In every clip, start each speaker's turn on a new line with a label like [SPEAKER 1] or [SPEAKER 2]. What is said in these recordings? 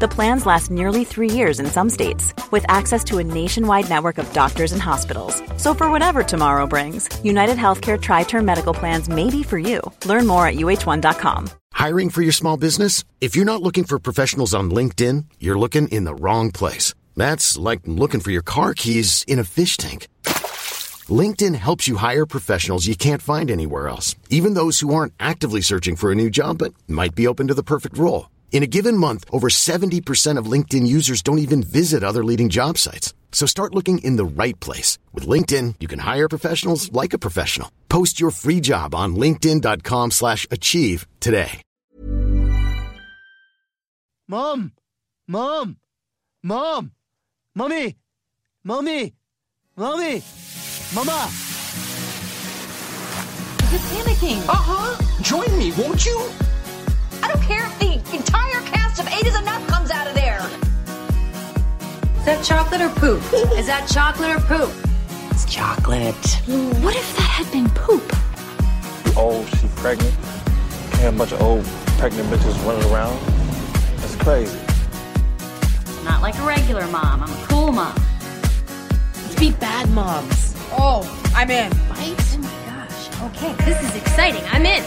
[SPEAKER 1] The plans last nearly three years in some states, with access to a nationwide network of doctors and hospitals. So, for whatever tomorrow brings, United Healthcare Tri Term Medical Plans may be for you. Learn more at uh1.com.
[SPEAKER 2] Hiring for your small business? If you're not looking for professionals on LinkedIn, you're looking in the wrong place. That's like looking for your car keys in a fish tank. LinkedIn helps you hire professionals you can't find anywhere else, even those who aren't actively searching for a new job but might be open to the perfect role. In a given month, over 70% of LinkedIn users don't even visit other leading job sites. So start looking in the right place. With LinkedIn, you can hire professionals like a professional. Post your free job on linkedin.com slash achieve today.
[SPEAKER 3] Mom! Mom! Mom! Mommy! Mommy! Mommy! Mama!
[SPEAKER 4] You're panicking.
[SPEAKER 5] Uh huh. Join me, won't you?
[SPEAKER 4] I don't care if the entire cast of Eight is Enough comes out of there. Is that chocolate or poop? Is that chocolate or poop?
[SPEAKER 5] It's chocolate.
[SPEAKER 4] What if that had been poop?
[SPEAKER 6] old, she pregnant. Can't have a bunch of old pregnant bitches running around. That's crazy.
[SPEAKER 4] Not like a regular mom. I'm a cool mom.
[SPEAKER 7] Let's be bad moms.
[SPEAKER 8] Oh, I'm in.
[SPEAKER 7] Right? Oh my gosh.
[SPEAKER 4] Okay, this is exciting. I'm in.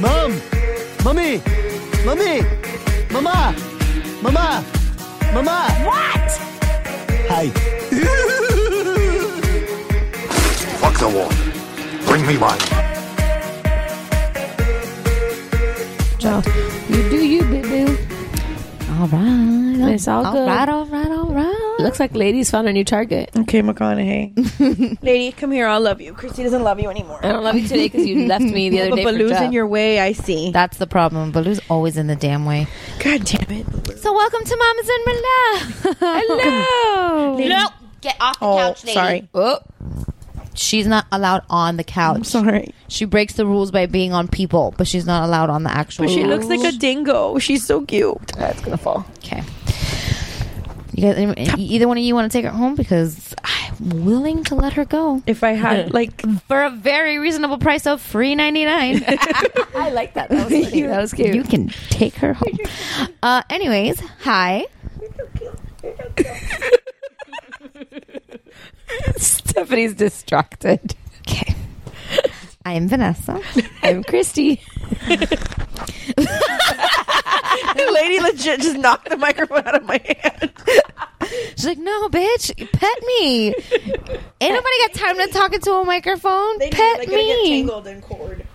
[SPEAKER 3] Mom! Mommy! Mommy! Mama! Mama! Mama!
[SPEAKER 4] What?
[SPEAKER 3] Hi.
[SPEAKER 9] Fuck the water. Bring me mine.
[SPEAKER 10] So you do you, boo boo.
[SPEAKER 7] All right.
[SPEAKER 10] It's all good.
[SPEAKER 7] All right, all right, all right.
[SPEAKER 10] Looks like ladies found a new target.
[SPEAKER 11] Okay, McConaughey. Lady, come here. I'll love you. Christy doesn't love you anymore.
[SPEAKER 10] I don't love you today because you left me the other
[SPEAKER 11] But
[SPEAKER 10] day. for
[SPEAKER 11] Baloo's in
[SPEAKER 10] Jeff.
[SPEAKER 11] your way, I see.
[SPEAKER 7] That's the problem. Baloo's always in the damn way.
[SPEAKER 11] God damn it.
[SPEAKER 7] So welcome to Mamas in Real Life. Hello.
[SPEAKER 11] No.
[SPEAKER 7] Get off the
[SPEAKER 11] Oh, sorry.
[SPEAKER 7] Oh. She's not allowed on the couch.
[SPEAKER 11] I'm sorry.
[SPEAKER 7] She breaks the rules by being on people, but she's not allowed on the actual.
[SPEAKER 11] She
[SPEAKER 7] couch.
[SPEAKER 11] looks like a dingo. She's so cute. That's gonna fall.
[SPEAKER 7] Okay. You guys, any- either one of you want to take her home because I'm willing to let her go
[SPEAKER 11] If I had like
[SPEAKER 7] for a very reasonable price of free ninety nine.
[SPEAKER 10] I like that. That was, funny. that was cute.
[SPEAKER 7] You can take her home. Uh, anyways, hi.
[SPEAKER 10] Stephanie's distracted.
[SPEAKER 7] Okay. I am Vanessa.
[SPEAKER 10] I'm Christy.
[SPEAKER 11] the lady legit just knocked the microphone out of my hand.
[SPEAKER 7] She's like, no, bitch, pet me. Ain't nobody got time to talk into a microphone. pet me.
[SPEAKER 11] in cord.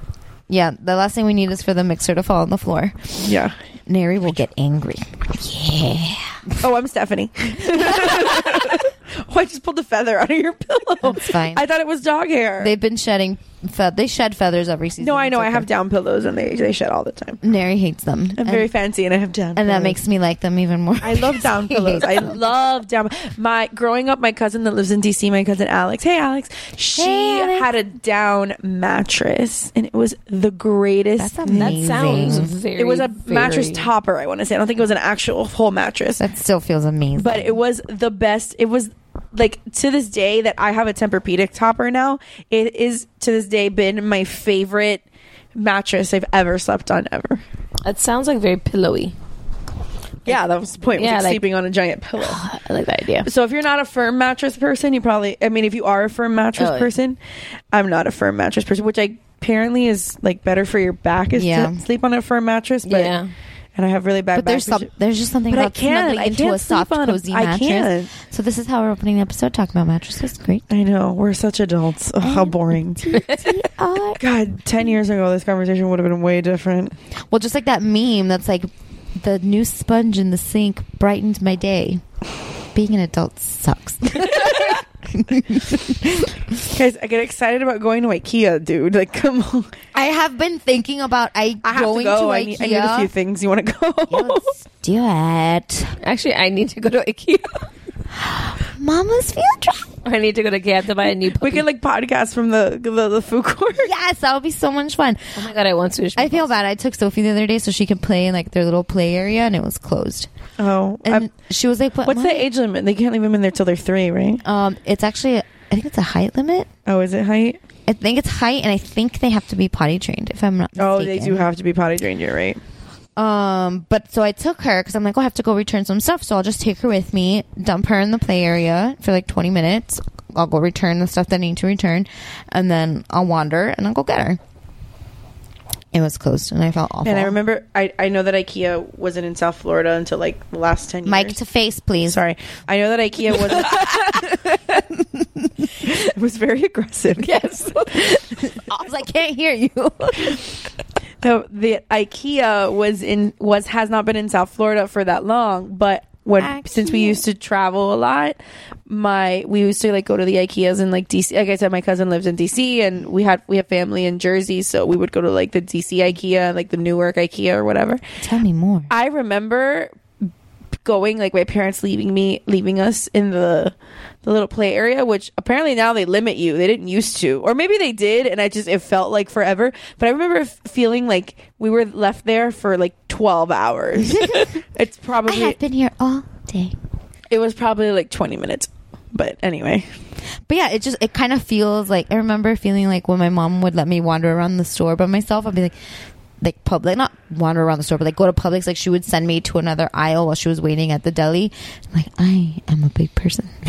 [SPEAKER 7] Yeah, the last thing we need is for the mixer to fall on the floor.
[SPEAKER 11] Yeah.
[SPEAKER 7] Neri will get angry. Yeah.
[SPEAKER 11] Oh, I'm Stephanie. oh, I just pulled a feather out of your pillow.
[SPEAKER 7] That's fine.
[SPEAKER 11] I thought it was dog hair.
[SPEAKER 7] They've been shedding, fe- they shed feathers every season.
[SPEAKER 11] no, I know.
[SPEAKER 7] It's
[SPEAKER 11] I have
[SPEAKER 7] okay.
[SPEAKER 11] down pillows and they, they shed all the time.
[SPEAKER 7] Neri hates them.
[SPEAKER 11] I'm
[SPEAKER 7] and,
[SPEAKER 11] very fancy and I have down
[SPEAKER 7] and that
[SPEAKER 11] pillows.
[SPEAKER 7] makes me like them even more.
[SPEAKER 11] I love down pillows. I love down. My growing up, my cousin that lives in DC, my cousin Alex. Hey, Alex. She
[SPEAKER 7] Hey, Alex.
[SPEAKER 11] had a down mattress, and it was the greatest.
[SPEAKER 7] That's amazing.
[SPEAKER 10] Sounds very.
[SPEAKER 11] it was a mattress
[SPEAKER 10] very-
[SPEAKER 11] topper. I want to say. I don't think it was an actual whole mattress,
[SPEAKER 7] That still feels amazing.
[SPEAKER 11] but it was the best. It was like to this day that I have a Tempur-Pedic topper now. It is to this day been my favorite mattress I've ever slept on ever.
[SPEAKER 10] It sounds like very pillowy.
[SPEAKER 11] Yeah, that was the point. was,
[SPEAKER 10] Yeah,
[SPEAKER 11] like,
[SPEAKER 10] like-
[SPEAKER 11] sleeping on a giant pillow.
[SPEAKER 10] I like that idea.
[SPEAKER 11] So if you're not a firm mattress person, you probably I mean if you are a firm mattress
[SPEAKER 10] Oh, yeah.
[SPEAKER 11] person, I'm not a firm mattress person, which I apparently is like better for your back is
[SPEAKER 7] Yeah.
[SPEAKER 11] to sleep on a firm mattress, but
[SPEAKER 10] Yeah.
[SPEAKER 11] and I have really bad
[SPEAKER 7] But
[SPEAKER 11] back.
[SPEAKER 7] there's some,
[SPEAKER 11] which-
[SPEAKER 7] there's just something
[SPEAKER 11] But I
[SPEAKER 7] about
[SPEAKER 11] can't.
[SPEAKER 7] snuggling
[SPEAKER 11] I
[SPEAKER 7] into
[SPEAKER 11] can't
[SPEAKER 7] a soft,
[SPEAKER 11] sleep on a-
[SPEAKER 7] cozy
[SPEAKER 11] I
[SPEAKER 7] mattress.
[SPEAKER 11] can't.
[SPEAKER 7] So this is how we're opening the episode, talking about mattresses. Great.
[SPEAKER 11] I know, we're such adults. Ugh,
[SPEAKER 7] Oh,
[SPEAKER 11] how boring.
[SPEAKER 7] Uh,
[SPEAKER 11] God, 10 years ago this conversation would have been way different.
[SPEAKER 7] well, just like that meme that's like, the new sponge in the sink brightened my day. Being an adult sucks.
[SPEAKER 11] Guys, I get excited about going to IKEA, dude. Like come on.
[SPEAKER 7] I have been thinking about I,
[SPEAKER 11] I have
[SPEAKER 7] going
[SPEAKER 11] to go.
[SPEAKER 7] IKEA.
[SPEAKER 11] I, need, I need a few things. You want to go?
[SPEAKER 7] Let's do it.
[SPEAKER 10] Actually, I need to go to IKEA.
[SPEAKER 7] Mama's field trip. I need to go to camp to buy a new.
[SPEAKER 11] We could like podcast from the the, the food court.
[SPEAKER 7] Yes, that would be so much fun. Oh my god, I want to. I feel bad. I took Sophie the other day so she could play in like their little play area and it was closed.
[SPEAKER 11] Oh,
[SPEAKER 7] and she was like, "What?
[SPEAKER 11] What's
[SPEAKER 7] Mom?"
[SPEAKER 11] the age limit? They can't leave them in there till they're three, right?
[SPEAKER 7] Um, it's actually, I think it's a height limit.
[SPEAKER 11] Oh, is it height?
[SPEAKER 7] I think it's height, and I think they have to be potty trained. If I'm not.
[SPEAKER 11] Oh,
[SPEAKER 7] mistaken.
[SPEAKER 11] they do have to be potty trained. You're right.
[SPEAKER 7] Um, but so I took her because I'm like, oh, I have to go return some stuff, so I'll just take her with me, dump her in the play area for like 20 minutes. I'll go return the stuff that I need to return, and then I'll wander and I'll go get her. It was closed, and I felt awful.
[SPEAKER 11] And I remember, I, I know that IKEA wasn't in South Florida until like the last ten years.
[SPEAKER 7] Mike to face, please.
[SPEAKER 11] Sorry, I know that IKEA wasn't. it was very aggressive.
[SPEAKER 7] Yes, I was like, can't hear you.
[SPEAKER 11] So the IKEA was in was has not been in South Florida for that long, but when since we used to travel a lot, my we used to like go to the IKEAs in like DC. Like I said, my cousin lives in DC, and we had we have family in Jersey, so we would go to like the DC IKEA, like the Newark IKEA or whatever.
[SPEAKER 7] Tell me more.
[SPEAKER 11] I remember going like my parents leaving me leaving us in the the little play area which apparently now they limit you they didn't used to or maybe they did and i just it felt like forever but i remember f- feeling like we were left there for like 12 hours it's
[SPEAKER 7] I
[SPEAKER 11] probably
[SPEAKER 7] have been here all day.
[SPEAKER 11] it was probably like 20 minutes but anyway
[SPEAKER 7] But yeah, it just it kind of feels like I remember feeling like when my mom would let me wander around the store by myself, I'd be like like public not wander around the store, but like go to Publix, like she would send me to another aisle while she was waiting at the deli. I'm like, I am a big person.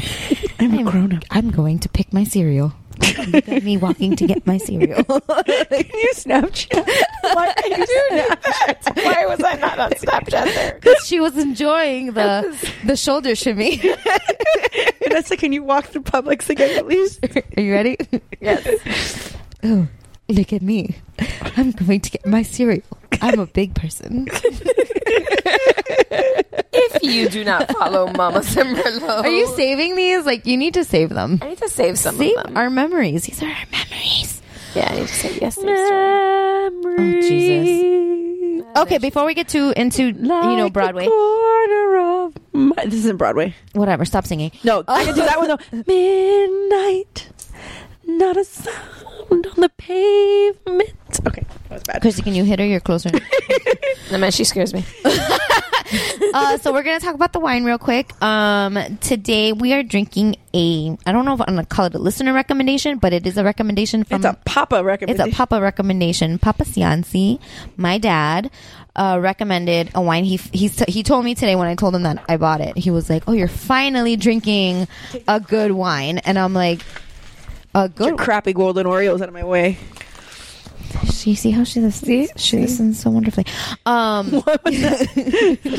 [SPEAKER 11] i'm a grown-up
[SPEAKER 7] I'm going to pick my cereal. Look at me walking to get my cereal.
[SPEAKER 11] can you snapchat why can you snapchat why was i not on snapchat there
[SPEAKER 7] she was enjoying the the shoulder shimmy.
[SPEAKER 11] vanessa can you walk through publix again please
[SPEAKER 7] Are you ready?
[SPEAKER 11] yes
[SPEAKER 7] Oh, look at me. I'm going to get my cereal. I'm a big person.
[SPEAKER 10] If you do not follow Mama Simmerlo,
[SPEAKER 7] Are
[SPEAKER 11] Oh.
[SPEAKER 7] you saving these? Like you need to save them.
[SPEAKER 10] I need to save some
[SPEAKER 7] Save
[SPEAKER 10] of them.
[SPEAKER 7] our memories. These are our memories.
[SPEAKER 10] yeah, I need to save yes.
[SPEAKER 11] memory
[SPEAKER 7] Oh, Jesus. Okay, before we get too into you know Broadway,
[SPEAKER 11] corner of my, this isn't Broadway.
[SPEAKER 7] whatever. Stop singing.
[SPEAKER 11] No, I can do that one though. Oh. Midnight, not a sound on the pavement. Okay, that was bad.
[SPEAKER 7] Chrissy, can you hit her? You're closer.
[SPEAKER 10] No, man, she scares me.
[SPEAKER 7] uh, so we're gonna talk about the wine real quick. Um, today we are drinking a. I don't know if I'm gonna call it a listener recommendation, but it is a recommendation from
[SPEAKER 11] um, It's a Papa
[SPEAKER 7] It's
[SPEAKER 11] recommendation.
[SPEAKER 7] a Papa recommendation. Papa Cianci, my dad, uh, recommended a wine. He he he told me today when I told him that I bought it. He was like, "Oh, you're finally drinking a good wine," and I'm like, "A
[SPEAKER 11] Get
[SPEAKER 7] good."
[SPEAKER 11] crappy golden Oreos out of my way.
[SPEAKER 7] She see how she listens. She listens so wonderfully. Um,
[SPEAKER 11] What did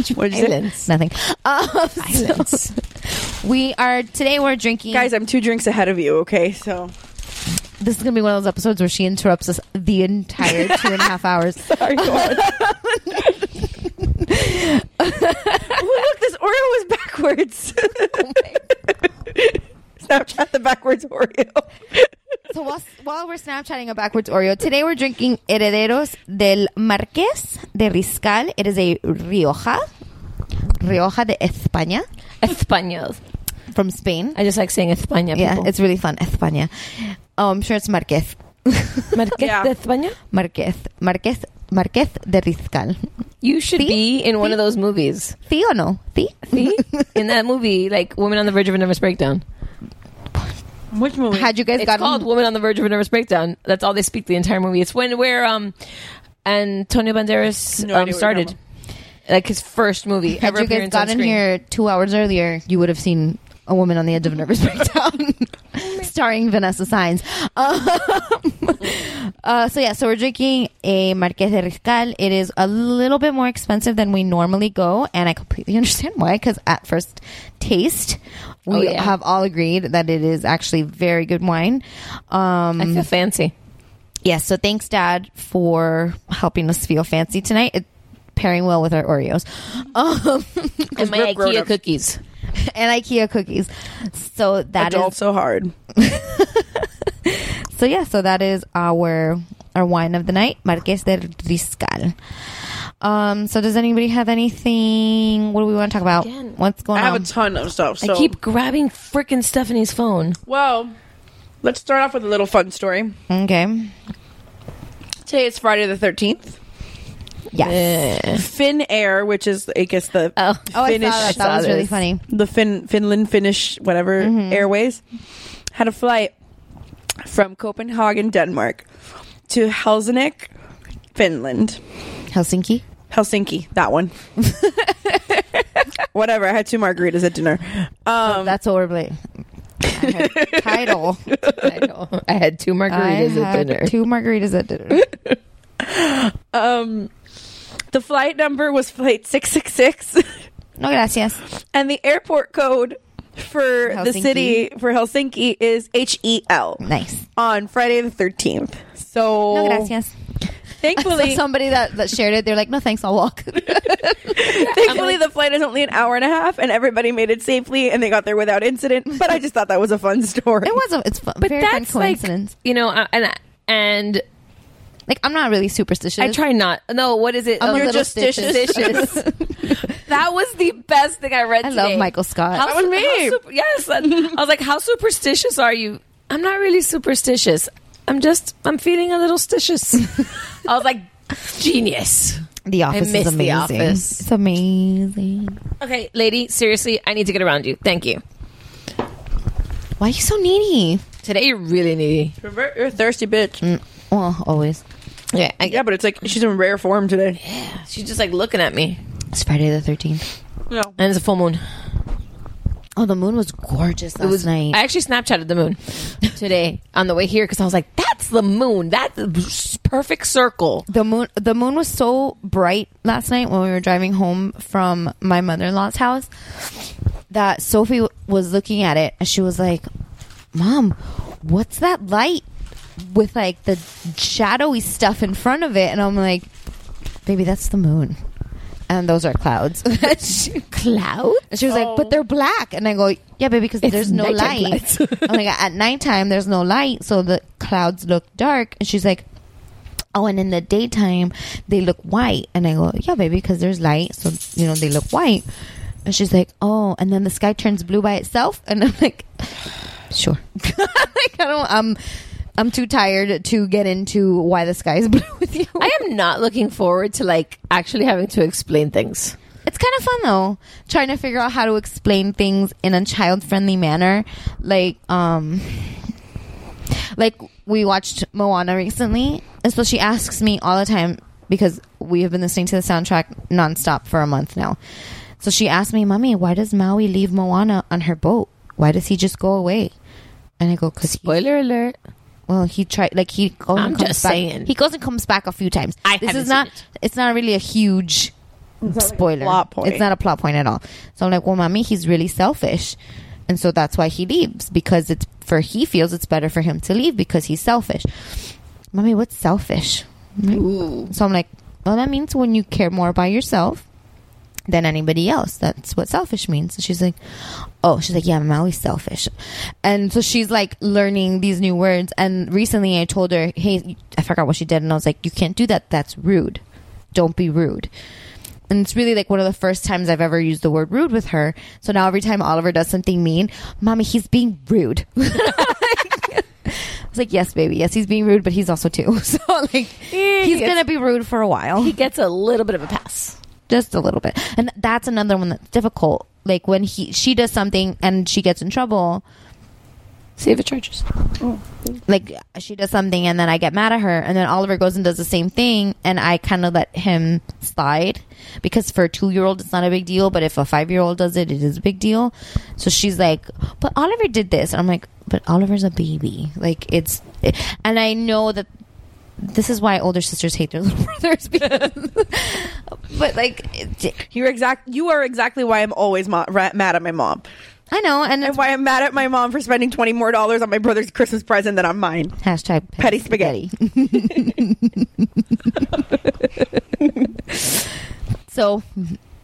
[SPEAKER 11] you say?
[SPEAKER 7] silence. Nothing. Um, silence. we are today. We're drinking.
[SPEAKER 11] Guys, I'm two drinks ahead of you. Okay, so
[SPEAKER 7] this is gonna be one of those episodes where she interrupts us the entire two and a half hours.
[SPEAKER 11] sorry. go on. oh, look, this Oreo was backwards. Oh Snapchat the backwards Oreo.
[SPEAKER 7] So while, while we're Snapchatting a backwards Oreo, today we're drinking Herederos del Marqués de Riscal. It is a Rioja, Rioja de España,
[SPEAKER 10] Español.
[SPEAKER 7] from Spain.
[SPEAKER 10] I just like saying España.
[SPEAKER 7] Yeah,
[SPEAKER 10] people.
[SPEAKER 7] it's really fun. España. Oh, I'm sure it's Marqués.
[SPEAKER 10] Marqués
[SPEAKER 11] Yeah.
[SPEAKER 10] de España.
[SPEAKER 7] Marqués. Marqués. Marqués de Riscal.
[SPEAKER 10] You should
[SPEAKER 7] See?
[SPEAKER 10] be in one
[SPEAKER 7] See?
[SPEAKER 10] of those movies.
[SPEAKER 7] ¿Sí o no? ¿Sí?
[SPEAKER 10] See? in that movie, like Woman on the Verge of a Nervous Breakdown.
[SPEAKER 11] Which movie?
[SPEAKER 7] Had you guys
[SPEAKER 10] It's
[SPEAKER 7] gotten
[SPEAKER 10] called Woman on the Verge of a Nervous Breakdown. That's all they speak the entire movie. It's when where um Antonio Banderas
[SPEAKER 11] No idea what
[SPEAKER 10] um,
[SPEAKER 11] you're
[SPEAKER 10] started.
[SPEAKER 11] talking
[SPEAKER 10] Like his first movie.
[SPEAKER 7] Had
[SPEAKER 10] ever
[SPEAKER 7] you guys
[SPEAKER 10] appearance on
[SPEAKER 7] gotten
[SPEAKER 10] screen.
[SPEAKER 7] here two hours earlier, you would have seen a woman on the edge of a nervous breakdown, Oh starring Vanessa Sines. Um, uh, so yeah, so we're drinking a Marqués de Riscal. It is a little bit more expensive than we normally go, and I completely understand why. Because at first taste, we
[SPEAKER 10] Oh, yeah.
[SPEAKER 7] have all agreed that it is actually very good wine. Um,
[SPEAKER 10] I feel fancy.
[SPEAKER 7] yeah, so thanks, Dad, for helping us feel fancy tonight. It, pairing well with our Oreos. Um,
[SPEAKER 10] And my
[SPEAKER 11] we're grown
[SPEAKER 10] IKEA
[SPEAKER 11] ups.
[SPEAKER 10] cookies.
[SPEAKER 7] and IKEA cookies. So that is
[SPEAKER 11] Adult so hard.
[SPEAKER 7] so yeah. So that is our our wine of the night, Marques de Riscal. Um, so does anybody have anything? What do we want to talk about? What's going
[SPEAKER 11] I
[SPEAKER 7] on?
[SPEAKER 11] have a ton of stuff. So.
[SPEAKER 7] I keep
[SPEAKER 12] grabbing freaking Stephanie's phone.
[SPEAKER 11] Well, let's start off with a little fun story.
[SPEAKER 7] Okay.
[SPEAKER 11] Today is Friday the 13th.
[SPEAKER 7] Yes.
[SPEAKER 11] Finnair, which is I guess the
[SPEAKER 7] Oh, I saw that. That was really funny. Mm-hmm.
[SPEAKER 11] The Fin Finland Finnish whatever Airways had a flight from Copenhagen, Denmark to Helsinki, Finland.
[SPEAKER 7] Helsinki?
[SPEAKER 11] Helsinki, that one. whatever. I had two margaritas at dinner. Um,
[SPEAKER 7] that's horribly. Title.
[SPEAKER 12] I had two margaritas
[SPEAKER 7] I
[SPEAKER 12] at
[SPEAKER 7] had
[SPEAKER 12] dinner.
[SPEAKER 7] Two margaritas at dinner.
[SPEAKER 11] um, the flight number was flight 666.
[SPEAKER 7] no gracias.
[SPEAKER 11] And the airport code for the
[SPEAKER 7] Helsinki.
[SPEAKER 11] city for Helsinki is HEL.
[SPEAKER 7] Nice.
[SPEAKER 11] On Friday the 13th. So
[SPEAKER 7] No gracias.
[SPEAKER 11] Thankfully-
[SPEAKER 7] somebody that, that shared it, they're like, no thanks, I'll walk.
[SPEAKER 11] Thankfully, the flight is only an hour and a half, and everybody made it safely, and they got there without incident. But I just thought that was a fun story. It
[SPEAKER 7] was. A, it's fun.
[SPEAKER 12] But that's like you know,
[SPEAKER 10] uh,
[SPEAKER 12] I- and I- and
[SPEAKER 7] like I'm not really superstitious.
[SPEAKER 12] I try not. No, what is it?
[SPEAKER 7] I'm a
[SPEAKER 12] you're
[SPEAKER 7] little
[SPEAKER 12] just that was the best thing I read.
[SPEAKER 7] I
[SPEAKER 12] today.
[SPEAKER 7] love Michael Scott.
[SPEAKER 12] How, su- how super- yes, I, I was like, how superstitious are you? I'm not really superstitious. I'm just I'm feeling a little stitious. I was like, genius.
[SPEAKER 7] The office
[SPEAKER 12] I miss
[SPEAKER 7] is
[SPEAKER 12] The
[SPEAKER 7] amazing.
[SPEAKER 12] office.
[SPEAKER 7] It's amazing.
[SPEAKER 12] Okay, lady, seriously, I need to get around you. Thank you.
[SPEAKER 7] Why are you so needy?
[SPEAKER 12] Today you're really needy.
[SPEAKER 11] You're a thirsty bitch.
[SPEAKER 7] Mm. Well, always.
[SPEAKER 12] Yeah,
[SPEAKER 11] yeah, but it's like she's in rare form today.
[SPEAKER 12] She's just like looking at me.
[SPEAKER 7] It's Friday the 13th.
[SPEAKER 11] No.
[SPEAKER 12] And it's a full moon.
[SPEAKER 7] Oh, the moon was gorgeous last
[SPEAKER 12] it was
[SPEAKER 7] night.
[SPEAKER 12] I actually Snapchatted the moon today on the way here because I was like, "That's the moon. That's the perfect circle."
[SPEAKER 7] the moon the moon was so bright last night when we were driving home from my mother-in-law's house that sophie w- was looking at it and she was like mom what's that light with like the shadowy stuff in front of it and i'm like baby that's the moon and those are clouds clouds and she was like but they're black and i go yeah baby because
[SPEAKER 12] It's
[SPEAKER 7] there's no
[SPEAKER 12] nighttime
[SPEAKER 7] light i'm like at nighttime there's no light so the clouds look dark and she's like oh, and in the daytime they look white. And I go, yeah, baby, because there's light, so you know they look white. And she's like, oh, and then the sky turns blue by itself. And I'm like, sure. like I don't, I'm, I'm too tired to get into why the sky is blue with you.
[SPEAKER 12] I am not looking forward to like actually having to explain things.
[SPEAKER 7] It's kind of fun though, trying to figure out how to explain things in a child-friendly manner, like um like we watched Moana recently, and so she asks me all the time because we have been listening to the soundtrack nonstop for a month now. So she asked me, "Mommy, why does Maui leave Moana on her boat? Why does he just go away?" And I go, "Cause spoiler
[SPEAKER 12] alert."
[SPEAKER 7] Well, he tried like he goes
[SPEAKER 12] I'm
[SPEAKER 7] and comes
[SPEAKER 12] just
[SPEAKER 7] back.
[SPEAKER 12] saying.
[SPEAKER 7] He goes and comes back a few times.
[SPEAKER 12] I
[SPEAKER 7] this
[SPEAKER 12] haven't
[SPEAKER 7] is not
[SPEAKER 12] seen it.
[SPEAKER 7] it's not really a huge spoiler.
[SPEAKER 12] plot point.
[SPEAKER 7] It's not a plot point at all. So I'm like, well, mommy, he's really selfish, and so that's why he leaves because it's for he feels it's better for him to leave because he's selfish. Mommy, what's selfish? I'm like- So I'm like, well, that means when you care more about yourself than anybody else. That's what selfish means. And she's like, oh, she's like, yeah, Maui's selfish. And so she's like learning these new words. And recently I told her, hey, I forgot what she did. And I was like, you can't do that. That's rude. Don't be rude. And it's really like one of the first times I've ever used the word rude with her. So now every time Oliver does something mean, mommy, he's being rude. I was like, yes, baby. Yes, he's being rude, but he's also too. So, like, he's going to be rude for a while. He
[SPEAKER 12] gets a little bit of a pass.
[SPEAKER 7] Just a little bit. And that's another one that's difficult. Like, when he she does something and she gets in trouble.
[SPEAKER 12] Save the charges.
[SPEAKER 7] Like, she does something and then I get mad at her. And then Oliver goes and does the same thing. And I kind of let him slide. Because for a two year old, it's not a big deal. But if a five year old does it, it is a big deal. So she's like, but Oliver did this. And I'm like, but Oliver's a baby. Like, it's. It, and I know that this is why older sisters hate their little brothers because but like
[SPEAKER 11] you're exact you are exactly why i'm always mo- ra- mad at my mom
[SPEAKER 7] i know and,
[SPEAKER 11] why i'm mad at my mom for spending 20 more dollars on my brother's christmas present than on mine
[SPEAKER 7] hashtag
[SPEAKER 11] petty spaghetti,
[SPEAKER 7] so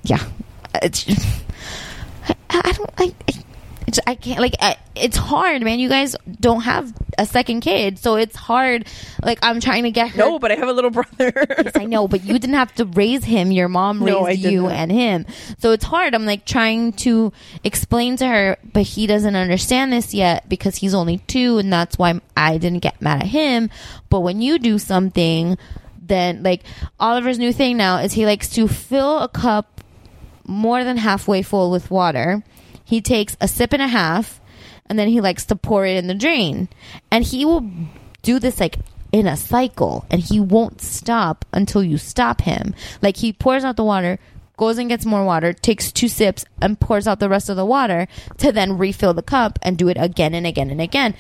[SPEAKER 7] yeah it's, I, I don't I, I, it's, I can't like I, it's hard man you guys don't have a second kid, so it's hard. Like I'm trying to get her.
[SPEAKER 11] No, but I have a little brother.
[SPEAKER 7] yes, I know, but you didn't have to raise him. Your mom raised
[SPEAKER 11] No, I
[SPEAKER 7] you
[SPEAKER 11] didn't.
[SPEAKER 7] and him, so it's hard. I'm like trying to explain to her, but he doesn't understand this yet because he's only two, and that's why I didn't get mad at him. But when you do something, then like Oliver's new thing now is he likes to fill a cup more than halfway full with water. He takes a sip and a half, and then he likes to pour it in the drain. And he will do this like in a cycle, and he won't stop until you stop him. Like he pours out the water, goes and gets more water, takes two sips, and pours out the rest of the water to then refill the cup and do it again and again and again.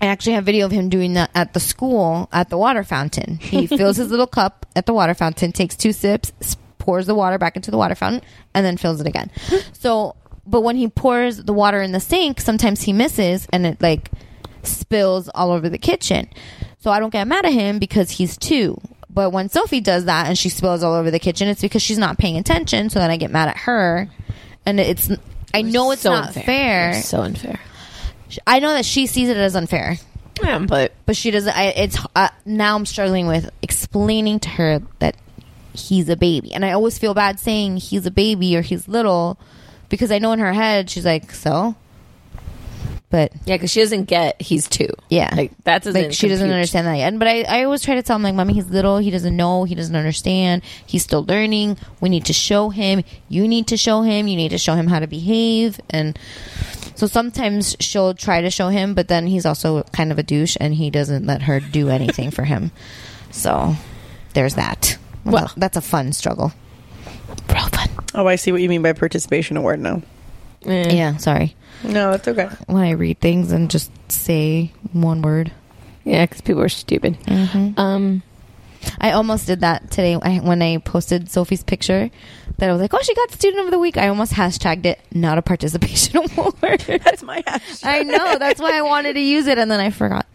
[SPEAKER 7] I actually have video of him doing that at the school at the water fountain. He fills his little cup at the water fountain, takes two sips, s- pours the water back into the water fountain, and then fills it again. So, but when he pours the water in the sink, sometimes he misses and it like spills all over the kitchen. So I don't get mad at him because he's two. But when Sophie does that and she spills all over the kitchen, it's because she's not paying attention. So then I get mad at her, and it's I know it's
[SPEAKER 12] so
[SPEAKER 7] not
[SPEAKER 12] unfair.
[SPEAKER 7] fair.
[SPEAKER 12] You're so unfair.
[SPEAKER 7] I know that she sees it as unfair.
[SPEAKER 12] Yeah, but
[SPEAKER 7] but she doesn't. I, it's uh, now I'm struggling with explaining to her that he's a baby, and I always feel bad saying he's a baby or he's little because I know in her head she's like so, but
[SPEAKER 12] yeah, because she doesn't get he's two.
[SPEAKER 7] Yeah,
[SPEAKER 12] like that doesn't
[SPEAKER 7] like she doesn't
[SPEAKER 12] compute.
[SPEAKER 7] understand that yet. But I, I always try to tell him like, mommy, he's little, he doesn't know, he doesn't understand, he's still learning. We need to show him. You need to show him. You need to show him how to behave. And so sometimes she'll try to show him, but then he's also kind of a douche, and he doesn't let her do anything for him. So there's that. Well, that's a fun struggle.
[SPEAKER 11] Oh, I see what you mean by participation award now.
[SPEAKER 7] Yeah, sorry.
[SPEAKER 11] No, it's okay.
[SPEAKER 7] When I read things and just say one word.
[SPEAKER 12] Yeah, because people are stupid. Um,
[SPEAKER 7] I almost did that today I- when I posted Sophie's picture. That I was like, oh, she got student of the week. I almost hashtaged it, not a participation award. That's
[SPEAKER 11] my hashtag.
[SPEAKER 7] I know. That's why I wanted to use it, and then I forgot.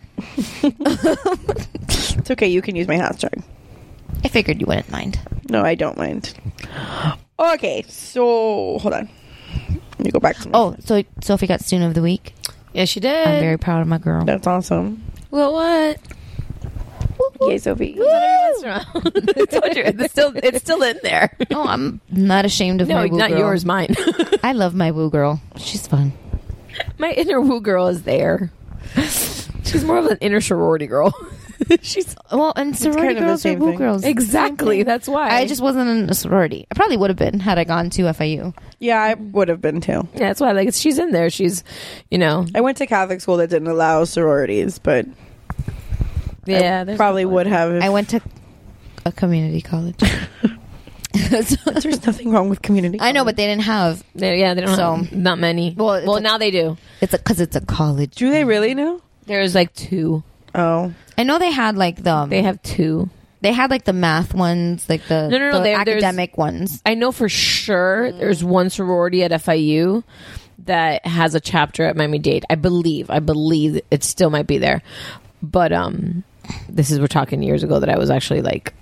[SPEAKER 11] It's okay. You can use my hashtag.
[SPEAKER 7] I figured you wouldn't mind.
[SPEAKER 11] No, I don't mind. Okay, so hold on. Let me go back to.
[SPEAKER 7] Oh, so Sophie got student of the week.
[SPEAKER 12] Yeah, she did.
[SPEAKER 7] I'm very proud of my girl.
[SPEAKER 11] That's awesome.
[SPEAKER 12] Well, what?
[SPEAKER 11] Yay, Sophie.
[SPEAKER 12] I told you it's still it's still in there.
[SPEAKER 7] Oh, I'm not ashamed of
[SPEAKER 12] No,
[SPEAKER 7] my woo
[SPEAKER 12] not
[SPEAKER 7] girl.
[SPEAKER 12] yours, mine.
[SPEAKER 7] I love my woo girl. She's fun.
[SPEAKER 12] My inner woo girl is there. She's more of an inner sorority girl. She's
[SPEAKER 7] well, and sorority
[SPEAKER 12] kind of the
[SPEAKER 7] girls are
[SPEAKER 12] same
[SPEAKER 7] woo
[SPEAKER 12] thing.
[SPEAKER 7] girls.
[SPEAKER 12] Exactly,
[SPEAKER 7] Same thing.
[SPEAKER 12] that's why.
[SPEAKER 7] I just wasn't in a sorority. I probably would have been had I gone to FIU.
[SPEAKER 11] Yeah, I would have been too.
[SPEAKER 12] yeah, that's why. Like she's in there. She's you know
[SPEAKER 11] I went to Catholic school that didn't allow sororities, but
[SPEAKER 12] yeah.
[SPEAKER 11] I
[SPEAKER 12] there's-
[SPEAKER 11] probably would have. If
[SPEAKER 7] I went to a community college.
[SPEAKER 11] There's nothing wrong with community.
[SPEAKER 7] I know, but they didn't have.
[SPEAKER 12] They, yeah, they don't.
[SPEAKER 7] So-
[SPEAKER 12] have, not many.
[SPEAKER 7] Well, it's
[SPEAKER 12] well
[SPEAKER 7] a-
[SPEAKER 12] now they do.
[SPEAKER 7] It's because it's a college.
[SPEAKER 11] Do they really know?
[SPEAKER 12] There's like two.
[SPEAKER 11] Oh,
[SPEAKER 7] I know they had like the
[SPEAKER 12] They have two.
[SPEAKER 7] they had like the math ones, like the
[SPEAKER 12] No, no, no,
[SPEAKER 7] the
[SPEAKER 12] they- there's-
[SPEAKER 7] academic ones.
[SPEAKER 12] I know for sure there's one sorority at FIU that has a chapter at Miami Dade. I believe. I believe it still might be there. But um this is we're talking years ago that I was actually like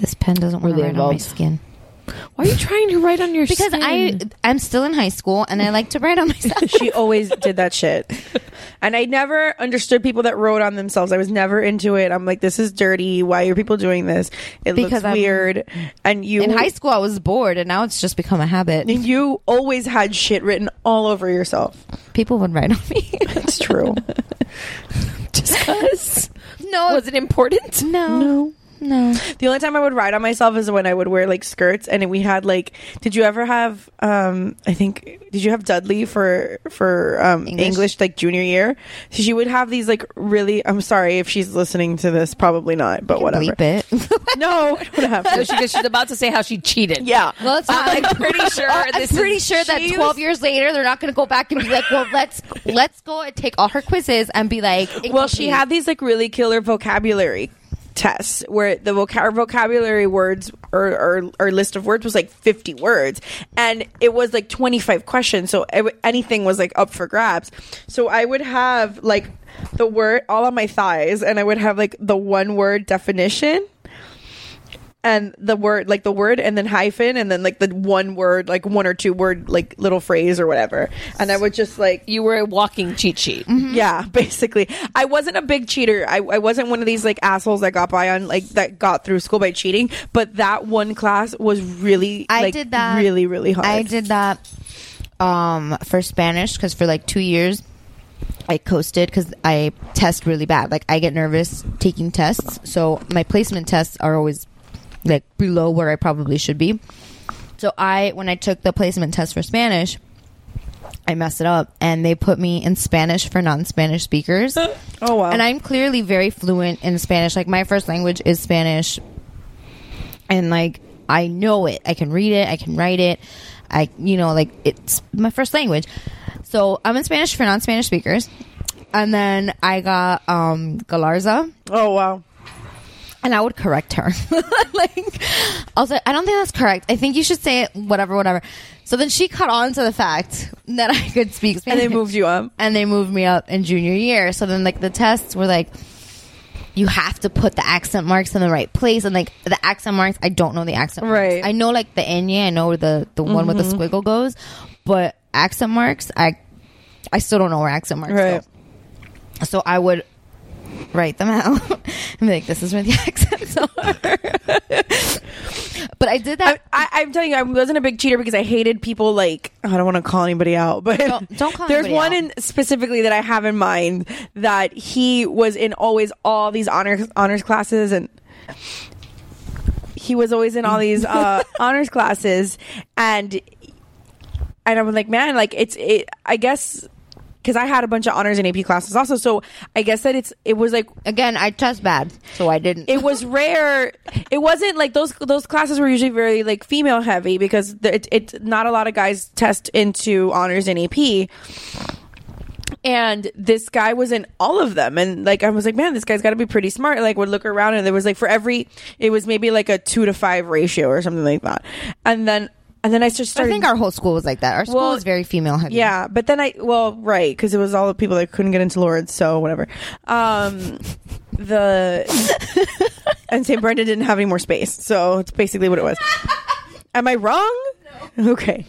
[SPEAKER 7] This pen doesn't want to
[SPEAKER 12] Really
[SPEAKER 7] write on my
[SPEAKER 12] involved.
[SPEAKER 7] skin
[SPEAKER 12] why are you trying to write on your
[SPEAKER 7] because I
[SPEAKER 12] skin?
[SPEAKER 7] I'm still in high school and I like to write on myself.
[SPEAKER 11] she always did that shit. And I never understood people that wrote on themselves. I was never into it. I'm like, this is dirty. Why are people doing this? It
[SPEAKER 7] Because
[SPEAKER 11] looks
[SPEAKER 7] I'm-
[SPEAKER 11] weird. And you
[SPEAKER 7] in high school, I was bored, and now it's just become a habit.
[SPEAKER 11] and you always had shit written all over yourself.
[SPEAKER 7] People would write on me.
[SPEAKER 11] That's true.
[SPEAKER 12] just because
[SPEAKER 7] no,
[SPEAKER 12] was it important?
[SPEAKER 7] no, no, no.
[SPEAKER 11] the only time I would write on myself is when I would wear like skirts and we had like did you ever have um I think did you have Dudley for for um
[SPEAKER 7] English?
[SPEAKER 11] English, like junior year? So she would have these like really I'm sorry if she's listening to this, probably not, but whatever.
[SPEAKER 7] Bleep it.
[SPEAKER 11] No, I don't have to.
[SPEAKER 12] Because she's about to say how she cheated.
[SPEAKER 11] Yeah.
[SPEAKER 7] Well, it's not
[SPEAKER 12] I'm pretty sure.
[SPEAKER 7] I'm
[SPEAKER 12] this is-
[SPEAKER 7] pretty sure that
[SPEAKER 12] she
[SPEAKER 7] 12 years later, they're not going to go back and be like, "Well, let's let's go and take all her quizzes and be like."
[SPEAKER 11] well she
[SPEAKER 7] incomplete.
[SPEAKER 11] had these like really killer vocabulary tests where the vocab- vocabulary words or, or or list of words was like 50 words and it was like 25 questions so ev- anything was like up for grabs so i would have like the word all on my thighs and i would have like the one word definition and the word like the word and then hyphen and then like the one word like one or two word like little phrase or whatever and i would just like
[SPEAKER 12] you were a walking cheat sheet
[SPEAKER 11] Mm-hmm. yeah basically i wasn't a big cheater I, I wasn't one of these like assholes that got by on like that got through school by cheating but that one class was really
[SPEAKER 7] I
[SPEAKER 11] like,
[SPEAKER 7] did that
[SPEAKER 11] really really hard
[SPEAKER 7] I did that um, for Spanish because for like two years I coasted because I test really bad. Like I get nervous taking tests, so my placement tests are always like below where I probably should be. So I when I took the placement test for Spanish. I messed it up and they put me in Spanish for non Spanish speakers.
[SPEAKER 11] Oh wow.
[SPEAKER 7] And I'm clearly very fluent in Spanish. Like my first language is Spanish and like I know it. I can read it. I can write it. I you know like it's my first language. So I'm in Spanish for non-Spanish speakers, and then I got um, Galarza,
[SPEAKER 11] oh wow
[SPEAKER 7] and I would correct her. like I was like, I don't think that's correct. I think you should say it whatever, whatever. So then she caught on to the fact that I could speak Spanish,
[SPEAKER 11] they moved you up?
[SPEAKER 7] and they moved me up in junior year. So then like the tests were like you have to put the accent marks in the right place and like the accent marks i don't know the accent right marks. i know like the enye i know the the one with the
[SPEAKER 11] Mhm.
[SPEAKER 7] squiggle goes but accent marks i i still don't know where accent marks
[SPEAKER 11] Right.
[SPEAKER 7] go so i would write them out and be like this is where the accents are but i did that
[SPEAKER 11] I, I'm telling you, I wasn't a big cheater because I hated people like I don't want to call anybody out, but
[SPEAKER 7] Don't- don't call
[SPEAKER 11] there's
[SPEAKER 7] anybody
[SPEAKER 11] one
[SPEAKER 7] out.
[SPEAKER 11] in specifically that I have in mind that he was in always all these honors honors classes and he was always in all these uh, honors classes and and I'm like, man, like it's it. I guess because I had a bunch of honors and AP classes also, so I guess that it's it was like
[SPEAKER 7] again I test bad, so I didn't.
[SPEAKER 11] It was rare. it wasn't like those those classes were usually very like female heavy because the- it, it's not a lot of guys test into honors and AP. And this guy was in all of them, and like I was like, man, this guy's got to be pretty smart. Like, would look around, and there was like for every, it was maybe like a two to five ratio or something like that. And then, and then I just
[SPEAKER 7] i
[SPEAKER 11] started.
[SPEAKER 7] think our whole school was like that our school
[SPEAKER 11] Well,
[SPEAKER 7] was very female heavy
[SPEAKER 11] Yeah, but then I well, right, because it was all the people that couldn't get into Lawrence, so whatever. Um, the and St. Brendan didn't have any more space, so it's basically what it was. Am I wrong? Okay.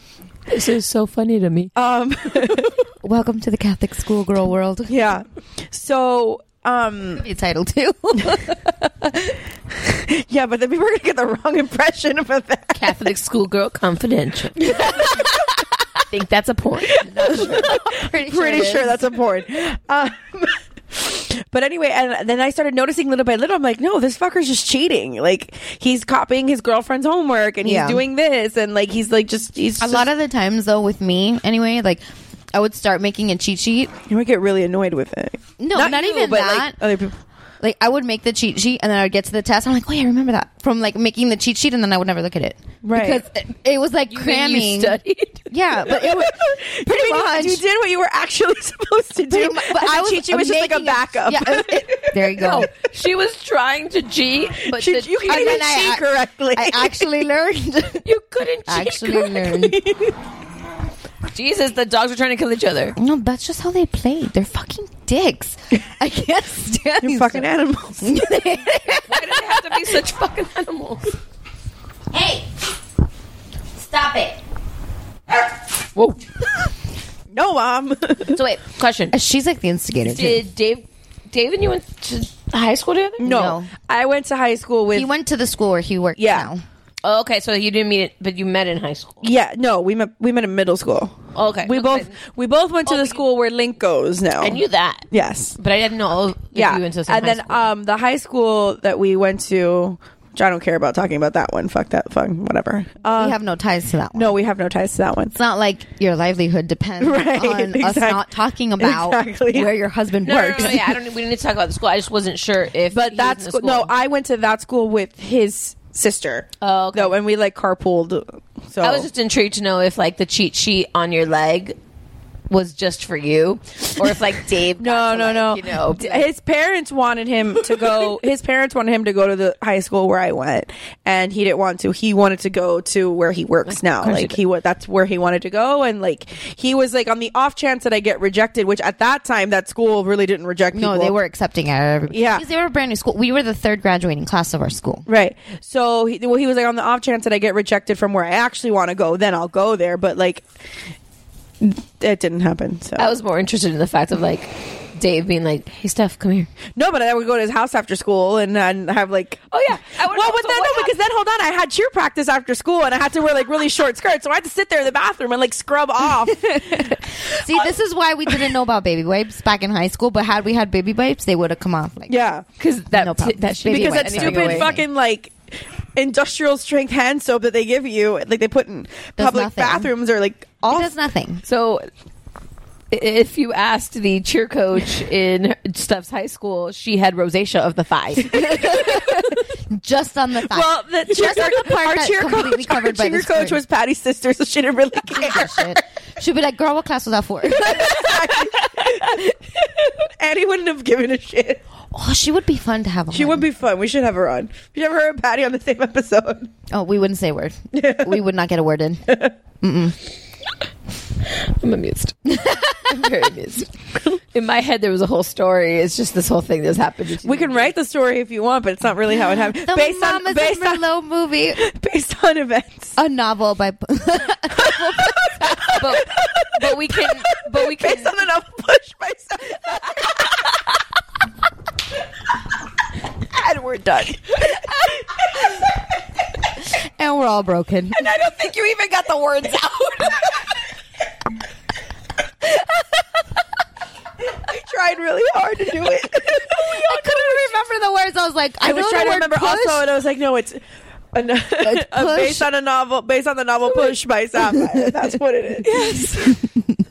[SPEAKER 12] This is so funny to me.
[SPEAKER 11] Um,
[SPEAKER 7] welcome to the catholic schoolgirl world
[SPEAKER 11] yeah so um
[SPEAKER 7] be title too
[SPEAKER 11] yeah, but then people are gonna get the wrong impression about that.
[SPEAKER 12] Catholic schoolgirl confidential. I think that's a porn.
[SPEAKER 7] pretty,
[SPEAKER 11] pretty sure that's a porn. Um, but anyway, and then I started noticing little by little. I'm like, no, this fucker's just cheating. Like he's copying his girlfriend's homework and
[SPEAKER 7] Yeah.
[SPEAKER 11] he's doing this and like he's like just he's
[SPEAKER 7] a
[SPEAKER 11] just-
[SPEAKER 7] lot of the times though with me anyway like i would start making a cheat sheet
[SPEAKER 11] you would get really annoyed with it
[SPEAKER 7] no
[SPEAKER 11] Not
[SPEAKER 7] not,
[SPEAKER 11] you,
[SPEAKER 7] even
[SPEAKER 11] but, like,
[SPEAKER 7] that
[SPEAKER 11] other people
[SPEAKER 7] like i would make the cheat sheet and then i would get to the test i'm like oh yeah I remember that from like making the cheat sheet and then i would never look at it
[SPEAKER 11] Right.
[SPEAKER 7] because it, it was like cramming yeah but it was pretty
[SPEAKER 11] You-
[SPEAKER 7] much
[SPEAKER 11] you did what you were actually supposed to do.
[SPEAKER 7] Pretty mu-
[SPEAKER 11] but I was, cheat sheet was just like a
[SPEAKER 7] making a-
[SPEAKER 11] backup.
[SPEAKER 7] yeah, it was- it- there you go
[SPEAKER 12] She was trying to cheat, but
[SPEAKER 11] She-
[SPEAKER 12] the-
[SPEAKER 11] you can't
[SPEAKER 7] and
[SPEAKER 11] even
[SPEAKER 7] then I-
[SPEAKER 11] cheat correctly.
[SPEAKER 7] i actually learned
[SPEAKER 12] you couldn't cheat.
[SPEAKER 7] actually learned
[SPEAKER 12] Jesus, the dogs are trying to kill each other.
[SPEAKER 7] no that's just how they play they're fucking dicks i can't stand
[SPEAKER 11] you
[SPEAKER 7] these
[SPEAKER 11] fucking animals.
[SPEAKER 12] Why do they have to be such fucking animals?
[SPEAKER 7] hey stop it
[SPEAKER 12] Whoa.
[SPEAKER 11] no, um, mom.
[SPEAKER 12] So wait, question:
[SPEAKER 7] she's like the instigator too.
[SPEAKER 12] Did Dave, Dave, and you went to high school together?
[SPEAKER 11] no, I went to high school with.
[SPEAKER 7] he went to the school where he worked
[SPEAKER 11] Yeah.
[SPEAKER 7] now.
[SPEAKER 12] Oh, okay, so you didn't meet it, but you met in high school.
[SPEAKER 11] Yeah, no, we met we met in middle school.
[SPEAKER 10] Oh,
[SPEAKER 12] Okay,
[SPEAKER 11] We both we both went to the school where Link goes now.
[SPEAKER 12] I knew that,
[SPEAKER 11] Yes.
[SPEAKER 12] but I didn't know. If
[SPEAKER 11] Yeah.
[SPEAKER 12] you went to the same
[SPEAKER 11] and
[SPEAKER 12] high
[SPEAKER 11] then um the high school that we went to which I don't care about talking about that one. Fuck that fuck whatever. Uh,
[SPEAKER 7] we have no ties to that one.
[SPEAKER 11] no, we have no ties to that one.
[SPEAKER 7] It's not like your livelihood depends
[SPEAKER 11] Right,
[SPEAKER 7] on us
[SPEAKER 11] exact-
[SPEAKER 7] not talking about
[SPEAKER 11] exactly.
[SPEAKER 7] where your husband
[SPEAKER 12] No, no, no,
[SPEAKER 7] works.
[SPEAKER 12] no, yeah, I don't. We need to talk about the school. I just wasn't sure if.
[SPEAKER 11] But
[SPEAKER 12] he was
[SPEAKER 11] that's
[SPEAKER 12] in the
[SPEAKER 11] no, I went to that school with his sister.
[SPEAKER 12] Oh, okay.
[SPEAKER 11] No, and we like carpooled. So
[SPEAKER 10] Oh.
[SPEAKER 12] I was just intrigued to know if like the cheat sheet on your leg
[SPEAKER 10] was just for you, or if like Dave.
[SPEAKER 11] no, no, no.
[SPEAKER 10] you know,
[SPEAKER 11] D- his parents wanted him to go. his parents wanted him to go to the high school where I went, and he didn't want to. He wanted to go to where he works now.
[SPEAKER 13] course you
[SPEAKER 11] Like he was. That's where he wanted to go, and like he was like on the off chance that I get rejected, which at that time that school really didn't reject.
[SPEAKER 7] No,
[SPEAKER 11] People.
[SPEAKER 7] they were accepting it.
[SPEAKER 11] Yeah.
[SPEAKER 7] because they were a brand new school. We were the third graduating class of our school.
[SPEAKER 11] Right. So he, well, he was like, on the off chance that I get rejected from where I actually want to go, then I'll go there. But like, it didn't happen. So
[SPEAKER 10] I was more interested in the fact of like Dave being like, "Hey, Steph, come here."
[SPEAKER 11] no, but I would go to his house after school and and have like, oh yeah. well, but then no, because then hold on, I had cheer practice after school and I had to wear like really short skirts, so I had to sit there in the bathroom and like scrub off.
[SPEAKER 7] See, this is why we didn't know about baby wipes back in high school. But had we had baby wipes, they would have come off. Like,
[SPEAKER 11] yeah,
[SPEAKER 10] because that that
[SPEAKER 7] should
[SPEAKER 11] because that stupid fucking like industrial strength hand soap that they give you, like they put in
[SPEAKER 7] Does
[SPEAKER 11] public
[SPEAKER 7] nothing.
[SPEAKER 11] bathrooms or like all
[SPEAKER 7] does nothing.
[SPEAKER 10] So if you asked the cheer coach in Steph's high school, she had rosacea of the thigh.
[SPEAKER 7] just on the thigh.
[SPEAKER 11] Well, the cheer,
[SPEAKER 7] just on the part
[SPEAKER 11] our
[SPEAKER 7] that's
[SPEAKER 11] cheer
[SPEAKER 7] completely
[SPEAKER 11] coach, our
[SPEAKER 7] covered by
[SPEAKER 11] cheer
[SPEAKER 7] the
[SPEAKER 11] coach was Patty's sister, so she didn't really care.
[SPEAKER 7] She'd be like, "Girl, what class was that for?"
[SPEAKER 11] Annie wouldn't have given a shit.
[SPEAKER 7] Oh, she would be fun to have on.
[SPEAKER 11] She would be fun. We should have her on. We should have her and Patty on the same episode.
[SPEAKER 7] Oh, we wouldn't say a word. we would not get a word in. Mm-mm.
[SPEAKER 10] I'm amused. I'm very amused. In my head, there was a whole story. It's just this whole thing that's happened.
[SPEAKER 11] We can write the story if you want, but it's not really how it happened.
[SPEAKER 7] The
[SPEAKER 11] based on
[SPEAKER 7] Mamas
[SPEAKER 11] based
[SPEAKER 7] in
[SPEAKER 11] on
[SPEAKER 7] Merlot movie,
[SPEAKER 11] based on events,
[SPEAKER 7] a novel by
[SPEAKER 10] but, but we can. But we can.
[SPEAKER 11] based on enough push myself. and we're done.
[SPEAKER 7] and we're all broken.
[SPEAKER 11] And I don't think you even got the words out. I tried really hard to do it.
[SPEAKER 7] I couldn't remember the words. I was like, I,
[SPEAKER 11] I was
[SPEAKER 7] know the
[SPEAKER 11] trying to
[SPEAKER 7] word
[SPEAKER 11] remember
[SPEAKER 7] push.
[SPEAKER 11] also, and I was like, no, it's. an- uh,
[SPEAKER 7] push.
[SPEAKER 11] based on a novel, based on the novel "Push" by Sapphire. That's what it is. Yes.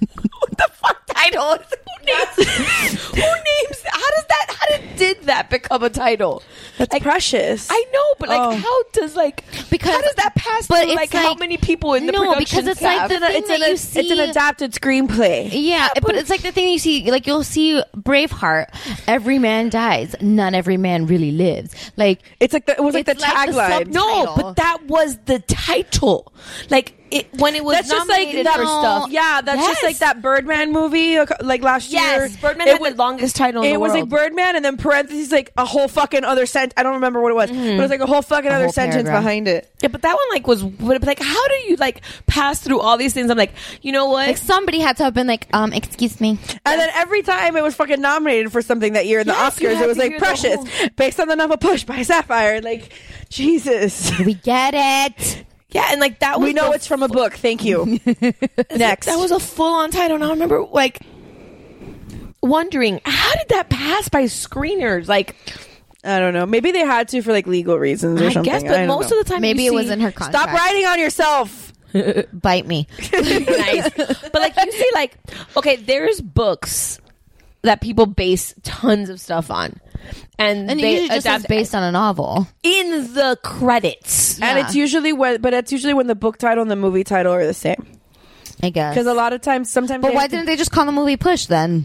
[SPEAKER 10] title. Who names? who names? How does that? How did, did that become a title?
[SPEAKER 11] That's precious.
[SPEAKER 10] I know, but like, how does like
[SPEAKER 7] because
[SPEAKER 10] how does that pass
[SPEAKER 7] but
[SPEAKER 10] through? Like,
[SPEAKER 7] it's
[SPEAKER 10] how
[SPEAKER 7] like-
[SPEAKER 10] many people in the
[SPEAKER 7] no,
[SPEAKER 10] production
[SPEAKER 7] because it's
[SPEAKER 10] staff?
[SPEAKER 7] like the thing that you see.
[SPEAKER 11] adapted screenplay.
[SPEAKER 7] Yeah, but, it's like the thing you see, like you'll see Braveheart. Every man dies, not every man really lives. Like
[SPEAKER 11] It's like the, it was like the
[SPEAKER 7] It's like the
[SPEAKER 11] tagline.
[SPEAKER 7] subtitle.
[SPEAKER 10] no, but that was the title. Like it when it was
[SPEAKER 11] that's just like
[SPEAKER 10] nominated
[SPEAKER 11] that
[SPEAKER 10] for stuff.
[SPEAKER 11] Yeah, that's
[SPEAKER 10] Yes.
[SPEAKER 11] just like that Birdman movie, uh, like last year.
[SPEAKER 10] Yes, Birdman
[SPEAKER 11] It
[SPEAKER 10] had
[SPEAKER 11] was-
[SPEAKER 10] the longest title. in
[SPEAKER 11] It
[SPEAKER 10] the
[SPEAKER 11] was like
[SPEAKER 10] world.
[SPEAKER 11] Birdman, and then parentheses like a whole fucking other sentence. I don't remember what it was, but it
[SPEAKER 10] Mm-hmm.
[SPEAKER 11] was like a whole fucking other
[SPEAKER 7] whole
[SPEAKER 11] sentence
[SPEAKER 7] paragraph.
[SPEAKER 11] behind it.
[SPEAKER 10] Yeah, but that one like was but, like how do you like pass through all these things? I'm like, you know what?
[SPEAKER 7] like somebody had to have been like, um, excuse me.
[SPEAKER 11] And then every time it was fucking nominated for something that year in the
[SPEAKER 10] Yes, you
[SPEAKER 11] Oscars,
[SPEAKER 10] had
[SPEAKER 11] it was
[SPEAKER 10] to
[SPEAKER 11] like
[SPEAKER 10] hear the
[SPEAKER 11] Precious,
[SPEAKER 10] whole-
[SPEAKER 11] based on the novel Push by Sapphire. Like Jesus,
[SPEAKER 7] We get it.
[SPEAKER 10] yeah, and like that was
[SPEAKER 11] we know
[SPEAKER 10] the
[SPEAKER 11] it's from a book. Thank you. Next,
[SPEAKER 10] That was a full on title, and I remember like wondering how did that pass by screeners? Like
[SPEAKER 11] I don't know. Maybe they had to for like legal reasons or
[SPEAKER 10] I
[SPEAKER 11] something.
[SPEAKER 10] guess, but most of the time,
[SPEAKER 7] Maybe
[SPEAKER 10] you
[SPEAKER 7] it was
[SPEAKER 10] see-
[SPEAKER 7] in her
[SPEAKER 11] time,
[SPEAKER 7] contract.
[SPEAKER 11] stop writing on yourself.
[SPEAKER 7] Bite me.
[SPEAKER 10] nice. But like you see, like okay, there's books that people base tons of stuff on, and,
[SPEAKER 7] And it
[SPEAKER 10] they
[SPEAKER 7] usually just
[SPEAKER 10] adapt
[SPEAKER 7] is based on a novel.
[SPEAKER 10] in the credits.
[SPEAKER 11] And
[SPEAKER 7] Yeah.
[SPEAKER 11] it's usually when, but it's usually when the book title and the movie title are the same.
[SPEAKER 7] I guess.
[SPEAKER 11] Because a lot of times, sometimes,
[SPEAKER 7] But why didn't they just call the movie Push then?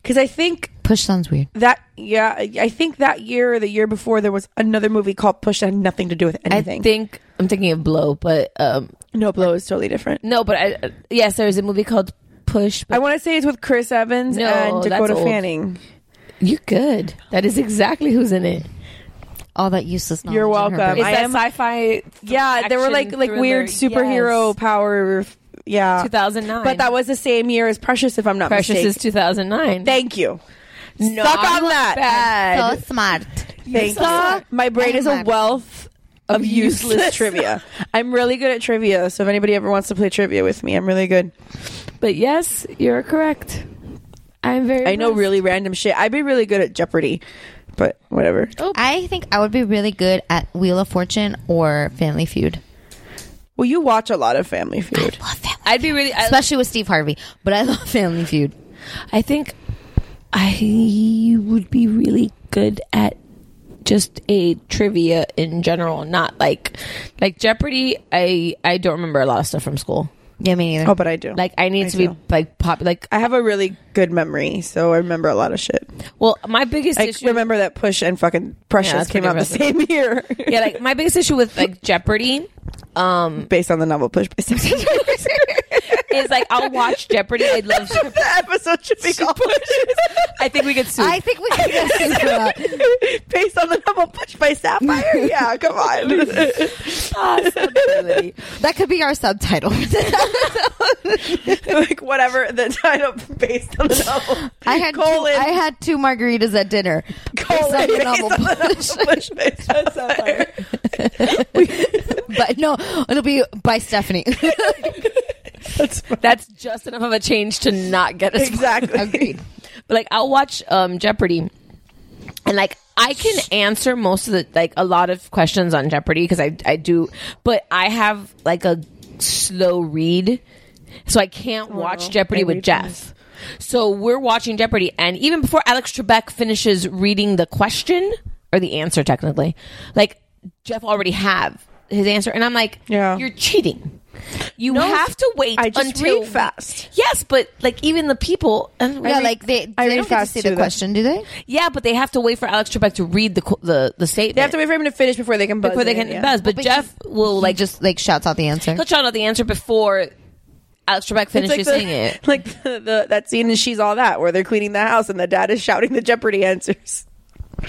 [SPEAKER 11] Because I think
[SPEAKER 7] Push sounds weird.
[SPEAKER 11] that yeah, I I think that year or the year before there was another movie called Push that had nothing to do with
[SPEAKER 10] I
[SPEAKER 11] anything.
[SPEAKER 10] think I'm thinking of Blow, but um,
[SPEAKER 11] no Blow is totally different.
[SPEAKER 10] no, but I uh, yes, there's a movie called Push. But
[SPEAKER 11] I want to say it's with Chris Evans
[SPEAKER 10] No,
[SPEAKER 11] and
[SPEAKER 10] that's
[SPEAKER 11] Dakota
[SPEAKER 10] old.
[SPEAKER 11] Fanning.
[SPEAKER 10] you're good. That is exactly who's in it.
[SPEAKER 7] All that useless knowledge.
[SPEAKER 11] You're
[SPEAKER 7] in her
[SPEAKER 11] welcome.
[SPEAKER 7] brain.
[SPEAKER 11] I am-
[SPEAKER 10] sci-fi?
[SPEAKER 11] Yeah, they were
[SPEAKER 10] action
[SPEAKER 11] like like
[SPEAKER 10] thriller,
[SPEAKER 11] weird superhero
[SPEAKER 10] yes.
[SPEAKER 11] power. Yeah,
[SPEAKER 10] 2009.
[SPEAKER 11] Uh, But that was the same year as Precious, if I'm not
[SPEAKER 10] Precious
[SPEAKER 11] mistaken.
[SPEAKER 10] is 2009.
[SPEAKER 11] Thank you. Suck on that.
[SPEAKER 7] so smart.
[SPEAKER 11] Thank you. My brain is a
[SPEAKER 7] Anyway.
[SPEAKER 11] wealth of useless
[SPEAKER 10] useless.
[SPEAKER 11] trivia. I'm really good at trivia, so if anybody ever wants to play trivia with me, I'm really good.
[SPEAKER 10] But yes, you're correct. I'm very.
[SPEAKER 11] I know
[SPEAKER 10] impressed.
[SPEAKER 11] really random shit. I'd be really good at Jeopardy, but whatever.
[SPEAKER 12] Oh.
[SPEAKER 7] I think I would be really good at Wheel of Fortune or Family Feud.
[SPEAKER 11] Well, you watch a lot of Family Feud.
[SPEAKER 7] Love Family
[SPEAKER 10] I'd be really. I,
[SPEAKER 7] especially with Steve Harvey. But I love Family Feud.
[SPEAKER 10] I think I would be really good at just a trivia in general, not like like Jeopardy. I I don't remember a lot of stuff from school.
[SPEAKER 7] Yeah, me neither.
[SPEAKER 11] Oh, but I do.
[SPEAKER 12] Like I need
[SPEAKER 11] I
[SPEAKER 12] to be
[SPEAKER 11] do.
[SPEAKER 12] like pop. Like
[SPEAKER 11] I have a really good memory, so I remember a lot of shit.
[SPEAKER 12] Well, my biggest
[SPEAKER 11] I remember that Push and fucking Precious
[SPEAKER 12] that's
[SPEAKER 11] came
[SPEAKER 12] pretty
[SPEAKER 11] out the
[SPEAKER 12] impressive.
[SPEAKER 11] same year,
[SPEAKER 12] yeah, like my biggest issue with like Jeopardy, um,
[SPEAKER 11] based on the novel Push by Stephen King.
[SPEAKER 12] is like I'll watch Jeopardy. I love Jeopardy.
[SPEAKER 11] the episode should be called
[SPEAKER 12] I think we could sue.
[SPEAKER 7] I think we can get sued for that.
[SPEAKER 11] based on the novel Push by Sapphire. Yeah, come on.
[SPEAKER 7] Possibility. That could be our subtitle.
[SPEAKER 11] like whatever the title based on the novel.
[SPEAKER 7] I had two,
[SPEAKER 11] Colon.
[SPEAKER 7] I had two margaritas at dinner.
[SPEAKER 11] Colon,
[SPEAKER 7] Based on the novel
[SPEAKER 11] based on the novel Push by Sapphire.
[SPEAKER 7] but no, it'll be by Stephanie.
[SPEAKER 12] That's just enough of a change to not get us
[SPEAKER 11] Exactly.
[SPEAKER 7] Agreed.
[SPEAKER 12] But like I'll watch um Jeopardy and like I can answer most of the like a lot of questions on Jeopardy because I I do but I have like a slow read so I can't watch Jeopardy with Jeff. So we're watching Jeopardy and even before Alex Trebek finishes reading the question or the answer technically like Jeff already have his answer and I'm like
[SPEAKER 11] Yeah.
[SPEAKER 12] you're cheating. You have to wait
[SPEAKER 11] I just
[SPEAKER 12] until
[SPEAKER 11] read fast.
[SPEAKER 12] Yes, but like even the people, uh, and
[SPEAKER 7] yeah, like they,
[SPEAKER 11] I
[SPEAKER 7] they don't
[SPEAKER 11] read
[SPEAKER 7] get to
[SPEAKER 11] fast
[SPEAKER 7] see
[SPEAKER 11] too,
[SPEAKER 7] the
[SPEAKER 11] though.
[SPEAKER 7] question, do they?
[SPEAKER 12] yeah, but they have to wait for Alex Trebek to read the qu- the the statement
[SPEAKER 11] They have to wait for him to finish before they can buzz
[SPEAKER 12] before they
[SPEAKER 11] in,
[SPEAKER 12] can
[SPEAKER 11] yeah.
[SPEAKER 12] buzz. But, Jeff will
[SPEAKER 7] Like
[SPEAKER 12] like
[SPEAKER 7] just like shouts out the answer.
[SPEAKER 12] he'll shout out the answer before Alex Trebek
[SPEAKER 11] It's
[SPEAKER 12] finishes
[SPEAKER 11] like
[SPEAKER 12] saying it.
[SPEAKER 11] Like the, the that scene in She's All That where they're cleaning the house and the dad is shouting the Jeopardy answers.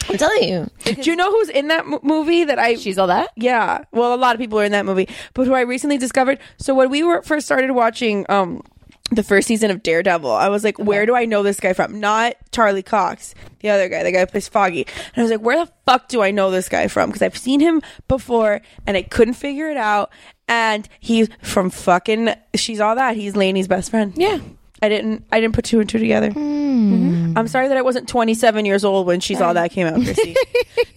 [SPEAKER 12] I'm telling you,
[SPEAKER 11] Do you know who's in that m- movie that I
[SPEAKER 12] she's all that.
[SPEAKER 11] Yeah. Well, a lot of people are in that movie, but who I recently discovered. So when we were first started watching um the first season of Daredevil, I was like, where do I know this guy from? Not Charlie Cox, the other guy, the guy who plays Foggy. And I was like, where the fuck do I know this guy from? Because I've seen him before and I couldn't figure it out. And he's from fucking she's all that. He's Laney's best friend.
[SPEAKER 12] Yeah.
[SPEAKER 11] I didn't I didn't put two and two together. Mhm. I'm sorry that I wasn't 27 years old when she's all that came out, Chrissy.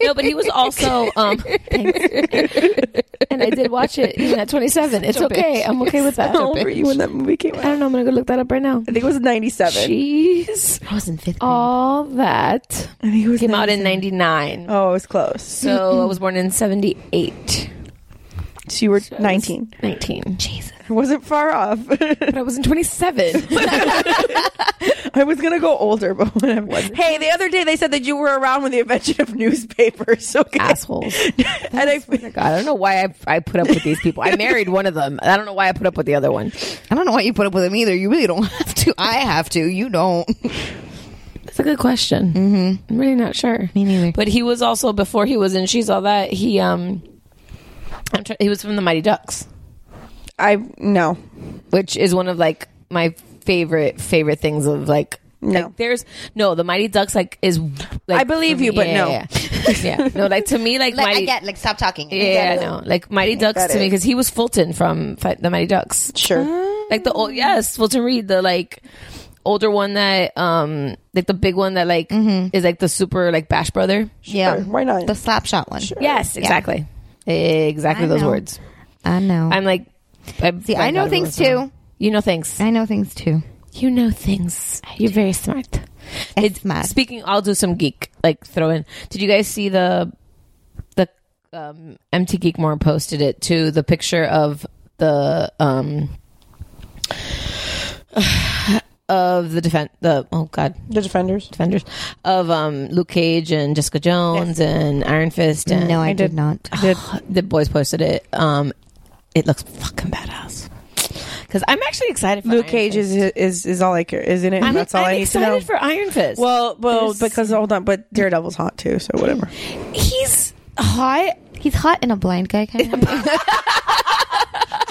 [SPEAKER 12] No, but he was also. um And I did watch it even at 27. It's okay. I'm okay with that.
[SPEAKER 11] How old were you when that movie came out?
[SPEAKER 12] I don't know. I'm gonna go look that up right now.
[SPEAKER 11] I think it was 97.
[SPEAKER 12] Jeez,
[SPEAKER 7] I was in fifth grade.
[SPEAKER 12] all that
[SPEAKER 11] I think it was
[SPEAKER 12] came out in '99.
[SPEAKER 11] Oh, it was close.
[SPEAKER 12] So I was born in 78.
[SPEAKER 11] So you were 19.
[SPEAKER 12] 19. Jesus.
[SPEAKER 11] I wasn't far off.
[SPEAKER 12] But I was in 27.
[SPEAKER 11] I was going to go older, but whatever. Hey, the other day they said that you were around when the invention of newspapers. Okay.
[SPEAKER 12] Assholes.
[SPEAKER 11] and I,
[SPEAKER 12] God, I don't know why I, I put up with these people. I married one of them. I don't know why I put up with the other one.
[SPEAKER 7] I don't know why you put up with him either. You really don't have to. I have to. You don't.
[SPEAKER 12] That's a good question. Mm-hmm. I'm really not sure.
[SPEAKER 7] Me neither.
[SPEAKER 12] But he was also, before he was in She's All That, he, um, I'm try- he was from the Mighty Ducks,
[SPEAKER 11] I, no,
[SPEAKER 12] which is one of like my favorite, favorite things of like,
[SPEAKER 11] no.
[SPEAKER 12] like, there's no the Mighty Ducks like is like,
[SPEAKER 11] I believe
[SPEAKER 12] for me-
[SPEAKER 11] you, but
[SPEAKER 12] yeah,
[SPEAKER 11] no.
[SPEAKER 12] yeah, yeah. Yeah. no like to me like,
[SPEAKER 7] Like,
[SPEAKER 12] Mighty
[SPEAKER 7] I get like stop talking. You
[SPEAKER 12] Yeah,
[SPEAKER 7] get
[SPEAKER 12] I
[SPEAKER 7] it.
[SPEAKER 12] know. Like Mighty Ducks
[SPEAKER 11] got
[SPEAKER 12] to me
[SPEAKER 11] it.
[SPEAKER 12] because he was Fulton from Fi- the Mighty Ducks. Mm.
[SPEAKER 11] Sure.
[SPEAKER 12] Like the old yes, Fulton Reed, the like older one that um like the big one that like is like the super like Bash brother.
[SPEAKER 7] Yeah,
[SPEAKER 11] Sure, why not?
[SPEAKER 7] the slap shot one?
[SPEAKER 12] Yes, exactly. Exactly
[SPEAKER 7] I
[SPEAKER 12] those
[SPEAKER 7] know.
[SPEAKER 12] words.
[SPEAKER 7] I know.
[SPEAKER 12] I'm like I
[SPEAKER 7] See, I know things too.
[SPEAKER 12] You know things.
[SPEAKER 7] I know things too.
[SPEAKER 12] You know things. You're very smart.
[SPEAKER 7] It's mad.
[SPEAKER 12] Speaking, I'll do some geek like throw in. Did you guys see the the um, MT Geekmore posted it to the picture of the um of the defend the oh god
[SPEAKER 11] The Defenders.
[SPEAKER 12] defenders of um Luke Cage and Jessica Jones and Iron Fist and
[SPEAKER 7] no, I, did, not.
[SPEAKER 12] the boys posted it um it looks fucking badass because I'm actually excited for
[SPEAKER 11] Luke
[SPEAKER 12] Iron
[SPEAKER 11] Cage
[SPEAKER 12] Fist.
[SPEAKER 11] is, is, is all I care, isn't it?
[SPEAKER 12] I'm,
[SPEAKER 11] That's all
[SPEAKER 12] I'm
[SPEAKER 11] I need to
[SPEAKER 12] excited
[SPEAKER 11] know.
[SPEAKER 12] for Iron Fist.
[SPEAKER 11] well, well,
[SPEAKER 12] There's-
[SPEAKER 11] because hold on, but Daredevil's hot too, so whatever.
[SPEAKER 12] he's hot.
[SPEAKER 7] He's hot in a blind guy kind of. way.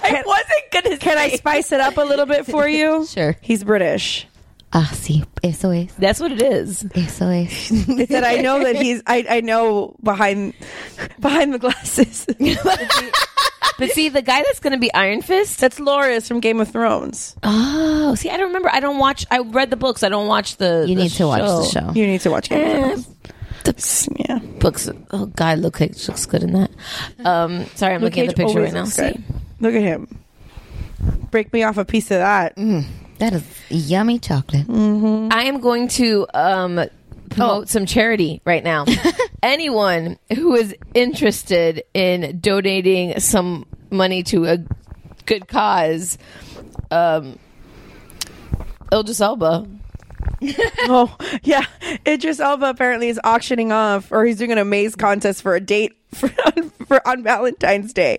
[SPEAKER 11] I wasn't gonna. Can I spice it up a little bit for you?
[SPEAKER 7] Sure.
[SPEAKER 11] He's British.
[SPEAKER 7] Ah, sí, eso es,
[SPEAKER 12] That's what it is.
[SPEAKER 7] eso es.
[SPEAKER 11] that I know that he's I, I know behind behind the glasses.
[SPEAKER 12] But see, the guy that's going to be Iron Fist.
[SPEAKER 11] That's Loris from Game of Thrones.
[SPEAKER 12] Oh, see, I don't remember. I don't watch. I read the books. I don't watch the.
[SPEAKER 7] You
[SPEAKER 12] the
[SPEAKER 7] need to watch the show.
[SPEAKER 11] You need to watch Game of
[SPEAKER 12] Eh,
[SPEAKER 11] Thrones. yeah.
[SPEAKER 12] Books. Oh God, Luke Cage looks good in that. Um, sorry, I'm
[SPEAKER 11] Luke
[SPEAKER 12] looking at the
[SPEAKER 11] Cage
[SPEAKER 12] picture
[SPEAKER 11] always
[SPEAKER 12] right now.
[SPEAKER 11] looks
[SPEAKER 12] See,
[SPEAKER 11] good. Look at him. Break me off a piece of that.
[SPEAKER 12] Mm.
[SPEAKER 7] That is yummy chocolate.
[SPEAKER 12] I am going to um,
[SPEAKER 11] Oh.
[SPEAKER 12] promote some charity right now. Anyone who is interested in donating some money to a good cause, um, Idris Elba.
[SPEAKER 11] oh yeah, Idris Elba apparently is auctioning off, or he's doing an amaze contest for a date for on, for on Valentine's Day.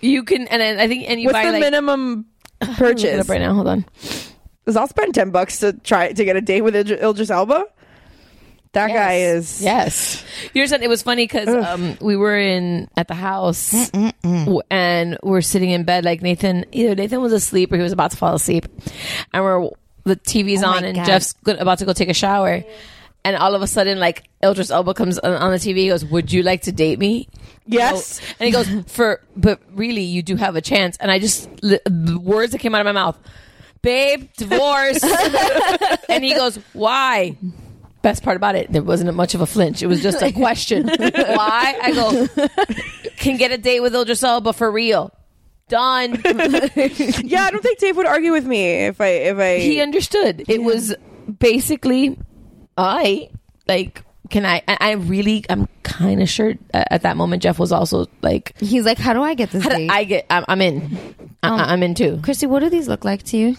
[SPEAKER 12] You can, and then I think, and you
[SPEAKER 11] What's
[SPEAKER 12] buy
[SPEAKER 11] the
[SPEAKER 12] like,
[SPEAKER 11] minimum
[SPEAKER 12] I'm looking it
[SPEAKER 11] purchase
[SPEAKER 12] up right now. Hold on.
[SPEAKER 11] Because I'll spend ten bucks to try to get a date with Idris, Idris Elba. That guy is
[SPEAKER 12] yes. You understand? It was funny because um, we were in at the house
[SPEAKER 11] Mm,
[SPEAKER 12] w- and we're sitting in bed. Like Nathan, either Nathan was asleep or he was about to fall asleep, and we're the TV's
[SPEAKER 7] Oh my
[SPEAKER 12] on and
[SPEAKER 7] God.
[SPEAKER 12] Jeff's go- about to go take a shower, and all of a sudden, like Eldris Elba comes uh, on, on the TV. He goes, "Would you like to date me?"
[SPEAKER 11] Yes.
[SPEAKER 12] No. and he goes, "For but really, you do have a chance." And I just li- the words that came out of my mouth. Babe, divorce. and he goes, Why? best part about it, there wasn't much of a flinch. It was just a question. Why? I go, can get a date with Idris Elba for real. Done.
[SPEAKER 11] yeah, I don't think Dave would argue with me if I if I
[SPEAKER 12] He understood. It was basically, I, like, can I, I I really, I'm kind of sure a- at that moment Jeff was also like,
[SPEAKER 7] He's like, how do I get this
[SPEAKER 12] how do
[SPEAKER 7] date?
[SPEAKER 12] I get, I'm, I'm in. I,
[SPEAKER 7] Um,
[SPEAKER 12] I- I'm in too.
[SPEAKER 7] Christy, what do these look like to you?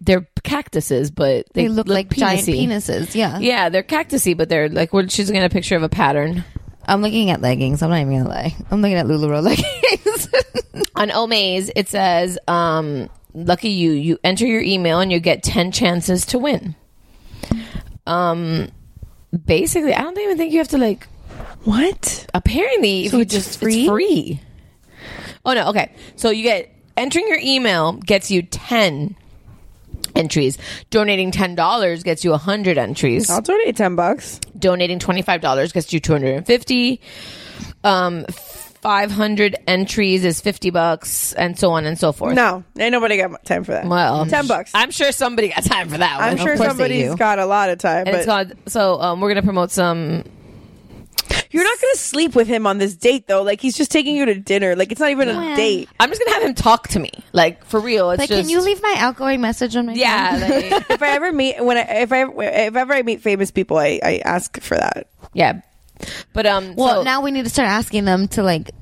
[SPEAKER 12] They're cactuses, but they,
[SPEAKER 7] They look like giant
[SPEAKER 12] penisy.
[SPEAKER 7] penises, yeah.
[SPEAKER 12] Yeah, they're cactusy, but they're like, well, she's going to picture of a pattern.
[SPEAKER 7] I'm looking at leggings. I'm not even gonna lie. I'm looking at Lululemon leggings.
[SPEAKER 12] on Omaze, it says, um, "Lucky you! You enter your email and you get ten chances to win." Um, basically, I don't even think you have to like
[SPEAKER 11] what.
[SPEAKER 12] Apparently,
[SPEAKER 11] So
[SPEAKER 12] if you
[SPEAKER 11] it's
[SPEAKER 12] just
[SPEAKER 11] free?
[SPEAKER 12] it's free. Oh no! Okay, so you get entering your email gets you ten entries. Donating ten dollars gets you hundred entries.
[SPEAKER 11] I'll donate ten bucks.
[SPEAKER 12] Donating twenty five dollars gets you two hundred and fifty. Um, five hundred entries is fifty bucks, and so on and so forth.
[SPEAKER 11] No, ain't nobody got time for that.
[SPEAKER 12] Well,
[SPEAKER 11] ten bucks.
[SPEAKER 12] I'm sure somebody got time for that. One.
[SPEAKER 11] I'm sure somebody's got a lot of time.
[SPEAKER 12] And
[SPEAKER 11] but
[SPEAKER 12] it's called, so um, we're gonna promote some.
[SPEAKER 11] You're not gonna sleep with him on this date though. Like he's just taking you to dinner. Like it's not even a
[SPEAKER 7] Well-
[SPEAKER 11] date.
[SPEAKER 12] I'm just gonna have him talk to me, like for real. It's
[SPEAKER 7] like,
[SPEAKER 12] just
[SPEAKER 7] can you leave my outgoing message on my?
[SPEAKER 12] yeah,
[SPEAKER 7] phone?
[SPEAKER 12] like,
[SPEAKER 11] if I ever meet when I if I if ever I meet famous people, I, I ask for that.
[SPEAKER 12] yeah. But um,
[SPEAKER 7] well,
[SPEAKER 12] so-
[SPEAKER 7] now we need to start asking them to like,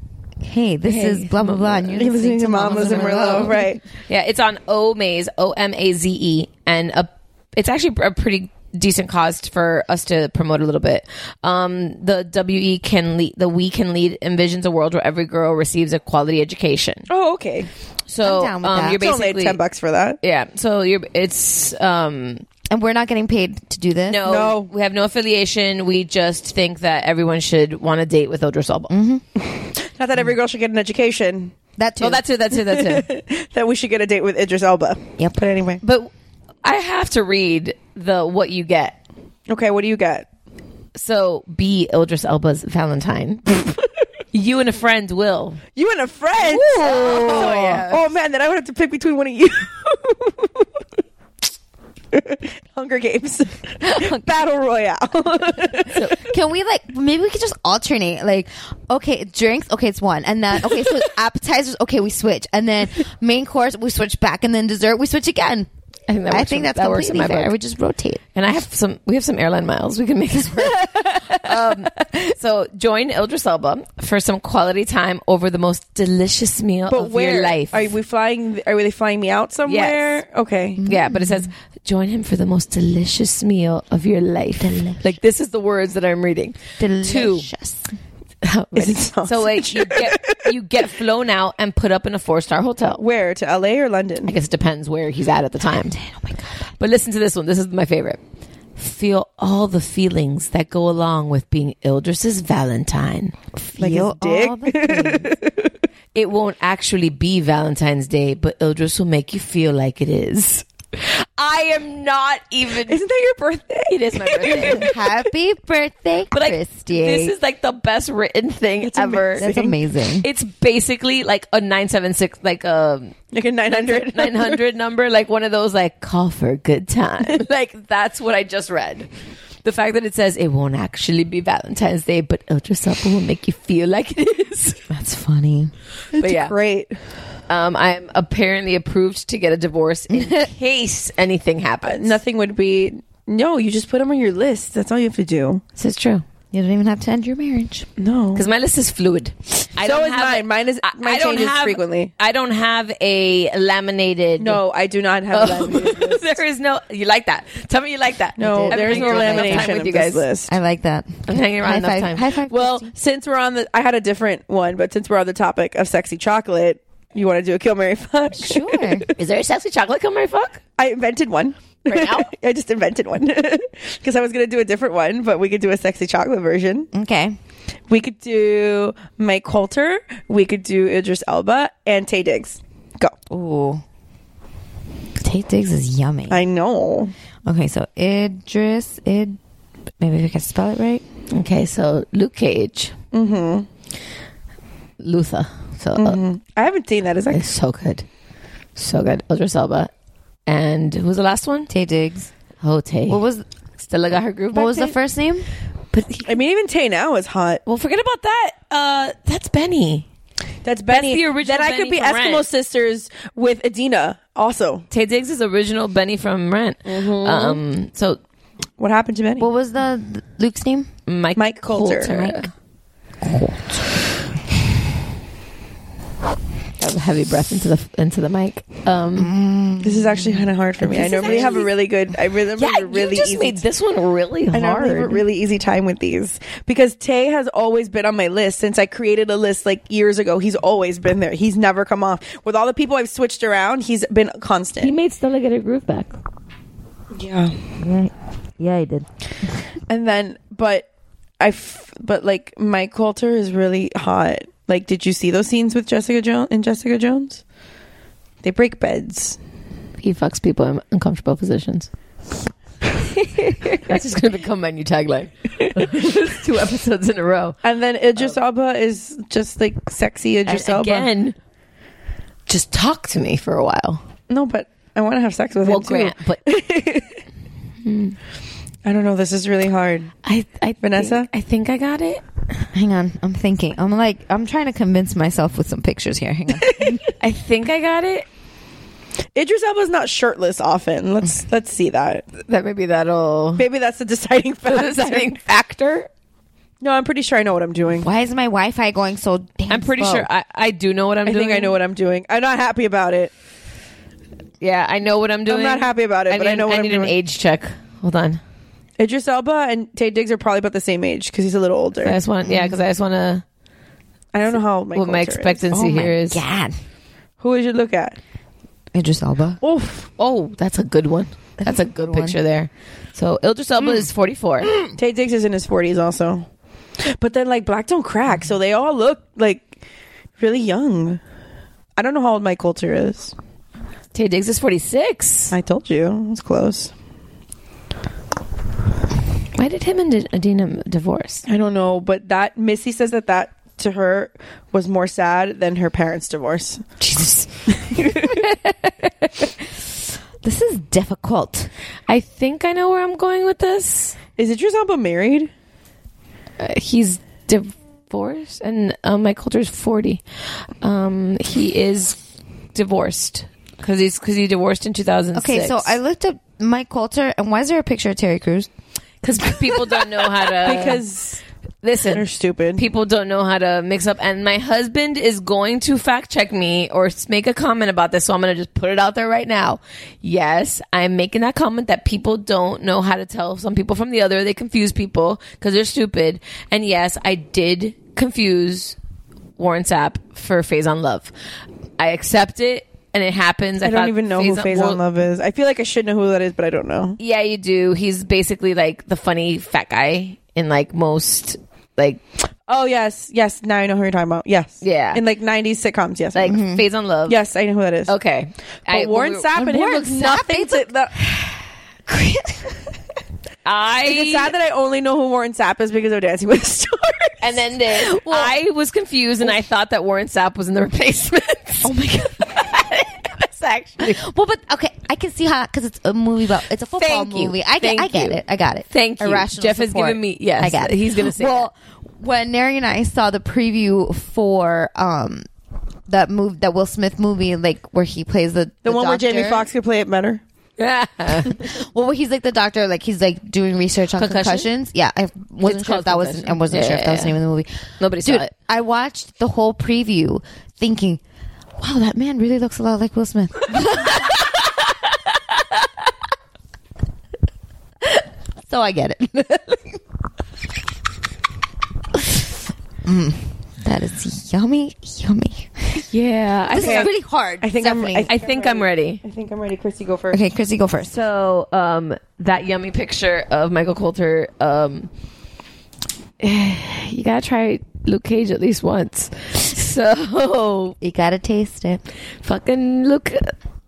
[SPEAKER 7] hey, this
[SPEAKER 12] Hey,
[SPEAKER 7] is blah blah blah. And you're listening to Mamas and Merlot,
[SPEAKER 11] right?
[SPEAKER 12] yeah, it's on Omaze, O M A Z E, and a, it's actually a pretty decent cost for us to promote a little bit. Um, the WE can lead, the We Can Lead envisions a world where every girl receives a quality education.
[SPEAKER 11] Oh, okay.
[SPEAKER 12] So
[SPEAKER 7] I'm down with
[SPEAKER 12] um,
[SPEAKER 7] that.
[SPEAKER 12] you're
[SPEAKER 7] It's only
[SPEAKER 12] basically
[SPEAKER 11] Ten bucks for that.
[SPEAKER 12] Yeah. So you're it's um
[SPEAKER 7] And we're not getting paid to do this.
[SPEAKER 12] no,
[SPEAKER 11] No.
[SPEAKER 12] we have no affiliation. We just think that everyone should want to date with Odris Elba.
[SPEAKER 7] Mm-hmm.
[SPEAKER 11] Not that every girl should get an education.
[SPEAKER 7] that too.
[SPEAKER 12] Oh, that's it. That's it. That's it.
[SPEAKER 11] That we should get a date with Idris Elba.
[SPEAKER 7] Yep.
[SPEAKER 11] But anyway,
[SPEAKER 12] but I have to read the what you get.
[SPEAKER 11] okay. What do you got?
[SPEAKER 12] So be Odris Elba's Valentine. you and a friend will.
[SPEAKER 11] You and a friend. Oh,
[SPEAKER 12] yeah.
[SPEAKER 11] oh, man, then I would have to pick between one of you. Hunger Games, Battle Royale.
[SPEAKER 7] Can we like maybe we could just alternate? Like, okay, drinks. Okay, it's one, and then okay, so it's appetizers. Okay, we switch, and then main course we switch back, and then dessert we switch again.
[SPEAKER 12] I think that
[SPEAKER 7] I think
[SPEAKER 12] works
[SPEAKER 7] that's
[SPEAKER 12] for- that works in
[SPEAKER 7] completely
[SPEAKER 12] my
[SPEAKER 7] fair.
[SPEAKER 12] book.
[SPEAKER 7] We just rotate.
[SPEAKER 12] And I have some. We have some airline miles. We can make this work. um, so join Idris Elba for some quality time over the most delicious meal
[SPEAKER 11] but
[SPEAKER 12] of
[SPEAKER 11] where?
[SPEAKER 12] your life.
[SPEAKER 11] Are we flying? Are they flying me out somewhere? Okay.
[SPEAKER 12] Yeah, but it says join him for the most delicious meal of your life. Like this is the words that I'm reading.
[SPEAKER 7] Delicious.
[SPEAKER 12] Ready?
[SPEAKER 11] it
[SPEAKER 12] so like you get you get flown out and put up in a four star hotel.
[SPEAKER 11] Where to LA or London?
[SPEAKER 12] I guess it depends where he's at at the time. Oh my god! But listen to this one. This is my favorite. Feel all the feelings that go along with being Ildris's Valentine.
[SPEAKER 11] Like his
[SPEAKER 7] Feel
[SPEAKER 11] dick?
[SPEAKER 7] all the things.
[SPEAKER 12] It won't actually be Valentine's Day, but Ildris will make you feel like it is. I am not even.
[SPEAKER 11] Isn't that your birthday?
[SPEAKER 12] It is my birthday.
[SPEAKER 7] Happy birthday,
[SPEAKER 12] But like,
[SPEAKER 7] Christy.
[SPEAKER 12] this is like the best written thing ever.
[SPEAKER 7] that's amazing.
[SPEAKER 12] It's basically like a nine seven six, like um, a
[SPEAKER 11] Like a 900.
[SPEAKER 12] nine hundred number, like one of those like call for a good time. like that's what I just read. The fact that it says it won't actually be Valentine's Day, but Ultra Supple will make you feel like it is.
[SPEAKER 7] That's funny.
[SPEAKER 12] But yeah,
[SPEAKER 11] Great.
[SPEAKER 12] um, I'm apparently approved to get a divorce in case anything happens.
[SPEAKER 11] Nothing would be. No, you just put them on your list. That's all you have to do.
[SPEAKER 12] This is true.
[SPEAKER 7] You don't even have to end your marriage.
[SPEAKER 11] No.
[SPEAKER 12] Because my list is fluid. I
[SPEAKER 11] so
[SPEAKER 12] don't
[SPEAKER 11] is
[SPEAKER 12] have
[SPEAKER 11] mine.
[SPEAKER 12] a-
[SPEAKER 11] mine is
[SPEAKER 12] I-
[SPEAKER 11] mine
[SPEAKER 12] I don't
[SPEAKER 11] changes
[SPEAKER 12] have-
[SPEAKER 11] frequently.
[SPEAKER 12] I don't have a laminated. Oh,
[SPEAKER 11] No, I do not have a laminated
[SPEAKER 12] there is no. You like that? Tell me you like that.
[SPEAKER 11] No,
[SPEAKER 12] I've been
[SPEAKER 11] there's no
[SPEAKER 12] hanging around enough time
[SPEAKER 11] lamination
[SPEAKER 12] with
[SPEAKER 11] of
[SPEAKER 12] you
[SPEAKER 11] this
[SPEAKER 12] guys.
[SPEAKER 11] list.
[SPEAKER 7] I like that.
[SPEAKER 12] I'm hanging around
[SPEAKER 7] High
[SPEAKER 12] enough
[SPEAKER 7] five.
[SPEAKER 12] time.
[SPEAKER 7] High five.
[SPEAKER 11] Well, since we're on the, I had a different one, but since we're on the topic of sexy chocolate, you want to do a kill Mary fuck?
[SPEAKER 7] Sure.
[SPEAKER 12] Is there a sexy chocolate kill Mary fuck?
[SPEAKER 11] I invented one.
[SPEAKER 12] Right now?
[SPEAKER 11] I just invented one because I was going to do a different one, but we could do a sexy chocolate version.
[SPEAKER 7] Okay.
[SPEAKER 11] We could do Mike Coulter. We could do Idris Elba and Tay Diggs. Go.
[SPEAKER 7] Ooh. Tate Diggs is yummy.
[SPEAKER 11] I know.
[SPEAKER 7] Okay, so Idris, Id, maybe if I can spell it right.
[SPEAKER 12] Okay, so Luke Cage,
[SPEAKER 11] Mm-hmm.
[SPEAKER 12] Luther. So uh,
[SPEAKER 7] Mm-hmm.
[SPEAKER 11] Mm. I haven't seen that. Is that
[SPEAKER 12] it's so good, so good. Idris Elba, and who's the last one?
[SPEAKER 7] Tay Diggs.
[SPEAKER 12] Oh, Tay.
[SPEAKER 7] What was
[SPEAKER 12] Stella got her groove.
[SPEAKER 7] what
[SPEAKER 12] back,
[SPEAKER 7] was the
[SPEAKER 12] Tay?
[SPEAKER 7] first name?
[SPEAKER 12] But he-
[SPEAKER 11] I mean, even Tay now is hot.
[SPEAKER 12] well, forget about that. Uh, that's Benny.
[SPEAKER 11] That's Benny.
[SPEAKER 12] the original
[SPEAKER 11] Then I
[SPEAKER 12] Benny
[SPEAKER 11] could be
[SPEAKER 12] from
[SPEAKER 11] Eskimo
[SPEAKER 12] Rent.
[SPEAKER 11] sisters with Adina. Also,
[SPEAKER 12] Tay Diggs is original Benny from Rent.
[SPEAKER 11] Mm-hmm.
[SPEAKER 12] Um, so
[SPEAKER 11] what happened to Benny?
[SPEAKER 7] What was the, the- Luke's name?
[SPEAKER 12] Mike,
[SPEAKER 11] Mike Coulter.
[SPEAKER 7] Mike.
[SPEAKER 12] Have a heavy breath into the into the mic. Um,
[SPEAKER 11] This is actually kind of hard for me. I
[SPEAKER 12] This is
[SPEAKER 11] normally have a
[SPEAKER 12] actually-
[SPEAKER 11] really good. I really,
[SPEAKER 12] yeah,
[SPEAKER 11] a really
[SPEAKER 12] you just
[SPEAKER 11] easy.
[SPEAKER 12] made this one really
[SPEAKER 11] I
[SPEAKER 12] hard.
[SPEAKER 11] normally have a really easy time with these because Tay has always been on my list since I created a list like years ago. He's always been there. He's never come off. With all the people I've switched around, he's been constant.
[SPEAKER 12] he made Stella get her groove back.
[SPEAKER 11] yeah,
[SPEAKER 7] Yeah, I did.
[SPEAKER 11] and then but I f- but like Mike Coulter is really hot. Like, did you see those scenes with Jessica Jones and Jessica Jones? They break beds.
[SPEAKER 12] He fucks people in uncomfortable positions. That's just going to become my new tagline. Two episodes in a row.
[SPEAKER 11] And then Idris Elba is just like sexy Idris
[SPEAKER 12] Oh. And
[SPEAKER 11] Elba.
[SPEAKER 12] again, just talk to me for a while.
[SPEAKER 11] No, but I want to have sex with
[SPEAKER 12] Well,
[SPEAKER 11] him too.
[SPEAKER 12] Grant, but
[SPEAKER 11] I don't know. This is really hard.
[SPEAKER 12] I, I
[SPEAKER 11] Vanessa?
[SPEAKER 12] think, I think I got it.
[SPEAKER 7] Hang on, I'm thinking. I'm like, I'm trying to convince myself with some pictures here. Hang on.
[SPEAKER 12] I think I got it.
[SPEAKER 11] Idris Elba's not shirtless often. Let's let's see that.
[SPEAKER 12] That maybe that'll
[SPEAKER 11] Maybe that's the deciding factor.
[SPEAKER 12] deciding factor.
[SPEAKER 11] No, I'm pretty sure I know what I'm doing.
[SPEAKER 7] Why is my Wi-Fi going so? Damn
[SPEAKER 12] I'm pretty
[SPEAKER 7] slow?
[SPEAKER 12] sure I, I do know what I'm
[SPEAKER 11] I
[SPEAKER 12] doing.
[SPEAKER 11] think I know what I'm doing. I'm not happy about it.
[SPEAKER 12] Yeah, I know what I'm doing.
[SPEAKER 11] not happy about it, but
[SPEAKER 12] need
[SPEAKER 11] I know
[SPEAKER 12] an-
[SPEAKER 11] what
[SPEAKER 12] I
[SPEAKER 11] I'm
[SPEAKER 12] need an
[SPEAKER 11] doing.
[SPEAKER 12] age check. Hold on.
[SPEAKER 11] Idris Elba and Tay Diggs are probably about the same age because he's a little older.
[SPEAKER 12] I just want yeah, because I just want to.
[SPEAKER 11] I don't know how old Mike
[SPEAKER 12] What my
[SPEAKER 11] Coulter is.
[SPEAKER 12] expectancy
[SPEAKER 7] oh my
[SPEAKER 12] here is.
[SPEAKER 7] God,
[SPEAKER 11] Who would you look at?
[SPEAKER 7] Idris Elba.
[SPEAKER 11] Oof.
[SPEAKER 12] Oh, that's a good one. That's a good
[SPEAKER 7] one.
[SPEAKER 12] picture there. So Idris Elba is
[SPEAKER 7] Hmm.
[SPEAKER 12] 44.
[SPEAKER 11] Tay Diggs is in his 40s also. But then like black don't crack, so they all look like really young. I don't know how old Mike Coulter is.
[SPEAKER 12] Tay Diggs is 46.
[SPEAKER 11] I told you, it's close.
[SPEAKER 12] Why did him and Adina divorce?
[SPEAKER 11] I don't know, but that Missy says that that to her was more sad than her parents' divorce.
[SPEAKER 12] Jesus.
[SPEAKER 7] This is difficult.
[SPEAKER 12] I think I know where I'm going with this.
[SPEAKER 11] Is Idris Elba married?
[SPEAKER 12] Uh, he's divorced, and uh, Mike Coulter is 40. Um, he is divorced because he's because he divorced in 2006.
[SPEAKER 7] Okay, so I looked up Mike Coulter, and why is there a picture of Terry Crews?
[SPEAKER 12] because people don't know how to
[SPEAKER 11] Because they're
[SPEAKER 12] listen.
[SPEAKER 11] stupid.
[SPEAKER 12] Uh, People don't know how to mix up, and my husband is going to fact check me or s- make a comment about this. So I'm going to just put it out there right now. Yes, I'm making that comment that people don't know how to tell some people from the other. They confuse people because they're stupid. And yes, I did confuse Warren Sapp for Phase on Love. I accept it, and it happens.
[SPEAKER 11] I don't
[SPEAKER 12] thought
[SPEAKER 11] even know who Faison
[SPEAKER 12] well,
[SPEAKER 11] Love is. I feel like I should know who that is, but I don't know.
[SPEAKER 12] yeah, you do. He's basically like the funny fat guy in like most like
[SPEAKER 11] Oh yes, yes. Now I know who you're talking about. Yes,
[SPEAKER 12] Yeah.
[SPEAKER 11] In like '90s sitcoms, yes,
[SPEAKER 12] like Phase on Love.
[SPEAKER 11] yes, I know who that is.
[SPEAKER 12] Okay.
[SPEAKER 11] but Warren Sapp and him
[SPEAKER 12] Warren
[SPEAKER 11] looks
[SPEAKER 12] Sapp,
[SPEAKER 11] nothing.
[SPEAKER 12] they
[SPEAKER 11] To,
[SPEAKER 12] look-
[SPEAKER 11] the,
[SPEAKER 12] I
[SPEAKER 11] it's sad that I only know who Warren Sapp is because of Dancing with the Stars.
[SPEAKER 12] and then this. I was confused and I thought that Warren Sapp was in the replacements. Oh my god. That's actually
[SPEAKER 7] Well, but okay, I can see how because it's a movie about it's a football
[SPEAKER 12] Thank you.
[SPEAKER 7] movie. I get,
[SPEAKER 12] Thank
[SPEAKER 7] I get
[SPEAKER 12] you.
[SPEAKER 7] it. I got it.
[SPEAKER 12] Thank you.
[SPEAKER 7] Irrational
[SPEAKER 12] Jeff has
[SPEAKER 7] support.
[SPEAKER 12] given me- yes,
[SPEAKER 7] I got it.
[SPEAKER 12] he's gonna say
[SPEAKER 7] Well, when Nary and I saw the preview for um that move that Will Smith movie, like where he plays the
[SPEAKER 11] the, one where
[SPEAKER 7] doctor-
[SPEAKER 11] Jamie Foxx could play it better.
[SPEAKER 7] well, he's like the doctor, like he's like doing research on
[SPEAKER 12] Concussion?
[SPEAKER 7] concussions. Yeah, I wasn't
[SPEAKER 12] It's
[SPEAKER 7] sure
[SPEAKER 12] called
[SPEAKER 7] if that was
[SPEAKER 12] Concussion.
[SPEAKER 7] I wasn't
[SPEAKER 12] Yeah,
[SPEAKER 7] sure if that was the
[SPEAKER 12] yeah,
[SPEAKER 7] name of the movie.
[SPEAKER 12] Nobody saw
[SPEAKER 7] Dude,
[SPEAKER 12] it.
[SPEAKER 7] I watched the whole preview, thinking, "Wow, that man really looks a lot like Will Smith." so I get it. Mm, that is yummy, yummy.
[SPEAKER 12] Yeah,
[SPEAKER 7] This is really hard.
[SPEAKER 12] I think I'm.
[SPEAKER 7] Stephanie.
[SPEAKER 12] I think I'm ready.
[SPEAKER 11] I think I'm ready. Christy, go first.
[SPEAKER 7] Okay, Chrissy, go first.
[SPEAKER 12] So, um, that yummy picture of Michael Coulter, um, you gotta try Luke Cage at least once. So
[SPEAKER 7] you gotta taste it.
[SPEAKER 12] Fucking Luke,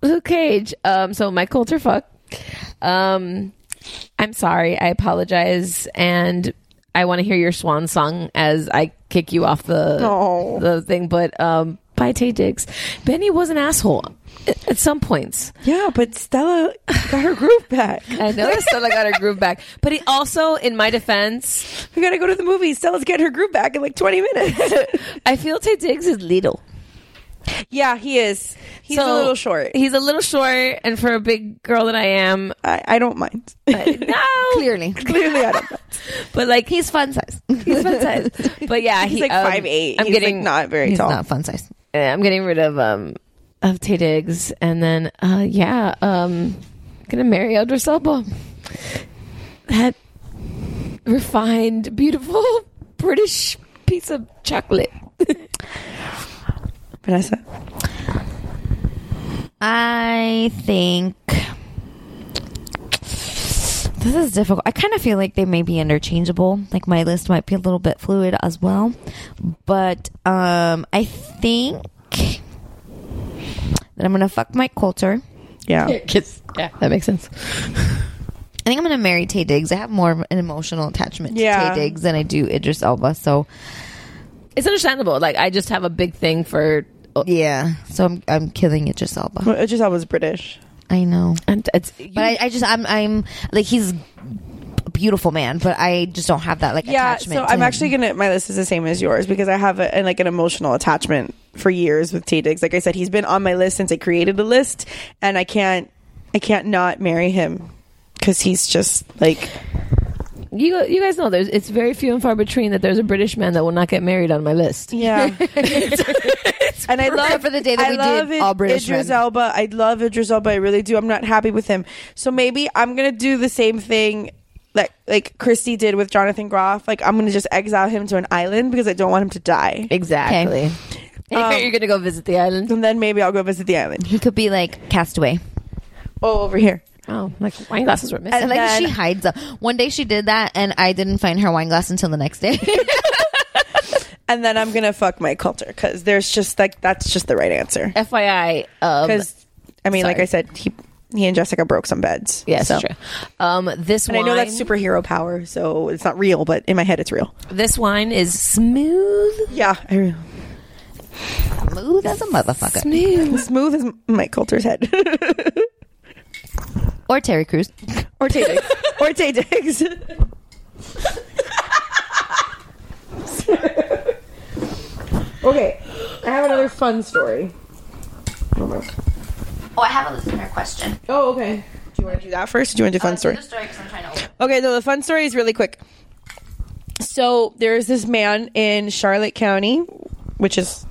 [SPEAKER 12] Luke Cage. Um, so Mike Coulter, fuck. Um, I'm sorry. I apologize, and I want to hear your swan song as I kick you off the
[SPEAKER 11] No.
[SPEAKER 12] the thing. But um, by Tay Diggs, Benny was an asshole at- at some points.
[SPEAKER 11] Yeah, but Stella got her groove back.
[SPEAKER 12] I know Stella got her groove back, but he also, in my defense,
[SPEAKER 11] we gotta go to the movies. Stella's getting her groove back in like 20 minutes.
[SPEAKER 12] I feel Tay Diggs is little.
[SPEAKER 11] yeah, he is. He's a
[SPEAKER 12] So,
[SPEAKER 11] little short.
[SPEAKER 12] He's a little short, and for a big girl that I am,
[SPEAKER 11] I, I don't mind.
[SPEAKER 12] no,
[SPEAKER 7] Clearly.
[SPEAKER 11] Clearly, I don't.
[SPEAKER 12] but like
[SPEAKER 7] He's fun size.
[SPEAKER 12] he's fun size. But yeah,
[SPEAKER 11] He's
[SPEAKER 12] he,
[SPEAKER 11] like
[SPEAKER 12] um,
[SPEAKER 11] five eight.
[SPEAKER 12] I'm
[SPEAKER 11] he's
[SPEAKER 12] getting
[SPEAKER 11] like not very
[SPEAKER 7] He's
[SPEAKER 11] tall.
[SPEAKER 7] not fun size.
[SPEAKER 12] uh, I'm getting rid of um of Tay Diggs, and then uh yeah, um, gonna marry Idris Elba. That refined, beautiful British piece of chocolate.
[SPEAKER 11] Vanessa.
[SPEAKER 7] I think this is difficult. I kind of feel like they may be interchangeable. Like my list might be a little bit fluid as well. But um I think that I'm going to fuck Mike Coulter.
[SPEAKER 11] Yeah.
[SPEAKER 12] yeah, that makes sense.
[SPEAKER 7] I think I'm going to marry Tay Diggs. I have more of an emotional attachment to
[SPEAKER 11] Yeah.
[SPEAKER 7] Tay Diggs than I do Idris Elba. So,
[SPEAKER 12] It's understandable. Like I just have a big thing for.
[SPEAKER 7] yeah. So I'm I'm killing Idris Elba.
[SPEAKER 11] Well, Idris Elba's British.
[SPEAKER 7] I know.
[SPEAKER 12] And it's,
[SPEAKER 7] But I, I just I'm I'm like he's a beautiful man, but I just don't have that like
[SPEAKER 11] Yeah,
[SPEAKER 7] attachment.
[SPEAKER 11] so
[SPEAKER 7] to
[SPEAKER 11] I'm
[SPEAKER 7] him.
[SPEAKER 11] actually gonna. My list is the same as yours because I have a, an, like an emotional attachment for years with Tay Diggs. Like I said, he's been on my list since I created the list, and I can't, I can't not marry him because he's just like
[SPEAKER 12] you you guys know there's it's very few and far between that there's a British man that will not get married on my list.
[SPEAKER 11] yeah. and I love
[SPEAKER 7] Except for the day that
[SPEAKER 11] I
[SPEAKER 7] we
[SPEAKER 11] love
[SPEAKER 7] did all British
[SPEAKER 11] Idris
[SPEAKER 7] men.
[SPEAKER 11] Elba. I love Idris Elba. I really do. I'm not happy with him. So maybe I'm gonna do the same thing. Like like Christy did with Jonathan Groff, like I'm gonna just exile him to an island because I don't want him to die,
[SPEAKER 12] Exactly.
[SPEAKER 11] Um,
[SPEAKER 12] You're gonna go visit the island.
[SPEAKER 11] and then maybe I'll go visit the island.
[SPEAKER 7] He could be like castaway.
[SPEAKER 11] Oh, over here.
[SPEAKER 12] Oh, like wine glasses were missing.
[SPEAKER 7] And like
[SPEAKER 11] then-
[SPEAKER 7] she hides them. One day she did that, and I didn't find her wine glass until the next day.
[SPEAKER 11] and then I'm gonna fuck my culture because there's just like that's just the right answer.
[SPEAKER 12] FYI, um,
[SPEAKER 11] Because I mean, like
[SPEAKER 12] sorry.
[SPEAKER 11] I said, he he and Jessica broke some beds.
[SPEAKER 12] yes,
[SPEAKER 11] so.
[SPEAKER 12] true. Um, this
[SPEAKER 11] And I
[SPEAKER 12] wine,
[SPEAKER 11] know that's superhero power, so it's not real, but in my head, it's real.
[SPEAKER 12] this wine is smooth,
[SPEAKER 11] Yeah, I,
[SPEAKER 7] Smooth as a motherfucker.
[SPEAKER 12] smooth.
[SPEAKER 11] smooth as Mike Coulter's head,
[SPEAKER 7] Or Terry Crews.
[SPEAKER 11] or Tay Diggs, or Tay Diggs. okay, I have another fun story.
[SPEAKER 7] Oh, I have a listener question.
[SPEAKER 11] Oh, okay. Do you want to do that first? Or do you want to do
[SPEAKER 12] Uh,
[SPEAKER 11] fun story? Okay, so the fun story is really quick. So there is this man in Charlotte County, which is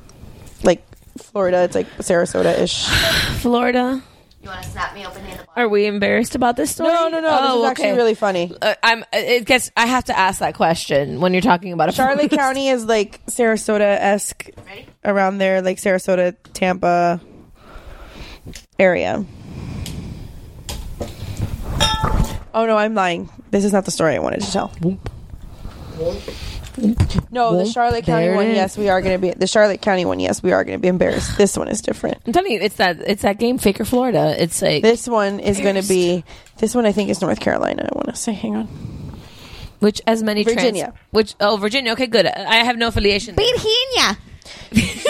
[SPEAKER 11] like Florida. It's like Sarasota ish.
[SPEAKER 12] Florida.
[SPEAKER 7] You want to snap me open handed?
[SPEAKER 12] Are we embarrassed about this story?
[SPEAKER 11] No, no, no.
[SPEAKER 12] Oh,
[SPEAKER 11] this is
[SPEAKER 12] okay.
[SPEAKER 11] actually really funny.
[SPEAKER 12] Uh, I'm. It gets. I have to ask that question when you're talking about a
[SPEAKER 11] Charlotte County is like Sarasota esque around there, like Sarasota, Tampa area. Oh no, I'm lying. This is not the story I wanted to tell. No, the Charlotte County
[SPEAKER 12] There it
[SPEAKER 11] one.
[SPEAKER 12] is.
[SPEAKER 11] Yes, we are going to be the Charlotte County one. Yes, we are going to be embarrassed. This one is different.
[SPEAKER 12] I'm telling you, it's that. It's that game, Faker Florida. It's like
[SPEAKER 11] This one is going to be. This one I think is North Carolina. I want to say. Hang on.
[SPEAKER 12] which as many trans-
[SPEAKER 11] Virginia.
[SPEAKER 12] which oh Virginia. Okay, good. I have no affiliation. there.
[SPEAKER 7] Virginia.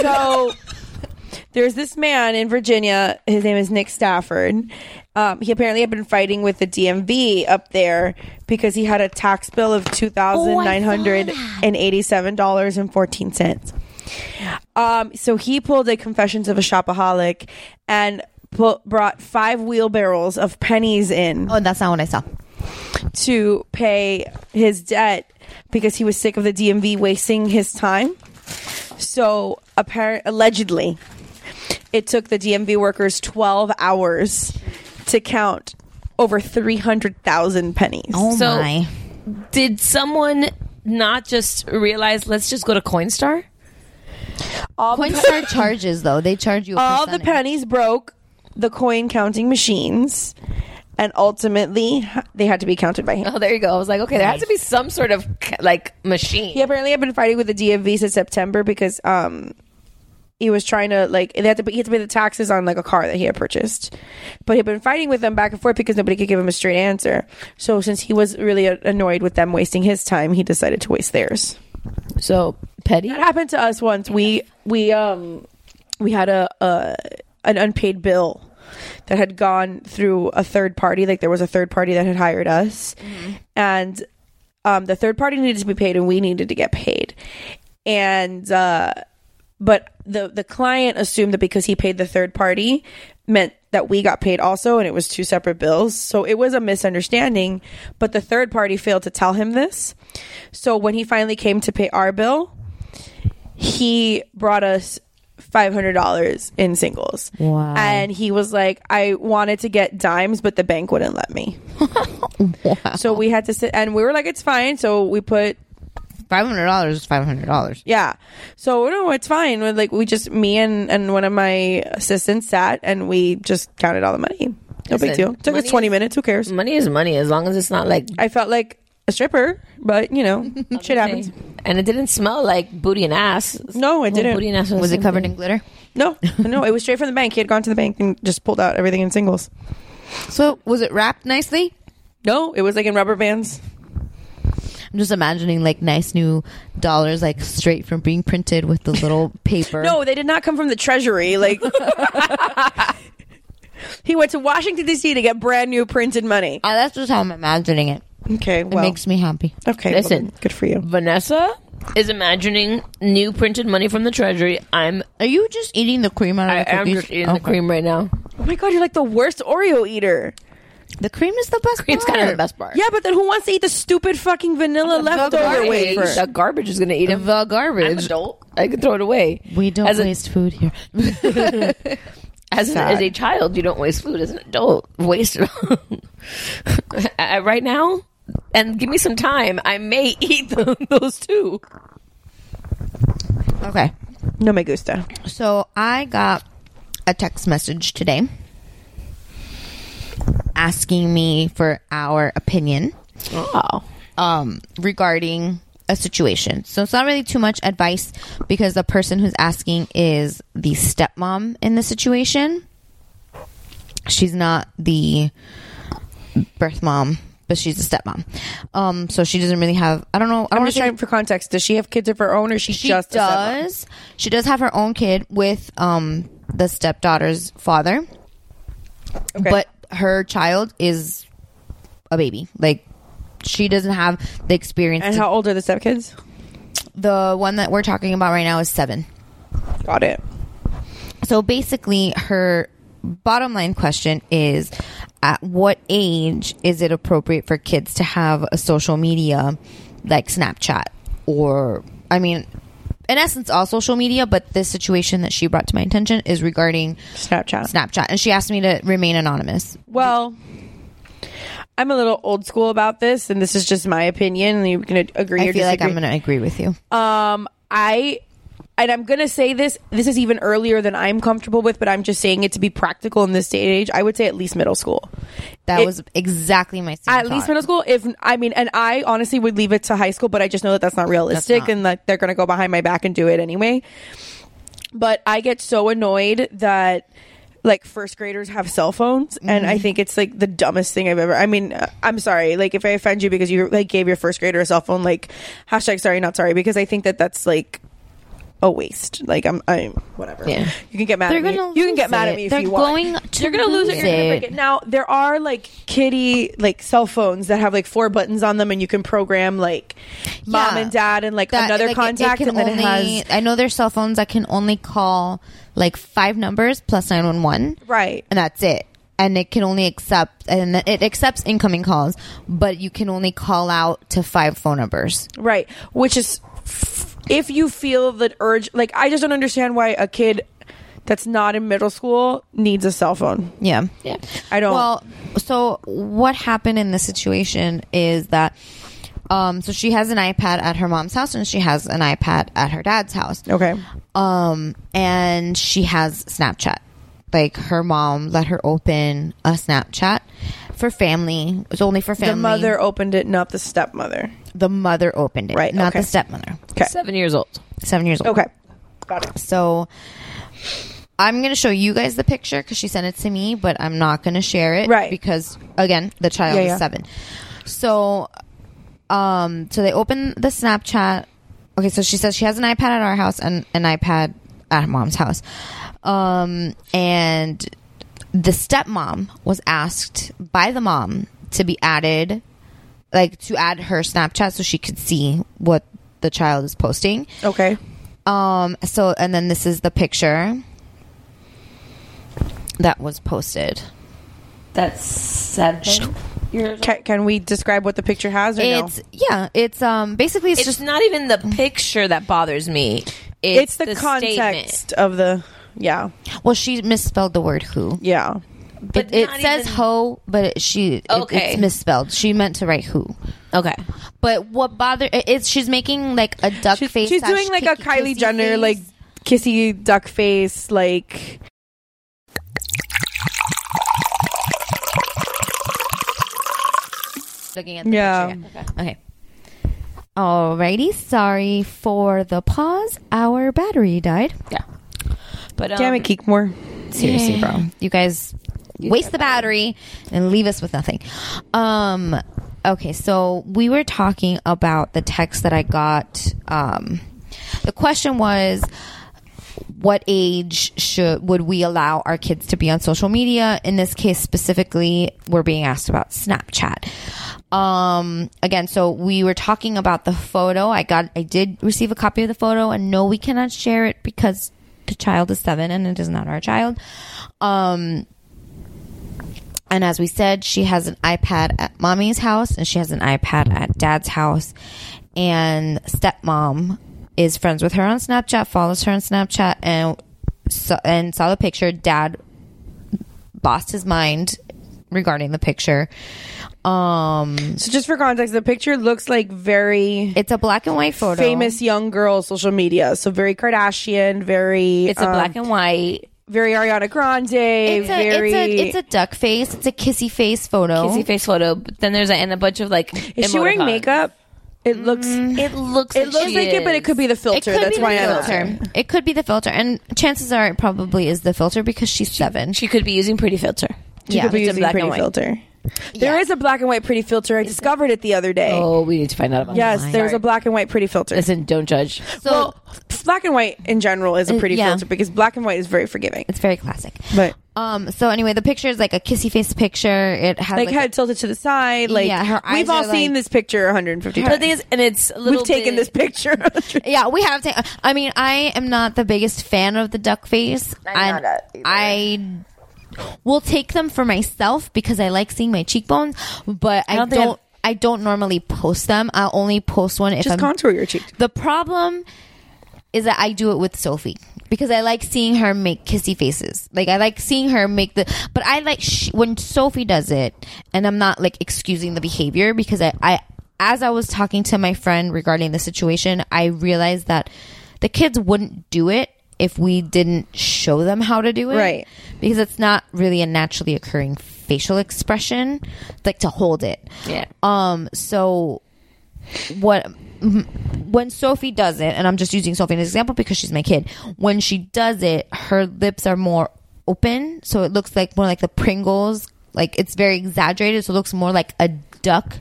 [SPEAKER 11] so there's this man in Virginia. His name is Nick Stafford. Um, he apparently had been fighting with the DMV up there because he had a tax bill of two thousand nine hundred and eighty-seven dollars and fourteen cents. Um, so he pulled a Confessions of a Shopaholic and pu- brought five wheelbarrows of pennies in.
[SPEAKER 7] Oh, that's not what I saw.
[SPEAKER 11] To pay his debt because he was sick of the DMV wasting his time. So, apparent allegedly, it took the DMV workers 12 hours to count over 300,000 pennies.
[SPEAKER 7] Oh,
[SPEAKER 12] so, did someone not just realize? Let's just go to Coinstar.
[SPEAKER 7] Coinstar charges though; they charge you. A
[SPEAKER 11] all the
[SPEAKER 7] percentage.
[SPEAKER 11] pennies broke the coin counting machines and ultimately they had to be counted by hand
[SPEAKER 12] oh there you go i was like okay there has to be some sort of like machine
[SPEAKER 11] yeah apparently i've been fighting with the dmv since september because um he was trying to like they had to, he had to pay the taxes on like a car that he had purchased but he'd been fighting with them back and forth because nobody could give him a straight answer so since he was really uh, annoyed with them wasting his time he decided to waste theirs
[SPEAKER 12] so petty
[SPEAKER 11] that happened to us once we we um we had a, a an unpaid bill that had gone through a third party like there was a third party that had hired us and um the third party needed to be paid and we needed to get paid and uh but the the client assumed that because he paid the third party meant that we got paid also and it was two separate bills so it was a misunderstanding but the third party failed to tell him this so when he finally came to pay our bill he brought us $500 in singles
[SPEAKER 7] Wow.
[SPEAKER 11] and he was like i wanted to get dimes but the bank wouldn't let me so we had to sit and we were like it's fine so we put
[SPEAKER 7] five hundred dollars is five hundred dollars.
[SPEAKER 11] yeah. So no, it's fine. We're, like we just me and and one of my assistants sat and we just counted all the money. No big deal. Took us twenty minutes. Who cares?
[SPEAKER 10] Mm.
[SPEAKER 12] Money is money as long as it's not like
[SPEAKER 11] I felt like a stripper, but you know, shit happens.
[SPEAKER 12] And it didn't smell like booty and ass.
[SPEAKER 11] No, it didn't.
[SPEAKER 12] Booty and ass
[SPEAKER 7] Was it covered in glitter?
[SPEAKER 11] No, no, it was straight from the bank. He had gone to the bank and just pulled out everything in singles.
[SPEAKER 7] So was it wrapped nicely?
[SPEAKER 11] No, it was like in rubber bands.
[SPEAKER 7] I'm just imagining like nice new dollars, like straight from being printed with the little paper.
[SPEAKER 11] No, they did not come from the treasury. Like he went to Washington D.C. to get brand new printed money.
[SPEAKER 7] Uh, that's just how I'm imagining it.
[SPEAKER 11] Okay, well,
[SPEAKER 7] it makes me happy.
[SPEAKER 11] Okay, well
[SPEAKER 12] Listen,
[SPEAKER 11] then, good for you.
[SPEAKER 12] Vanessa is imagining new printed money from the treasury. I'm.
[SPEAKER 7] Are you just eating the cream out of
[SPEAKER 12] I
[SPEAKER 7] the
[SPEAKER 12] am
[SPEAKER 7] cookies?
[SPEAKER 12] just eating
[SPEAKER 7] Okay.
[SPEAKER 12] the cream right now.
[SPEAKER 11] Oh my god, you're like the worst Oreo eater.
[SPEAKER 7] The cream is the best.
[SPEAKER 12] Cream's
[SPEAKER 7] part.
[SPEAKER 12] kind of the best part.
[SPEAKER 11] Yeah, but then who wants to eat the stupid fucking vanilla leftover
[SPEAKER 12] garbage.
[SPEAKER 11] wafer?
[SPEAKER 12] The garbage is gonna eat it.
[SPEAKER 7] The garbage.
[SPEAKER 12] I'm adult. I can throw it away.
[SPEAKER 7] We don't
[SPEAKER 12] As a-
[SPEAKER 7] waste food here.
[SPEAKER 12] As, an,
[SPEAKER 7] Sad.
[SPEAKER 12] as a child, you don't waste food. As an adult, waste Uh, right now. And give me some time. I may eat th- those two.
[SPEAKER 7] Okay.
[SPEAKER 11] No me gusta.
[SPEAKER 7] So I got a text message today asking me for our opinion
[SPEAKER 12] Oh,
[SPEAKER 7] um, regarding a situation. So it's not really too much advice because the person who's asking is the stepmom in the situation. She's not the birth mom, but she's a stepmom. Um, so she doesn't really have. I don't know. I don't
[SPEAKER 11] I'm
[SPEAKER 7] wanna
[SPEAKER 11] just
[SPEAKER 7] say-
[SPEAKER 11] trying for context. Does she have kids of her own, or is she,
[SPEAKER 7] she
[SPEAKER 11] just a stepmom?
[SPEAKER 7] does she does have her own kid with um the stepdaughter's father but her child is a baby like she doesn't have the experience
[SPEAKER 11] And
[SPEAKER 7] to-
[SPEAKER 11] how old are the stepkids?
[SPEAKER 7] the one that we're talking about right now is seven
[SPEAKER 11] Got it.
[SPEAKER 7] so basically her bottom line question is at what age is it appropriate for kids to have a social media like snapchat or i mean in essence all social media but this situation that she brought to my attention is regarding
[SPEAKER 11] Snapchat.
[SPEAKER 7] snapchat and she asked me to remain anonymous
[SPEAKER 11] Well, I'm a little old school about this, and this is just my opinion. And you can ag- agree
[SPEAKER 7] i
[SPEAKER 11] or
[SPEAKER 7] feel like i'm
[SPEAKER 11] disagree.
[SPEAKER 7] gonna agree with you
[SPEAKER 11] Um, I and I'm gonna say this. This is even earlier than I'm comfortable with, but I'm just saying it to be practical in this day and age. I would say at least middle school.
[SPEAKER 7] that
[SPEAKER 11] it-
[SPEAKER 7] was exactly my same
[SPEAKER 11] at least
[SPEAKER 7] thought.
[SPEAKER 11] middle school if i mean and i honestly would leave it to high school but i just know that that's not realistic
[SPEAKER 7] not.
[SPEAKER 11] and that they're gonna go behind my back and do it anyway but i get so annoyed that like first graders have cell phones and
[SPEAKER 14] Mm-hmm.
[SPEAKER 11] i think it's like the dumbest thing i've ever i mean uh, i'm sorry like if i offend you because you like gave your first grader a cell phone like hashtag sorry not sorry because i think that that's like a waste. Like I'm, I'm whatever.
[SPEAKER 14] Yeah.
[SPEAKER 11] You can get mad
[SPEAKER 14] They're
[SPEAKER 11] at me.
[SPEAKER 14] gonna
[SPEAKER 11] You can get
[SPEAKER 14] lose
[SPEAKER 11] mad
[SPEAKER 14] it.
[SPEAKER 11] at me if
[SPEAKER 14] They're
[SPEAKER 11] you
[SPEAKER 14] going
[SPEAKER 11] want.
[SPEAKER 14] to
[SPEAKER 11] You're gonna lose it.
[SPEAKER 14] lose
[SPEAKER 11] You're gonna
[SPEAKER 14] it.
[SPEAKER 11] break it. Now there are like kitty like cell phones that have like four buttons on them, and you can program like mom
[SPEAKER 7] Yeah.
[SPEAKER 11] and dad and like
[SPEAKER 7] That-
[SPEAKER 11] another
[SPEAKER 7] like, it- it
[SPEAKER 11] contact,
[SPEAKER 7] can
[SPEAKER 11] and then
[SPEAKER 7] only,
[SPEAKER 11] it has
[SPEAKER 7] I know there's cell phones that can only call like five numbers plus nine one one,
[SPEAKER 11] right,
[SPEAKER 7] and that's it. And it can only accept and it accepts incoming calls, but you can only call out to five phone numbers.
[SPEAKER 11] Right. Which is, f- if you feel the urge, like, I just don't understand why a kid that's not in middle school needs a cell phone.
[SPEAKER 7] Yeah.
[SPEAKER 11] Yeah. I don't.
[SPEAKER 7] Well, so what happened in this situation is that um so she has an iPad at her mom's house and she has an iPad at her dad's house.
[SPEAKER 11] Okay.
[SPEAKER 7] Um and she has Snapchat. Like her mom let her open a Snapchat for family. It's only for family.
[SPEAKER 11] the mother opened it, not the stepmother.
[SPEAKER 7] the mother opened it,
[SPEAKER 11] Right,
[SPEAKER 7] Not
[SPEAKER 11] okay.
[SPEAKER 7] the stepmother.
[SPEAKER 11] Okay.
[SPEAKER 12] Seven years old.
[SPEAKER 7] Seven years old.
[SPEAKER 11] Okay. Got it.
[SPEAKER 7] So I'm going to show you guys the picture because she sent it to me, but I'm not going to share it. Right. Because, again, the child
[SPEAKER 11] Yeah,
[SPEAKER 7] is
[SPEAKER 11] yeah.
[SPEAKER 7] seven. So, um, so they open the Snapchat. Okay, so she says she has an iPad at our house and an iPad at her mom's house. Um, and the stepmom was asked by the mom to be added, like to add her Snapchat so she could see what the child is posting.
[SPEAKER 11] Okay.
[SPEAKER 7] Um. So, and then this is the picture that was posted.
[SPEAKER 11] That's seven. Can, can we describe what the picture has or
[SPEAKER 7] It's yeah. It's um. Basically, it's,
[SPEAKER 12] It's
[SPEAKER 7] just
[SPEAKER 12] not even the picture that bothers me.
[SPEAKER 11] no? It's,
[SPEAKER 12] It's,
[SPEAKER 11] the, context of the. Yeah.
[SPEAKER 7] Well, she misspelled the word who.
[SPEAKER 11] Yeah.
[SPEAKER 7] But it, says ho, but it, she it-
[SPEAKER 12] Okay.
[SPEAKER 7] it's misspelled. She meant to write who.
[SPEAKER 12] Okay.
[SPEAKER 7] But what bother it- it's she's making like a duck face.
[SPEAKER 11] She's
[SPEAKER 7] slash
[SPEAKER 11] doing like a
[SPEAKER 7] kicky
[SPEAKER 11] Kylie
[SPEAKER 7] kissy
[SPEAKER 11] Jenner,
[SPEAKER 7] face.
[SPEAKER 11] like kissy duck face, like.
[SPEAKER 7] looking at the
[SPEAKER 11] Yeah.
[SPEAKER 7] picture. Okay. Alrighty, sorry for the pause. Our battery died.
[SPEAKER 12] Yeah. But um,
[SPEAKER 11] Damn it, Keekmore.
[SPEAKER 7] Seriously, bro. You guys waste the battery and leave us with nothing. Um okay, so we were talking about the text that I got. Um the question was what age should would we allow our kids to be on social media? In this case specifically, we're being asked about Snapchat. Um again, so we were talking about the photo. I got I did receive a copy of the photo and no we cannot share it because the child is 7 and it is not our child. Um and as we said, she has an iPad at mommy's house and she has an iPad at dad's house. And stepmom is friends with her on Snapchat, follows her on Snapchat, and saw, and saw the picture. Dad lost his mind regarding the picture. Um,
[SPEAKER 11] So just for context, the picture looks like very.
[SPEAKER 7] It's a black and white photo.
[SPEAKER 11] Famous young girl social media. So very Kardashian, very. um,
[SPEAKER 12] It's a black and white.
[SPEAKER 11] Very Ariana Grande.
[SPEAKER 7] it's a,
[SPEAKER 11] very.
[SPEAKER 7] it's a it's a duck face. It's a kissy face photo.
[SPEAKER 12] Kissy face photo. But then there's a, and a bunch of like.
[SPEAKER 11] Is she wearing
[SPEAKER 12] emoticons.
[SPEAKER 11] makeup? It looks.
[SPEAKER 12] It looks.
[SPEAKER 11] It looks like it, but it could be the filter. That's why I'm not sure.
[SPEAKER 7] filter. It could be the filter, and chances are it probably is the filter because she's seven.
[SPEAKER 12] She could be using pretty filter.
[SPEAKER 11] She could be
[SPEAKER 12] It's
[SPEAKER 11] using
[SPEAKER 12] in black
[SPEAKER 11] pretty
[SPEAKER 12] and white.
[SPEAKER 11] filter. There is a black and white pretty filter. I discovered it the other day.
[SPEAKER 12] Oh, we need to find out about.
[SPEAKER 11] yes,
[SPEAKER 12] that.
[SPEAKER 11] there's a black and white pretty filter.
[SPEAKER 12] Listen, don't judge.
[SPEAKER 11] well, black and white in general is a
[SPEAKER 7] Uh,
[SPEAKER 11] pretty
[SPEAKER 7] yeah.
[SPEAKER 11] filter because black and white is very forgiving.
[SPEAKER 7] It's very classic.
[SPEAKER 11] But
[SPEAKER 7] Um. So anyway, the picture is like a kissy face picture. It has
[SPEAKER 11] like,
[SPEAKER 7] like,
[SPEAKER 11] head tilted to the side. Like
[SPEAKER 7] Yeah, her eyes
[SPEAKER 11] we've all
[SPEAKER 7] are,
[SPEAKER 11] seen
[SPEAKER 7] like-
[SPEAKER 11] this picture 150
[SPEAKER 12] But the
[SPEAKER 11] times.
[SPEAKER 12] thing is, and it's a little.
[SPEAKER 11] We've taken
[SPEAKER 12] bit-
[SPEAKER 11] this picture.
[SPEAKER 7] a, yeah. We have. Ta- I mean, I am not the biggest fan of the duck face.
[SPEAKER 11] I'm
[SPEAKER 7] and
[SPEAKER 11] not
[SPEAKER 7] I will take them for myself because I like seeing my cheekbones, but I
[SPEAKER 11] don't
[SPEAKER 7] don't.
[SPEAKER 11] think
[SPEAKER 7] I don't, normally post them. I'll only post one if
[SPEAKER 11] Just
[SPEAKER 7] I'm
[SPEAKER 11] contour your cheek.
[SPEAKER 7] The problem is that I do it with Sophie because I like seeing her make kissy faces. Like I like seeing her make the, but I like sh when Sophie does it, and I'm not like excusing the behavior because I, I, as I was talking to my friend regarding the situation, I realized that the kids wouldn't do it if we didn't show them how to do it,
[SPEAKER 11] Right.
[SPEAKER 7] Because it's not really a naturally occurring facial expression, like to hold it.
[SPEAKER 12] Yeah.
[SPEAKER 7] Um. So what when Sophie does it, and I'm just using Sophie as an example because she's my kid. When she does it, her lips are more open, so it looks like more like the Pringles. Like it's very exaggerated, so it looks more like a duck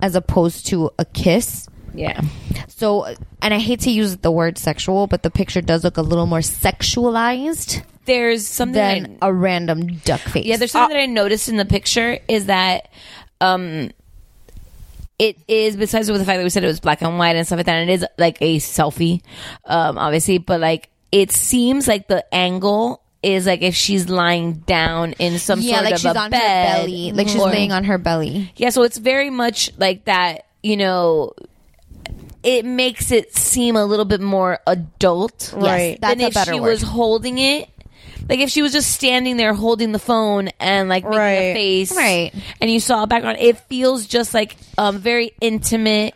[SPEAKER 7] as opposed to a kiss.
[SPEAKER 12] Yeah.
[SPEAKER 7] So, and I hate to use the word sexual, but the picture does look a little more sexualized
[SPEAKER 10] There's something that
[SPEAKER 7] than a random duck face.
[SPEAKER 10] Yeah, there's something that I noticed in the picture is that um it is besides with the fact that we said it was black and white and stuff like that, and it is like a selfie, um, obviously, but like it seems like the angle is like if she's lying down in some
[SPEAKER 7] yeah,
[SPEAKER 10] sort
[SPEAKER 7] like
[SPEAKER 10] of
[SPEAKER 7] she's
[SPEAKER 10] a
[SPEAKER 7] on
[SPEAKER 10] bed,
[SPEAKER 7] her belly, like she's
[SPEAKER 10] or-
[SPEAKER 7] laying on her belly.
[SPEAKER 10] Yeah, so it's very much like that, you know, it makes it seem a little bit more adult.
[SPEAKER 7] Right.
[SPEAKER 10] Than
[SPEAKER 7] that's a
[SPEAKER 10] if
[SPEAKER 7] better
[SPEAKER 10] she
[SPEAKER 7] word.
[SPEAKER 10] was holding it. Like if she was just standing there holding the phone and like making a face. Right. And you saw a background, it feels just like um very intimate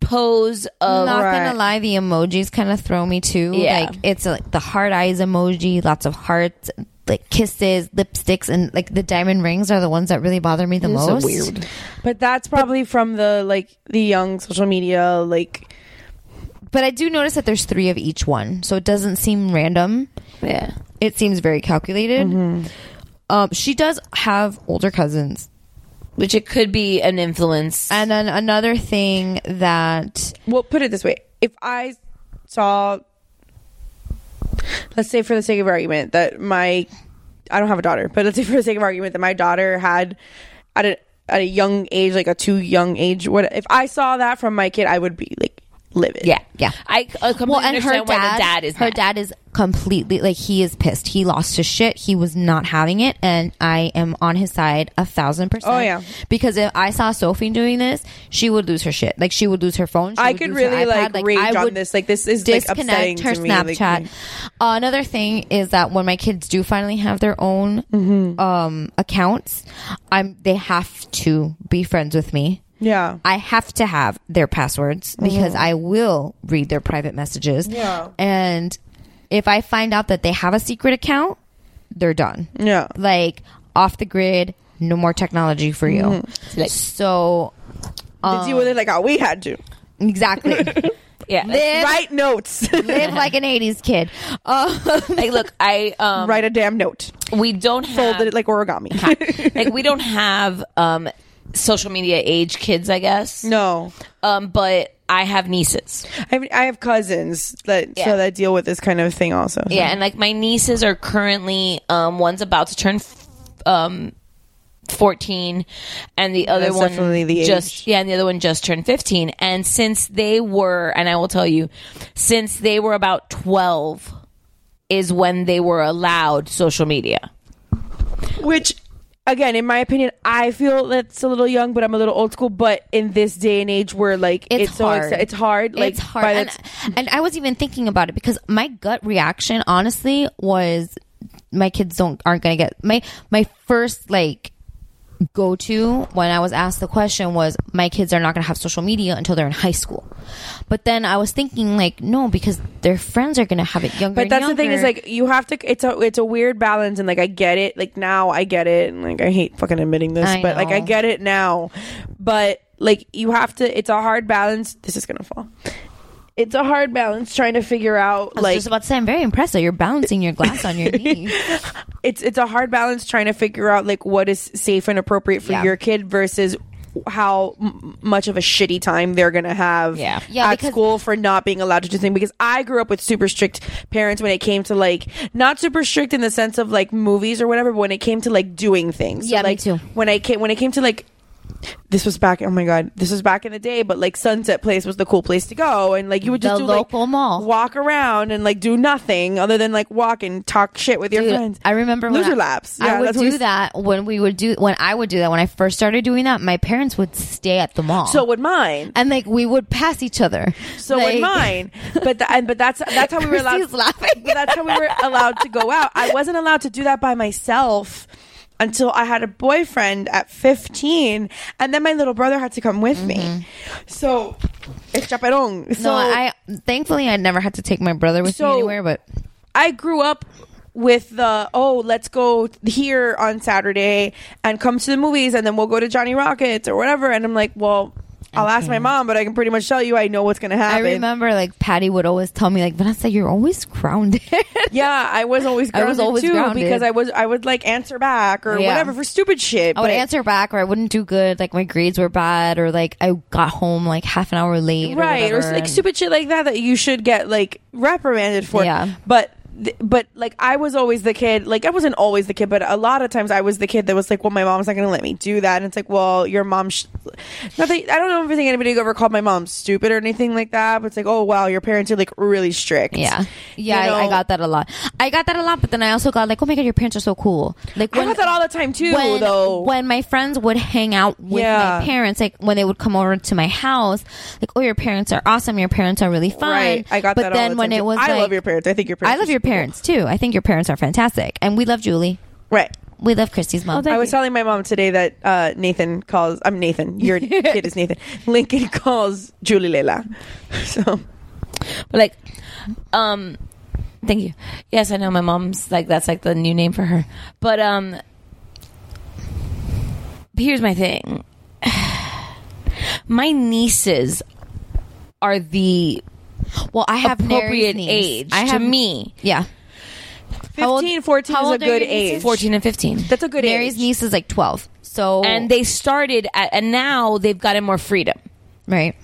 [SPEAKER 10] pose of
[SPEAKER 7] Not gonna lie, the emojis kind of throw me too.
[SPEAKER 10] Yeah.
[SPEAKER 7] Like it's like the heart eyes emoji, lots of hearts, like kisses, lipsticks, and like the diamond rings are the ones that really bother me the
[SPEAKER 11] Those are
[SPEAKER 7] most.
[SPEAKER 11] weird. But that's probably from the like the young social media like
[SPEAKER 7] But I do notice that there's three of each one, so it doesn't seem random.
[SPEAKER 10] Yeah,
[SPEAKER 7] it seems very calculated. Um, she does have older cousins,
[SPEAKER 10] which it could be an influence.
[SPEAKER 7] And then another thing that
[SPEAKER 11] well, put it this way: if I saw, let's say for the sake of argument, that my I don't have a daughter, but let's say for the sake of argument that my daughter had at a at a young age, like a too young age, what if I saw that from my kid, I would be like livid.
[SPEAKER 10] Yeah, yeah. I uh, completely
[SPEAKER 7] well, and her
[SPEAKER 10] understand why
[SPEAKER 7] dad,
[SPEAKER 10] the dad is
[SPEAKER 7] her
[SPEAKER 10] mad.
[SPEAKER 7] dad is completely like he is pissed. He lost his shit. He was not having it, and I am on his side a thousand percent.
[SPEAKER 11] Oh, yeah.
[SPEAKER 7] because if I saw Sophie doing this, she would lose her shit. Like she would lose her phone. she
[SPEAKER 11] I
[SPEAKER 7] would
[SPEAKER 11] could
[SPEAKER 7] lose her
[SPEAKER 11] really
[SPEAKER 7] iPad.
[SPEAKER 11] like, rage
[SPEAKER 7] I
[SPEAKER 11] on
[SPEAKER 7] would
[SPEAKER 11] this. Like this is like
[SPEAKER 7] disconnect
[SPEAKER 11] upsetting
[SPEAKER 7] her
[SPEAKER 11] to me. like, mm.
[SPEAKER 7] Snapchat. Another thing is that when my kids do finally have their own
[SPEAKER 11] Mm-hmm.
[SPEAKER 7] um, accounts, I'm they have to be friends with me.
[SPEAKER 11] Yeah.
[SPEAKER 7] I have to have their passwords because
[SPEAKER 11] Mhm.
[SPEAKER 7] I will read their private messages.
[SPEAKER 11] Yeah.
[SPEAKER 7] And if I find out that they have a secret account, they're done.
[SPEAKER 11] Yeah.
[SPEAKER 7] Like off the grid, no more technology for you.
[SPEAKER 11] Mhm. Like-
[SPEAKER 7] so
[SPEAKER 11] to deal with it like how we had to.
[SPEAKER 7] Exactly.
[SPEAKER 10] yeah.
[SPEAKER 7] Live-
[SPEAKER 11] Write notes.
[SPEAKER 7] live like an 80s kid. Uh,
[SPEAKER 10] like, look, I um,
[SPEAKER 11] write a damn note.
[SPEAKER 10] We don't have
[SPEAKER 11] fold it like origami.
[SPEAKER 10] like we don't have um social media age kids i guess
[SPEAKER 11] no
[SPEAKER 10] um but i have nieces
[SPEAKER 11] I have, I have cousins that
[SPEAKER 10] Yeah.
[SPEAKER 11] so that deal with this kind of thing also.
[SPEAKER 10] yeah and like my nieces are currently um one's about to turn f- um 14 and the other
[SPEAKER 11] That's
[SPEAKER 10] one
[SPEAKER 11] definitely the age.
[SPEAKER 10] just yeah and the other one just turned 15 and since they were and i will tell you since they were about 12 is when they were allowed social media
[SPEAKER 11] Which, again, in my opinion, I feel that's a little young, but I'm a little old school. But in this day and age, where like it's,
[SPEAKER 7] It's
[SPEAKER 11] so
[SPEAKER 7] hard.
[SPEAKER 11] exce- it's hard. Like
[SPEAKER 7] it's hard.
[SPEAKER 11] by the
[SPEAKER 7] And, and I was even thinking about it because my gut reaction, honestly, was my kids don't aren't gonna get my my first like go to when I was asked the question was my kids are not gonna have social media until they're in high school. But then I was thinking like no because their friends are gonna have it younger.
[SPEAKER 11] But
[SPEAKER 7] and
[SPEAKER 11] that's the thing is
[SPEAKER 7] younger.
[SPEAKER 11] like you have to. It's a it's a weird balance, and like I get it. Like now I get it, and like I hate fucking admitting this,
[SPEAKER 7] I
[SPEAKER 11] but like I
[SPEAKER 7] know.
[SPEAKER 11] get it now. But like you have to. It's a hard balance. This is gonna fall. It's a hard balance trying to figure out
[SPEAKER 7] I was
[SPEAKER 11] like
[SPEAKER 7] just about to say I'm very impressed that you're balancing your glass on your knee.
[SPEAKER 11] it's it's a hard balance trying to figure out like what is safe and appropriate for
[SPEAKER 7] Yeah.
[SPEAKER 11] your kid versus how m- much of a shitty time they're gonna have
[SPEAKER 10] Yeah.
[SPEAKER 7] Yeah,
[SPEAKER 11] at
[SPEAKER 7] because-
[SPEAKER 11] school for not being allowed to do things because I grew up with super strict parents when it came to like not super strict in the sense of like movies or whatever but when it came to like doing things
[SPEAKER 7] Yeah, me
[SPEAKER 11] like
[SPEAKER 7] too.
[SPEAKER 11] when I came when it came to like this was back oh my god this was back in the day but like Sunset Place was the cool place to go and like you would just
[SPEAKER 7] The
[SPEAKER 11] do like
[SPEAKER 7] local mall.
[SPEAKER 11] walk around and like do nothing other than like walk and talk shit with your
[SPEAKER 7] Dude,
[SPEAKER 11] friends
[SPEAKER 7] I remember when
[SPEAKER 11] loser
[SPEAKER 7] I-
[SPEAKER 11] laps.
[SPEAKER 7] I would
[SPEAKER 11] that's what we-
[SPEAKER 7] do that when we would do when I would do that when I first started doing that. My parents would stay at the mall.
[SPEAKER 11] So would mine.
[SPEAKER 7] and like we would pass each other.
[SPEAKER 11] So would mine. But the, and, but that's that's how we were allowed.
[SPEAKER 7] Christy's laughing.
[SPEAKER 11] But that's how we were allowed to go out. I wasn't allowed to do that by myself until I had a boyfriend at 15, and then my little brother had to come with me. So it's chaperón.
[SPEAKER 7] Mm-hmm.
[SPEAKER 11] So
[SPEAKER 7] no, I thankfully I never had to take my brother with
[SPEAKER 11] So-
[SPEAKER 7] me anywhere. But
[SPEAKER 11] I grew up with the oh let's go here on Saturday and come to the movies and then we'll go to Johnny Rockets or whatever and I'm like well I'll ask my mom, but I can pretty much tell you I know what's gonna happen.
[SPEAKER 7] I remember like Patty would always tell me like Vanessa, you're always grounded.
[SPEAKER 11] yeah, I was always
[SPEAKER 7] I
[SPEAKER 11] grounded
[SPEAKER 7] was always
[SPEAKER 11] too
[SPEAKER 7] grounded.
[SPEAKER 11] because I was I would like answer back or
[SPEAKER 7] Yeah.
[SPEAKER 11] whatever for stupid shit.
[SPEAKER 7] I would
[SPEAKER 11] but-
[SPEAKER 7] answer back, or I wouldn't do good. Like my grades were bad, or like I got home like half an hour late,
[SPEAKER 11] right or,
[SPEAKER 7] Or,
[SPEAKER 11] s-
[SPEAKER 7] whatever,
[SPEAKER 11] like
[SPEAKER 7] and-
[SPEAKER 11] stupid shit like that that you should get like reprimanded for
[SPEAKER 7] Yeah.
[SPEAKER 11] but th- but like I was always the kid like I wasn't always the kid but a lot of times I was the kid that was like well my mom's not gonna let me do that and it's like well your mom sh-. not that, I don't know if I think anybody ever called my mom stupid or anything like that but it's like oh wow your parents are like really strict
[SPEAKER 7] Yeah. Yeah, I, I got that a lot. I got that a lot, but then I also got like, oh my god, your parents are so cool. Like
[SPEAKER 11] I got that all the time, too,
[SPEAKER 7] When,
[SPEAKER 11] though.
[SPEAKER 7] when my friends would hang out with
[SPEAKER 11] Yeah.
[SPEAKER 7] my parents, like when they would come over to my house, like, oh, your parents are awesome. Your parents are really fun.
[SPEAKER 11] right I got
[SPEAKER 7] but
[SPEAKER 11] that all
[SPEAKER 7] then
[SPEAKER 11] the
[SPEAKER 7] when
[SPEAKER 11] time,
[SPEAKER 7] it
[SPEAKER 11] too.
[SPEAKER 7] was,
[SPEAKER 11] I
[SPEAKER 7] like,
[SPEAKER 11] love your parents I think your parents
[SPEAKER 7] I love your parents too. I think your parents are fantastic, and we love Julie.
[SPEAKER 11] Right.
[SPEAKER 7] We love Christy's mom.
[SPEAKER 11] I was telling my mom today that uh, Nathan calls. I'm Nathan. Your kid is Nathan. Lincoln calls Julie Leila. So
[SPEAKER 10] But like, um, thank you. Yes, I know my mom's like that's like the new name for her. But um, here's my thing. my nieces are the
[SPEAKER 7] well, I have Nary's
[SPEAKER 10] appropriate
[SPEAKER 7] niece.
[SPEAKER 10] age
[SPEAKER 7] I have-
[SPEAKER 10] to me.
[SPEAKER 7] Yeah.
[SPEAKER 11] 15, 14 is a good age.
[SPEAKER 10] 14 and 15.
[SPEAKER 11] That's a good
[SPEAKER 7] Mary's niece is like 12. So
[SPEAKER 10] And they started at, and now they've gotten more freedom.
[SPEAKER 7] Right.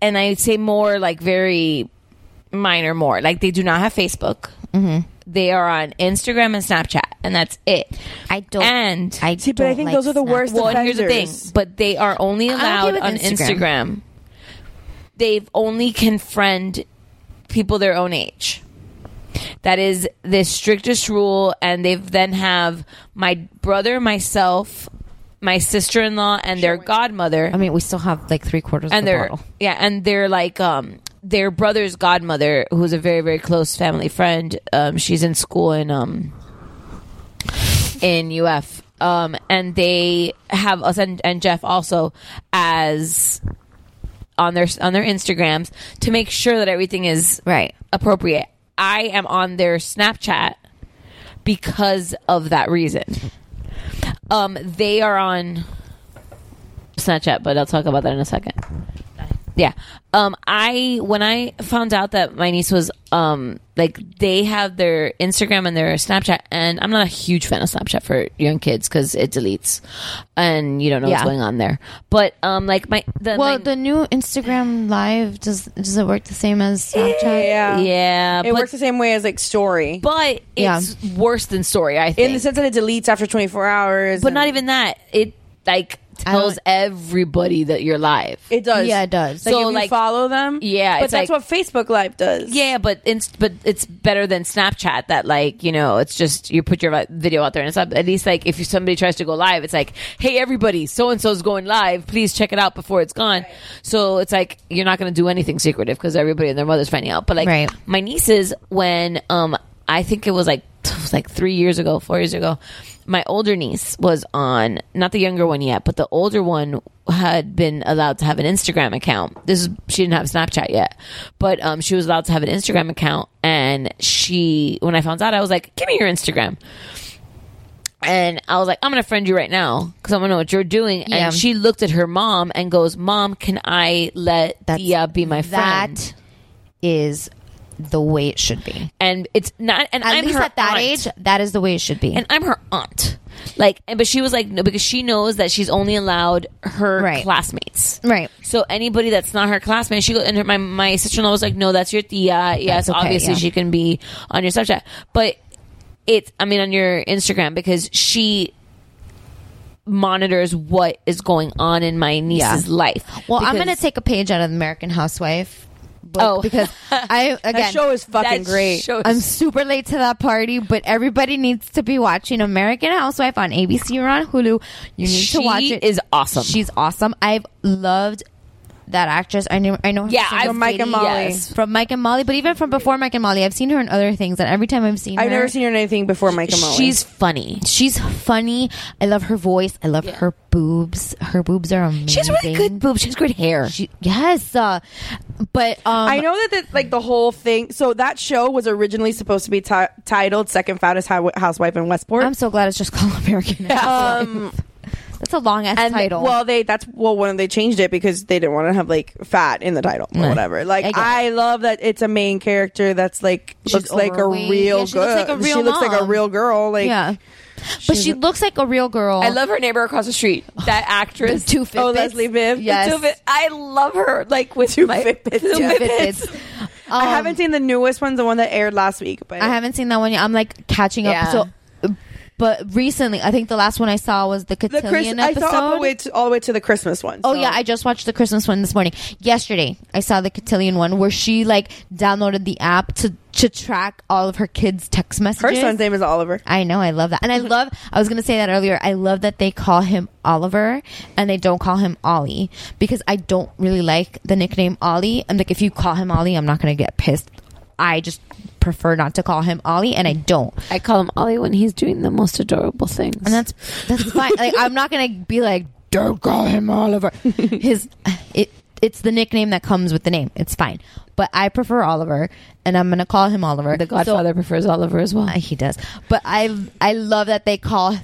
[SPEAKER 10] And I'd say more like very minor, more. Like they do not have Facebook.
[SPEAKER 7] Mhm.
[SPEAKER 10] They are on Instagram and Snapchat, and that's it.
[SPEAKER 7] I don't.
[SPEAKER 10] And
[SPEAKER 7] Oh, I see,
[SPEAKER 11] but I don't think like those are the Snapchat. worst
[SPEAKER 10] Well, and here's the thing.
[SPEAKER 11] offenders.
[SPEAKER 10] But they are only
[SPEAKER 7] I'm okay
[SPEAKER 10] allowed
[SPEAKER 7] with
[SPEAKER 10] on
[SPEAKER 7] Instagram.
[SPEAKER 10] Instagram. They've only can friend people their own age. That is the strictest rule, and they've then have my brother, myself, my sister in law, and their godmother
[SPEAKER 7] I mean, we still have like three quarters
[SPEAKER 10] and
[SPEAKER 7] of the
[SPEAKER 10] they're
[SPEAKER 7] bottle.
[SPEAKER 10] yeah, and they're like um their brother's godmother, who's a very very close family friend. Um, she's in school in um in UF. Um, and they have us and, and Jeff also as on their on their Instagrams to make sure that everything is
[SPEAKER 7] right
[SPEAKER 10] appropriate. I am on their Snapchat because of that reason. Um, they are on Snapchat, but I'll talk about that in a second. Yeah. Um, I when I found out that my niece was um like they have their Instagram and their Snapchat, and I'm not a huge fan of Snapchat for young kids because it deletes, and you don't know
[SPEAKER 7] Yeah.
[SPEAKER 10] what's going on there. But um, like my the
[SPEAKER 7] well,
[SPEAKER 10] my-
[SPEAKER 7] the new Instagram Live does does it work the same as Snapchat?
[SPEAKER 11] Yeah.
[SPEAKER 10] yeah,
[SPEAKER 11] It
[SPEAKER 10] but-
[SPEAKER 11] works the same way as like story,
[SPEAKER 10] but it's worse than story. I think
[SPEAKER 11] in the sense that it deletes after 24 hours.
[SPEAKER 10] But
[SPEAKER 11] and-
[SPEAKER 10] not even that. It like tells everybody that you're live.
[SPEAKER 11] It does.
[SPEAKER 7] Yeah, it does.
[SPEAKER 11] Like,
[SPEAKER 10] So,
[SPEAKER 11] if you
[SPEAKER 10] like-
[SPEAKER 11] follow them.
[SPEAKER 10] Yeah,
[SPEAKER 11] but
[SPEAKER 10] it's
[SPEAKER 11] that's
[SPEAKER 10] like-
[SPEAKER 11] what Facebook Live does.
[SPEAKER 10] Yeah, but it's but it's better than Snapchat. That like you know, it's just you put your vi- video out there and it's up. At least like if somebody tries to go live, it's like, hey everybody, so and so's going live. Please check it out before it's gone. So it's like you're not going to do anything secretive because everybody and their mother's finding out. But like
[SPEAKER 7] Right.
[SPEAKER 10] my nieces, when um I think it was like it was like three years ago, four years ago, my older niece was on not the younger one yet, but the older one had been allowed to have an Instagram account. This is she didn't have Snapchat yet, but um, she was allowed to have an Instagram account, and she when I found out, I was like, "Give me your Instagram." And I was like, I'm gonna friend you right now because I want to know what you're doing.
[SPEAKER 7] Yeah.
[SPEAKER 10] And she looked at her mom and goes, "Mom, can I let Dia be my friend?"
[SPEAKER 7] That is the way it should be.
[SPEAKER 10] and it's not. And
[SPEAKER 7] At
[SPEAKER 10] I'm
[SPEAKER 7] least
[SPEAKER 10] her
[SPEAKER 7] at that
[SPEAKER 10] aunt.
[SPEAKER 7] age, that is the way it should be.
[SPEAKER 10] and I'm her aunt. Like, and, but she was like, no, because she knows that she's only allowed her
[SPEAKER 7] Right.
[SPEAKER 10] classmates.
[SPEAKER 7] right.
[SPEAKER 10] So anybody that's not her classmate, she go- and her, my my sister in law was like, no, that's your tia. Yes,
[SPEAKER 7] okay,
[SPEAKER 10] obviously
[SPEAKER 7] yeah.
[SPEAKER 10] she can be on your Snapchat, but it's I mean on your Instagram because she monitors what is going on in my niece's
[SPEAKER 7] Yeah.
[SPEAKER 10] life.
[SPEAKER 7] Well, I'm
[SPEAKER 10] Because-
[SPEAKER 7] gonna take a page out of the American Housewife. Book
[SPEAKER 10] Oh.
[SPEAKER 7] because I again
[SPEAKER 11] show is fucking
[SPEAKER 10] That
[SPEAKER 11] great.
[SPEAKER 10] show is-
[SPEAKER 7] I'm super late to that party, but everybody needs to be watching American Housewife on ABC or on Hulu. You need
[SPEAKER 10] She
[SPEAKER 7] to watch it.
[SPEAKER 10] is awesome.
[SPEAKER 7] She's awesome. I've loved that actress. I know. I know. her
[SPEAKER 10] Yeah,
[SPEAKER 7] from
[SPEAKER 10] I've-
[SPEAKER 7] From
[SPEAKER 11] Mike and Molly.
[SPEAKER 10] yes.
[SPEAKER 7] From Mike and Molly, but even from before Mike and Molly, I've seen her in other things. And every time I've seen
[SPEAKER 11] I've
[SPEAKER 7] her,
[SPEAKER 11] never seen her in anything before Mike and Molly.
[SPEAKER 10] she's funny.
[SPEAKER 7] she's funny. I love her voice. I love her boobs. Her boobs are amazing.
[SPEAKER 10] She has really good boobs. She has great hair.
[SPEAKER 7] She, yes, uh, but um,
[SPEAKER 11] I know that the, like the whole thing. So that show was originally supposed to be ti titled Second Fattest Hou- Housewife in Westport.
[SPEAKER 7] I'm so glad it's just called American. Housewife.
[SPEAKER 11] Um,
[SPEAKER 7] That's a long ass
[SPEAKER 11] And
[SPEAKER 7] title.
[SPEAKER 11] well, they that's well when they changed it because they didn't want to have like fat in the title or
[SPEAKER 7] Right.
[SPEAKER 11] whatever. Like
[SPEAKER 7] I
[SPEAKER 11] I,
[SPEAKER 7] get it.
[SPEAKER 11] love that it's a main character that's like
[SPEAKER 7] She's
[SPEAKER 11] looks like a
[SPEAKER 7] overweight.
[SPEAKER 11] real
[SPEAKER 7] Yeah, she looks
[SPEAKER 11] girl.
[SPEAKER 7] like a real
[SPEAKER 11] she looks like a
[SPEAKER 7] mom.
[SPEAKER 11] real girl. Like
[SPEAKER 7] yeah, but she looks like a real girl.
[SPEAKER 15] I love her neighbor across the street. That actress,
[SPEAKER 7] two Fitbits.
[SPEAKER 15] Oh, Leslie Bibb. The
[SPEAKER 7] Yes.
[SPEAKER 15] two Fit- I love her. Like with two my Fitbits. Two
[SPEAKER 7] Yeah.
[SPEAKER 15] Fitbits.
[SPEAKER 11] I haven't seen the newest one, the one that aired last week, but
[SPEAKER 7] Um, I haven't seen that one yet. I'm like catching up.
[SPEAKER 11] Yeah.
[SPEAKER 7] So, but recently, I think the last one I saw was the
[SPEAKER 11] the
[SPEAKER 7] Cotillion
[SPEAKER 11] Chris, I
[SPEAKER 7] episode.
[SPEAKER 11] saw uh, all the way to, all the way to the Christmas one.
[SPEAKER 7] Oh
[SPEAKER 11] so.
[SPEAKER 7] yeah, I just watched the Christmas one this morning. Yesterday, I saw the Cotillion one where she like downloaded the app to to track all of her kids' text messages.
[SPEAKER 11] son's name is Oliver.
[SPEAKER 7] I know, I love that, and I love. I was gonna say that earlier. I love that they call him Oliver and they don't call him Ollie because I don't really like the nickname Ollie. And like, if you call him Ollie, I'm not gonna get pissed. I just prefer not to call him Ollie, and I don't.
[SPEAKER 12] I call him Ollie when he's doing the most adorable things. And
[SPEAKER 7] that's that's fine. like I'm not gonna be like, don't call him Oliver. His it it's the nickname that comes with the name. It's fine. But I prefer Oliver, and I'm gonna call him Oliver. The
[SPEAKER 12] Godfather prefers Oliver as well.
[SPEAKER 7] Uh, He does. But I I love that they call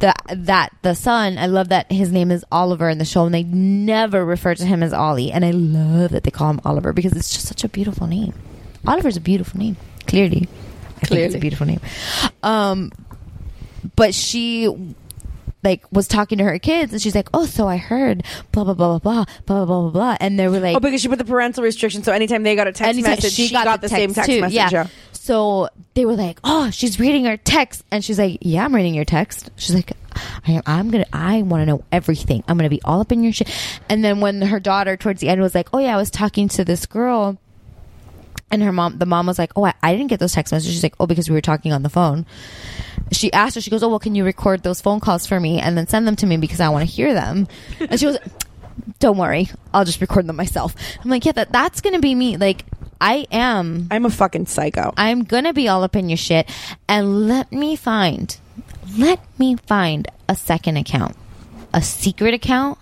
[SPEAKER 7] the that the son. I love that his name is Oliver in the show, and they never refer to him as Ollie. And I love that they call him Oliver because it's just such a beautiful name. Oliver's a beautiful name. Clearly, I think it's
[SPEAKER 12] Clearly.
[SPEAKER 7] a beautiful name. Um, but she like was talking to her kids and she's like oh so i heard blah blah blah blah blah blah blah blah blah and they were like
[SPEAKER 11] oh, because she put the parental restriction, so anytime they got a text
[SPEAKER 7] anytime-
[SPEAKER 11] message, she, got, the, same text
[SPEAKER 7] too,
[SPEAKER 11] message.
[SPEAKER 7] yeah.
[SPEAKER 11] yeah.
[SPEAKER 7] so they were like oh she's reading her text and she's like yeah i'm reading your text she's like I am, I'm gonna. I want to know everything. I'm gonna be all up in your shit. And then when her daughter towards the end was like, "Oh yeah, I was talking to this girl," And her mom, the mom was like, "Oh, I, I didn't get those text messages." She's like, "Oh, because we were talking on the phone." She asked her. She goes, "Oh, well, can you record those phone calls for me and then send them to me because I want to hear them?" And she goes, "Don't worry, I'll just record them myself." I'm like, "Yeah, that that's gonna be me. Like, I am.
[SPEAKER 11] I'm a fucking psycho.
[SPEAKER 7] I'm gonna be all up in your shit. And let me find, let me find a second account, a secret account."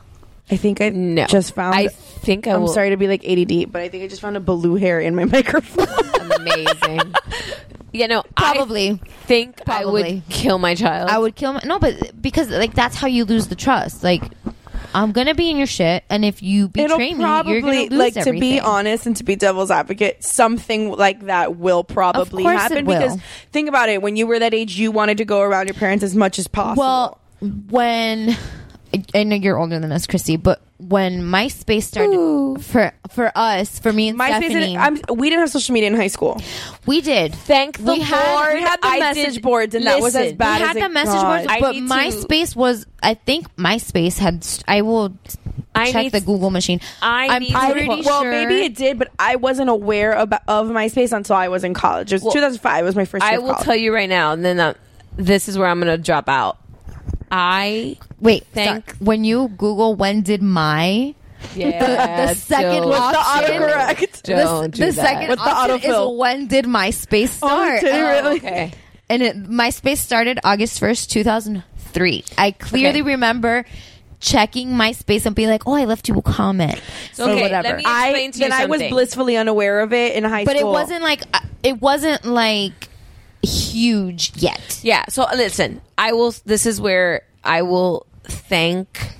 [SPEAKER 11] I think I just found.
[SPEAKER 7] I
[SPEAKER 12] think I
[SPEAKER 11] I'm
[SPEAKER 12] will-
[SPEAKER 11] sorry to be like ADD, but I think I just found a blue hair in my microphone.
[SPEAKER 12] Amazing. you know,
[SPEAKER 7] probably
[SPEAKER 12] think I
[SPEAKER 7] Probably.
[SPEAKER 12] would kill my child.
[SPEAKER 7] I would kill my no, but because like that's how you lose the trust. Like I'm gonna be in your shit, and if you
[SPEAKER 11] It'll
[SPEAKER 7] betray me, you're
[SPEAKER 11] probably
[SPEAKER 7] gonna lose
[SPEAKER 11] like to
[SPEAKER 7] everything.
[SPEAKER 11] be honest and to be devil's advocate. Something like that will probably
[SPEAKER 7] course it
[SPEAKER 11] happen
[SPEAKER 7] will.
[SPEAKER 11] because think about it. When you were that age, you wanted to go around your parents as much as possible.
[SPEAKER 7] Well, when I- I know you're older than us, Christy, but when MySpace started for for us, for me and
[SPEAKER 11] MySpace didn't-
[SPEAKER 7] Stephanie,
[SPEAKER 11] I'm, we didn't have social media in high school.
[SPEAKER 7] we did.
[SPEAKER 12] Thank
[SPEAKER 7] we had,
[SPEAKER 11] Lord, we had the
[SPEAKER 7] I
[SPEAKER 11] message
[SPEAKER 7] did-
[SPEAKER 11] boards, and that was as bad
[SPEAKER 7] We
[SPEAKER 11] as
[SPEAKER 7] had
[SPEAKER 11] it
[SPEAKER 7] the message
[SPEAKER 11] got.
[SPEAKER 7] boards,
[SPEAKER 11] I
[SPEAKER 7] but
[SPEAKER 11] need to-
[SPEAKER 7] MySpace was. I think MySpace had. st- I will
[SPEAKER 11] I
[SPEAKER 7] check
[SPEAKER 11] need
[SPEAKER 7] the
[SPEAKER 11] to-
[SPEAKER 7] Google machine. I'm pretty sure.
[SPEAKER 11] Well, maybe it did, but I wasn't aware of, of MySpace until I was in college. It was
[SPEAKER 12] Well,
[SPEAKER 11] 2005. was my first. Year
[SPEAKER 12] I
[SPEAKER 11] of
[SPEAKER 12] will
[SPEAKER 11] college.
[SPEAKER 12] tell you right now, and then uh, this is where I'm going to drop out. I
[SPEAKER 7] Wait,
[SPEAKER 12] think
[SPEAKER 7] sorry. when you Google when did my
[SPEAKER 12] Yeah,
[SPEAKER 7] the, the second
[SPEAKER 12] don't. With the
[SPEAKER 7] option,
[SPEAKER 12] autocorrect.
[SPEAKER 7] the s-
[SPEAKER 12] Don't do
[SPEAKER 7] the
[SPEAKER 12] that.
[SPEAKER 7] second
[SPEAKER 12] With the
[SPEAKER 7] option
[SPEAKER 12] autofill.
[SPEAKER 7] is when did MySpace start?
[SPEAKER 12] did it
[SPEAKER 7] And-
[SPEAKER 12] really? Okay.
[SPEAKER 7] And it, MySpace started August first, two thousand three. I clearly remember checking MySpace and being like, "Oh, I left you a comment."
[SPEAKER 11] So,
[SPEAKER 7] or whatever.
[SPEAKER 11] I, then I was blissfully unaware of it in high
[SPEAKER 7] but it
[SPEAKER 11] school.
[SPEAKER 7] wasn't like uh, it wasn't like huge yet.
[SPEAKER 12] Yeah. So uh, listen, I will. This is where I will thank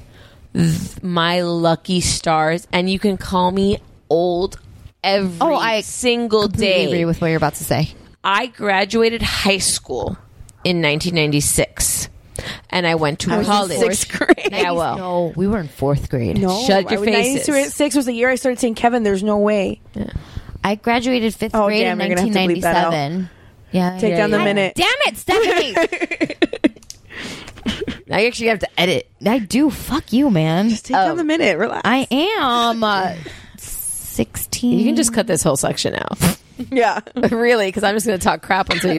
[SPEAKER 12] th- my lucky stars, and you can call me old every
[SPEAKER 7] Oh, I
[SPEAKER 12] single
[SPEAKER 7] Completely
[SPEAKER 12] day.
[SPEAKER 7] agree with what you're about to say.
[SPEAKER 12] I graduated high school in 1996, and I went to
[SPEAKER 7] I was in
[SPEAKER 12] college.
[SPEAKER 7] sixth
[SPEAKER 12] grade. Yeah, well,
[SPEAKER 7] No, we were in fourth grade.
[SPEAKER 11] No,
[SPEAKER 12] Shut your
[SPEAKER 11] I was- 92
[SPEAKER 12] faces.
[SPEAKER 11] Six was the year I started saying Kevin. There's no way.
[SPEAKER 7] I graduated fifth
[SPEAKER 11] Oh,
[SPEAKER 7] grade
[SPEAKER 11] damn,
[SPEAKER 7] in
[SPEAKER 11] you're gonna have to bleep that out.
[SPEAKER 7] 1997. Yeah,
[SPEAKER 11] Take
[SPEAKER 7] yeah,
[SPEAKER 11] down the
[SPEAKER 7] yeah.
[SPEAKER 11] minute.
[SPEAKER 7] Damn it, Stephanie!
[SPEAKER 12] I actually have to edit.
[SPEAKER 7] I do. Fuck you, man. Just
[SPEAKER 11] take down the minute. Relax.
[SPEAKER 7] Oh. I am uh, sixteen.
[SPEAKER 12] You can just cut this whole section out.
[SPEAKER 11] yeah,
[SPEAKER 12] really, because I'm just going to talk crap until you.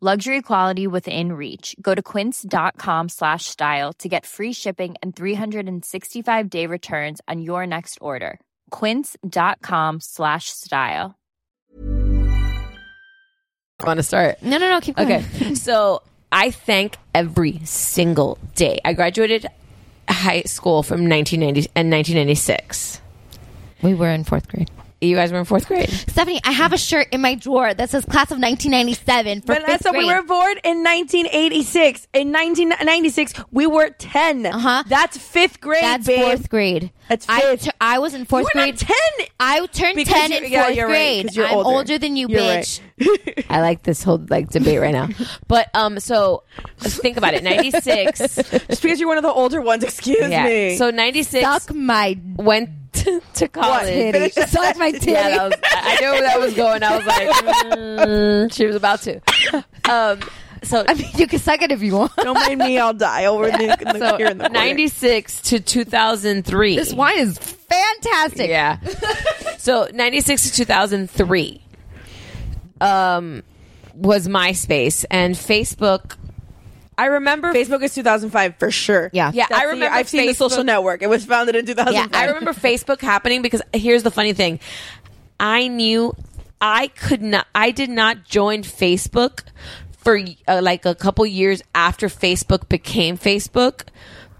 [SPEAKER 16] Luxury quality within reach. Go to quince.com slash style to get free shipping and 365 day returns on your next order. Quince.com slash style.
[SPEAKER 12] I want to start.
[SPEAKER 7] No, no, no. Keep going.
[SPEAKER 12] Okay. so I thank every single day. I graduated high school from 1990 and 1996.
[SPEAKER 7] We were in fourth grade.
[SPEAKER 12] You guys were in fourth grade.
[SPEAKER 7] Stephanie, I have a shirt in my drawer that says class of 1997 for fifth
[SPEAKER 11] Vanessa,
[SPEAKER 7] grade.
[SPEAKER 11] uh, we were born in 1986. In 1996, we were 10. Uh-huh. That's fifth grade,
[SPEAKER 7] That's
[SPEAKER 11] babe.
[SPEAKER 7] fourth grade.
[SPEAKER 11] That's
[SPEAKER 7] I
[SPEAKER 11] fifth.
[SPEAKER 7] tu- I was in fourth
[SPEAKER 11] You were
[SPEAKER 7] grade.
[SPEAKER 11] not 10.
[SPEAKER 7] I turned
[SPEAKER 11] Because
[SPEAKER 7] 10
[SPEAKER 11] you-
[SPEAKER 7] in
[SPEAKER 11] yeah,
[SPEAKER 7] fourth
[SPEAKER 11] you're right,
[SPEAKER 7] grade.
[SPEAKER 11] 'cause you're
[SPEAKER 7] I'm
[SPEAKER 11] older.
[SPEAKER 7] older than you,
[SPEAKER 11] You're
[SPEAKER 7] bitch.
[SPEAKER 12] I like this whole like debate right now. But um, so think about it. 96.
[SPEAKER 11] Just because you're one of the older ones, excuse me.
[SPEAKER 12] So 96.
[SPEAKER 7] Suck my
[SPEAKER 12] went to, to college.
[SPEAKER 7] titty. Suck my titty.
[SPEAKER 12] Yeah, that was, I I knew where that was going. I was like, mm, she was about to. Um, so
[SPEAKER 7] I mean, you can suck it if you want.
[SPEAKER 11] Don't mind me, I'll die over in the, in the,
[SPEAKER 12] so
[SPEAKER 11] here in the corner.
[SPEAKER 12] 96 to 2003.
[SPEAKER 7] This wine is fantastic.
[SPEAKER 12] Yeah. so 96 to 2003 um, was MySpace and Facebook. I remember
[SPEAKER 11] Facebook is 2005 for sure.
[SPEAKER 7] Yeah.
[SPEAKER 12] Yeah,
[SPEAKER 11] That's
[SPEAKER 12] I
[SPEAKER 11] the
[SPEAKER 12] remember
[SPEAKER 11] year- I've seen the social
[SPEAKER 12] Facebook-
[SPEAKER 11] network. It was founded in 2005.
[SPEAKER 12] I remember Facebook happening because here's the funny thing. I knew I could not I did not join Facebook for uh, like a couple years after Facebook became Facebook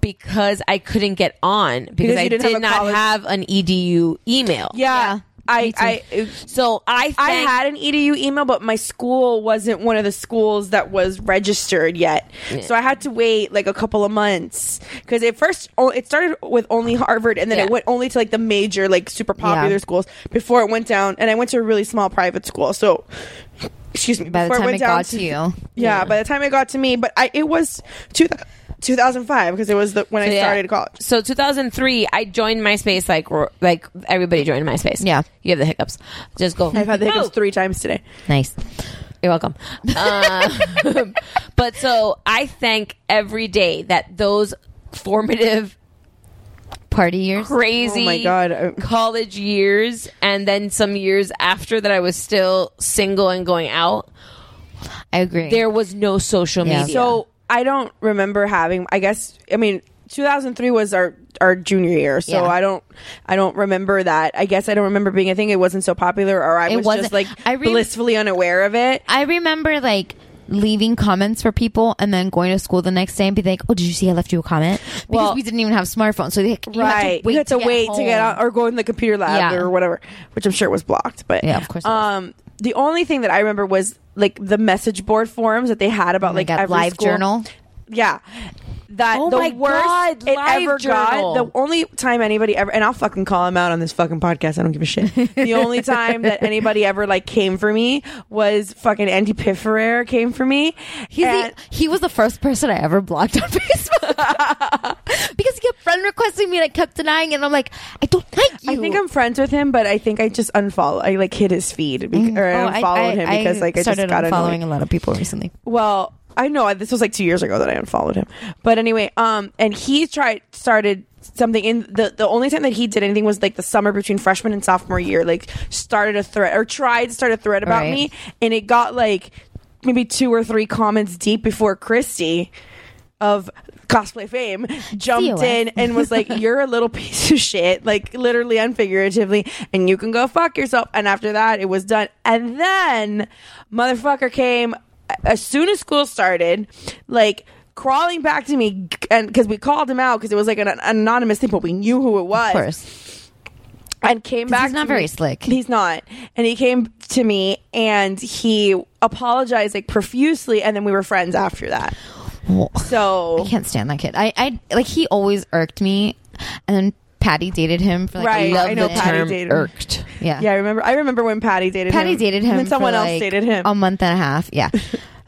[SPEAKER 12] because I couldn't get on because,
[SPEAKER 11] Because you
[SPEAKER 12] I
[SPEAKER 11] didn't
[SPEAKER 12] did
[SPEAKER 11] have a
[SPEAKER 12] not
[SPEAKER 11] college-
[SPEAKER 12] have an edu email.
[SPEAKER 11] Yeah. I, I,
[SPEAKER 12] So I
[SPEAKER 11] I
[SPEAKER 12] thank-
[SPEAKER 11] had an EDU email, but my school wasn't one of the schools that was registered yet. So I had to wait like a couple of months because it first o- it started with only Harvard, and then
[SPEAKER 12] Yeah.
[SPEAKER 11] it went only to like the major, like super popular
[SPEAKER 7] Yeah.
[SPEAKER 11] schools before it went down. And I went to a really small private school, so excuse me.
[SPEAKER 7] By the
[SPEAKER 11] before
[SPEAKER 7] time
[SPEAKER 11] went
[SPEAKER 7] it
[SPEAKER 11] down
[SPEAKER 7] got to you.
[SPEAKER 11] yeah, By the time it got to me, but I it was two, 2005 because it was the when I
[SPEAKER 12] Yeah.
[SPEAKER 11] started college.
[SPEAKER 12] So 2003, I joined MySpace like ro- like everybody joined MySpace.
[SPEAKER 7] Yeah.
[SPEAKER 12] you have the hiccups. Just go.
[SPEAKER 11] I've had the hiccups
[SPEAKER 12] No.
[SPEAKER 11] three times today.
[SPEAKER 7] Nice.
[SPEAKER 12] You're welcome. Um, but so I thank every day that those formative,
[SPEAKER 7] Party years.
[SPEAKER 12] crazy,
[SPEAKER 11] Oh my God, I-
[SPEAKER 12] college years, and then some years after that, I was still single and going out.
[SPEAKER 7] I agree.
[SPEAKER 12] There was no social
[SPEAKER 7] Yeah.
[SPEAKER 12] media.
[SPEAKER 11] So I don't remember having. I guess I mean 2003 was our our junior year, so
[SPEAKER 7] Yeah.
[SPEAKER 11] I don't I don't remember that. I guess I don't remember being. I think it wasn't so popular, or I
[SPEAKER 7] It
[SPEAKER 11] was
[SPEAKER 7] wasn't-
[SPEAKER 11] just like
[SPEAKER 7] I re-
[SPEAKER 11] blissfully unaware of it.
[SPEAKER 7] I remember like leaving comments for people and then going to school the next day and be like, "Oh, did you see I left you a comment?" Because
[SPEAKER 12] Well-
[SPEAKER 7] we didn't even have smartphones, so they, you had to
[SPEAKER 11] right,
[SPEAKER 7] wait
[SPEAKER 11] you had to,
[SPEAKER 7] to get
[SPEAKER 11] wait to get
[SPEAKER 7] home.
[SPEAKER 11] out or go in the computer lab
[SPEAKER 7] Yeah.
[SPEAKER 11] or whatever, which I'm sure was blocked. But
[SPEAKER 7] Yeah, of course it was.
[SPEAKER 11] Um, the only thing that I remember was like the message board forums that they had about
[SPEAKER 7] my
[SPEAKER 11] like
[SPEAKER 7] God,
[SPEAKER 11] every
[SPEAKER 7] Live
[SPEAKER 11] school.
[SPEAKER 7] Journal?
[SPEAKER 11] Yeah. That
[SPEAKER 12] Oh
[SPEAKER 11] the
[SPEAKER 12] my
[SPEAKER 11] worst
[SPEAKER 12] God,
[SPEAKER 11] it
[SPEAKER 12] Live
[SPEAKER 11] ever got.
[SPEAKER 12] Journal.
[SPEAKER 11] The only time anybody ever, and I'll fucking call him out on this fucking podcast. I don't give a shit. the only time that anybody ever like came for me was fucking Andy Pifferer came for me.
[SPEAKER 7] He's
[SPEAKER 11] And-
[SPEAKER 7] the, he was the first person I ever blocked on Facebook because he kept friend requesting me and I kept denying it. And I'm like, I don't like you.
[SPEAKER 11] I think I'm friends with him, but I think I just unfollow. I like hid his feed bec- or
[SPEAKER 7] Oh, I-
[SPEAKER 11] unfollowed
[SPEAKER 7] I-
[SPEAKER 11] him because like I just
[SPEAKER 7] started
[SPEAKER 11] got
[SPEAKER 7] following
[SPEAKER 11] annoyed.
[SPEAKER 7] a lot of people recently.
[SPEAKER 11] Well, I know this was like two years ago that I unfollowed him, but anyway, um, and he tried started something in the the only time that he did anything was like the summer between freshman and sophomore year, like started a thread or tried to start a thread about
[SPEAKER 7] Right.
[SPEAKER 11] me, and it got like maybe two or three comments deep before Christy of cosplay fame jumped
[SPEAKER 7] COS.
[SPEAKER 11] in and was like you're a little piece of shit like literally and figuratively and you can go fuck yourself and after that it was done and then motherfucker came a- as soon as school started like crawling back to me g- and because we called him out because it was like an, an anonymous thing but we knew who it was
[SPEAKER 7] Of course,
[SPEAKER 11] and came
[SPEAKER 7] 'Cause
[SPEAKER 11] back.
[SPEAKER 7] he's not
[SPEAKER 11] to
[SPEAKER 7] very
[SPEAKER 11] me.
[SPEAKER 7] slick.
[SPEAKER 11] He's not. And he came to me and he apologized like profusely, and then we were friends after that. So
[SPEAKER 7] I can't stand that kid. I, I like he always irked me, and then Patty dated him for like
[SPEAKER 11] Right, I
[SPEAKER 7] eleven.
[SPEAKER 11] know Patty
[SPEAKER 12] term
[SPEAKER 11] dated-
[SPEAKER 12] irked.
[SPEAKER 7] Yeah,
[SPEAKER 11] yeah, I remember. I remember when Patty dated
[SPEAKER 7] Patty
[SPEAKER 11] him. um,
[SPEAKER 7] dated him.
[SPEAKER 11] And then someone
[SPEAKER 7] for,
[SPEAKER 11] else
[SPEAKER 7] like,
[SPEAKER 11] dated him.
[SPEAKER 7] a month and a half. Yeah,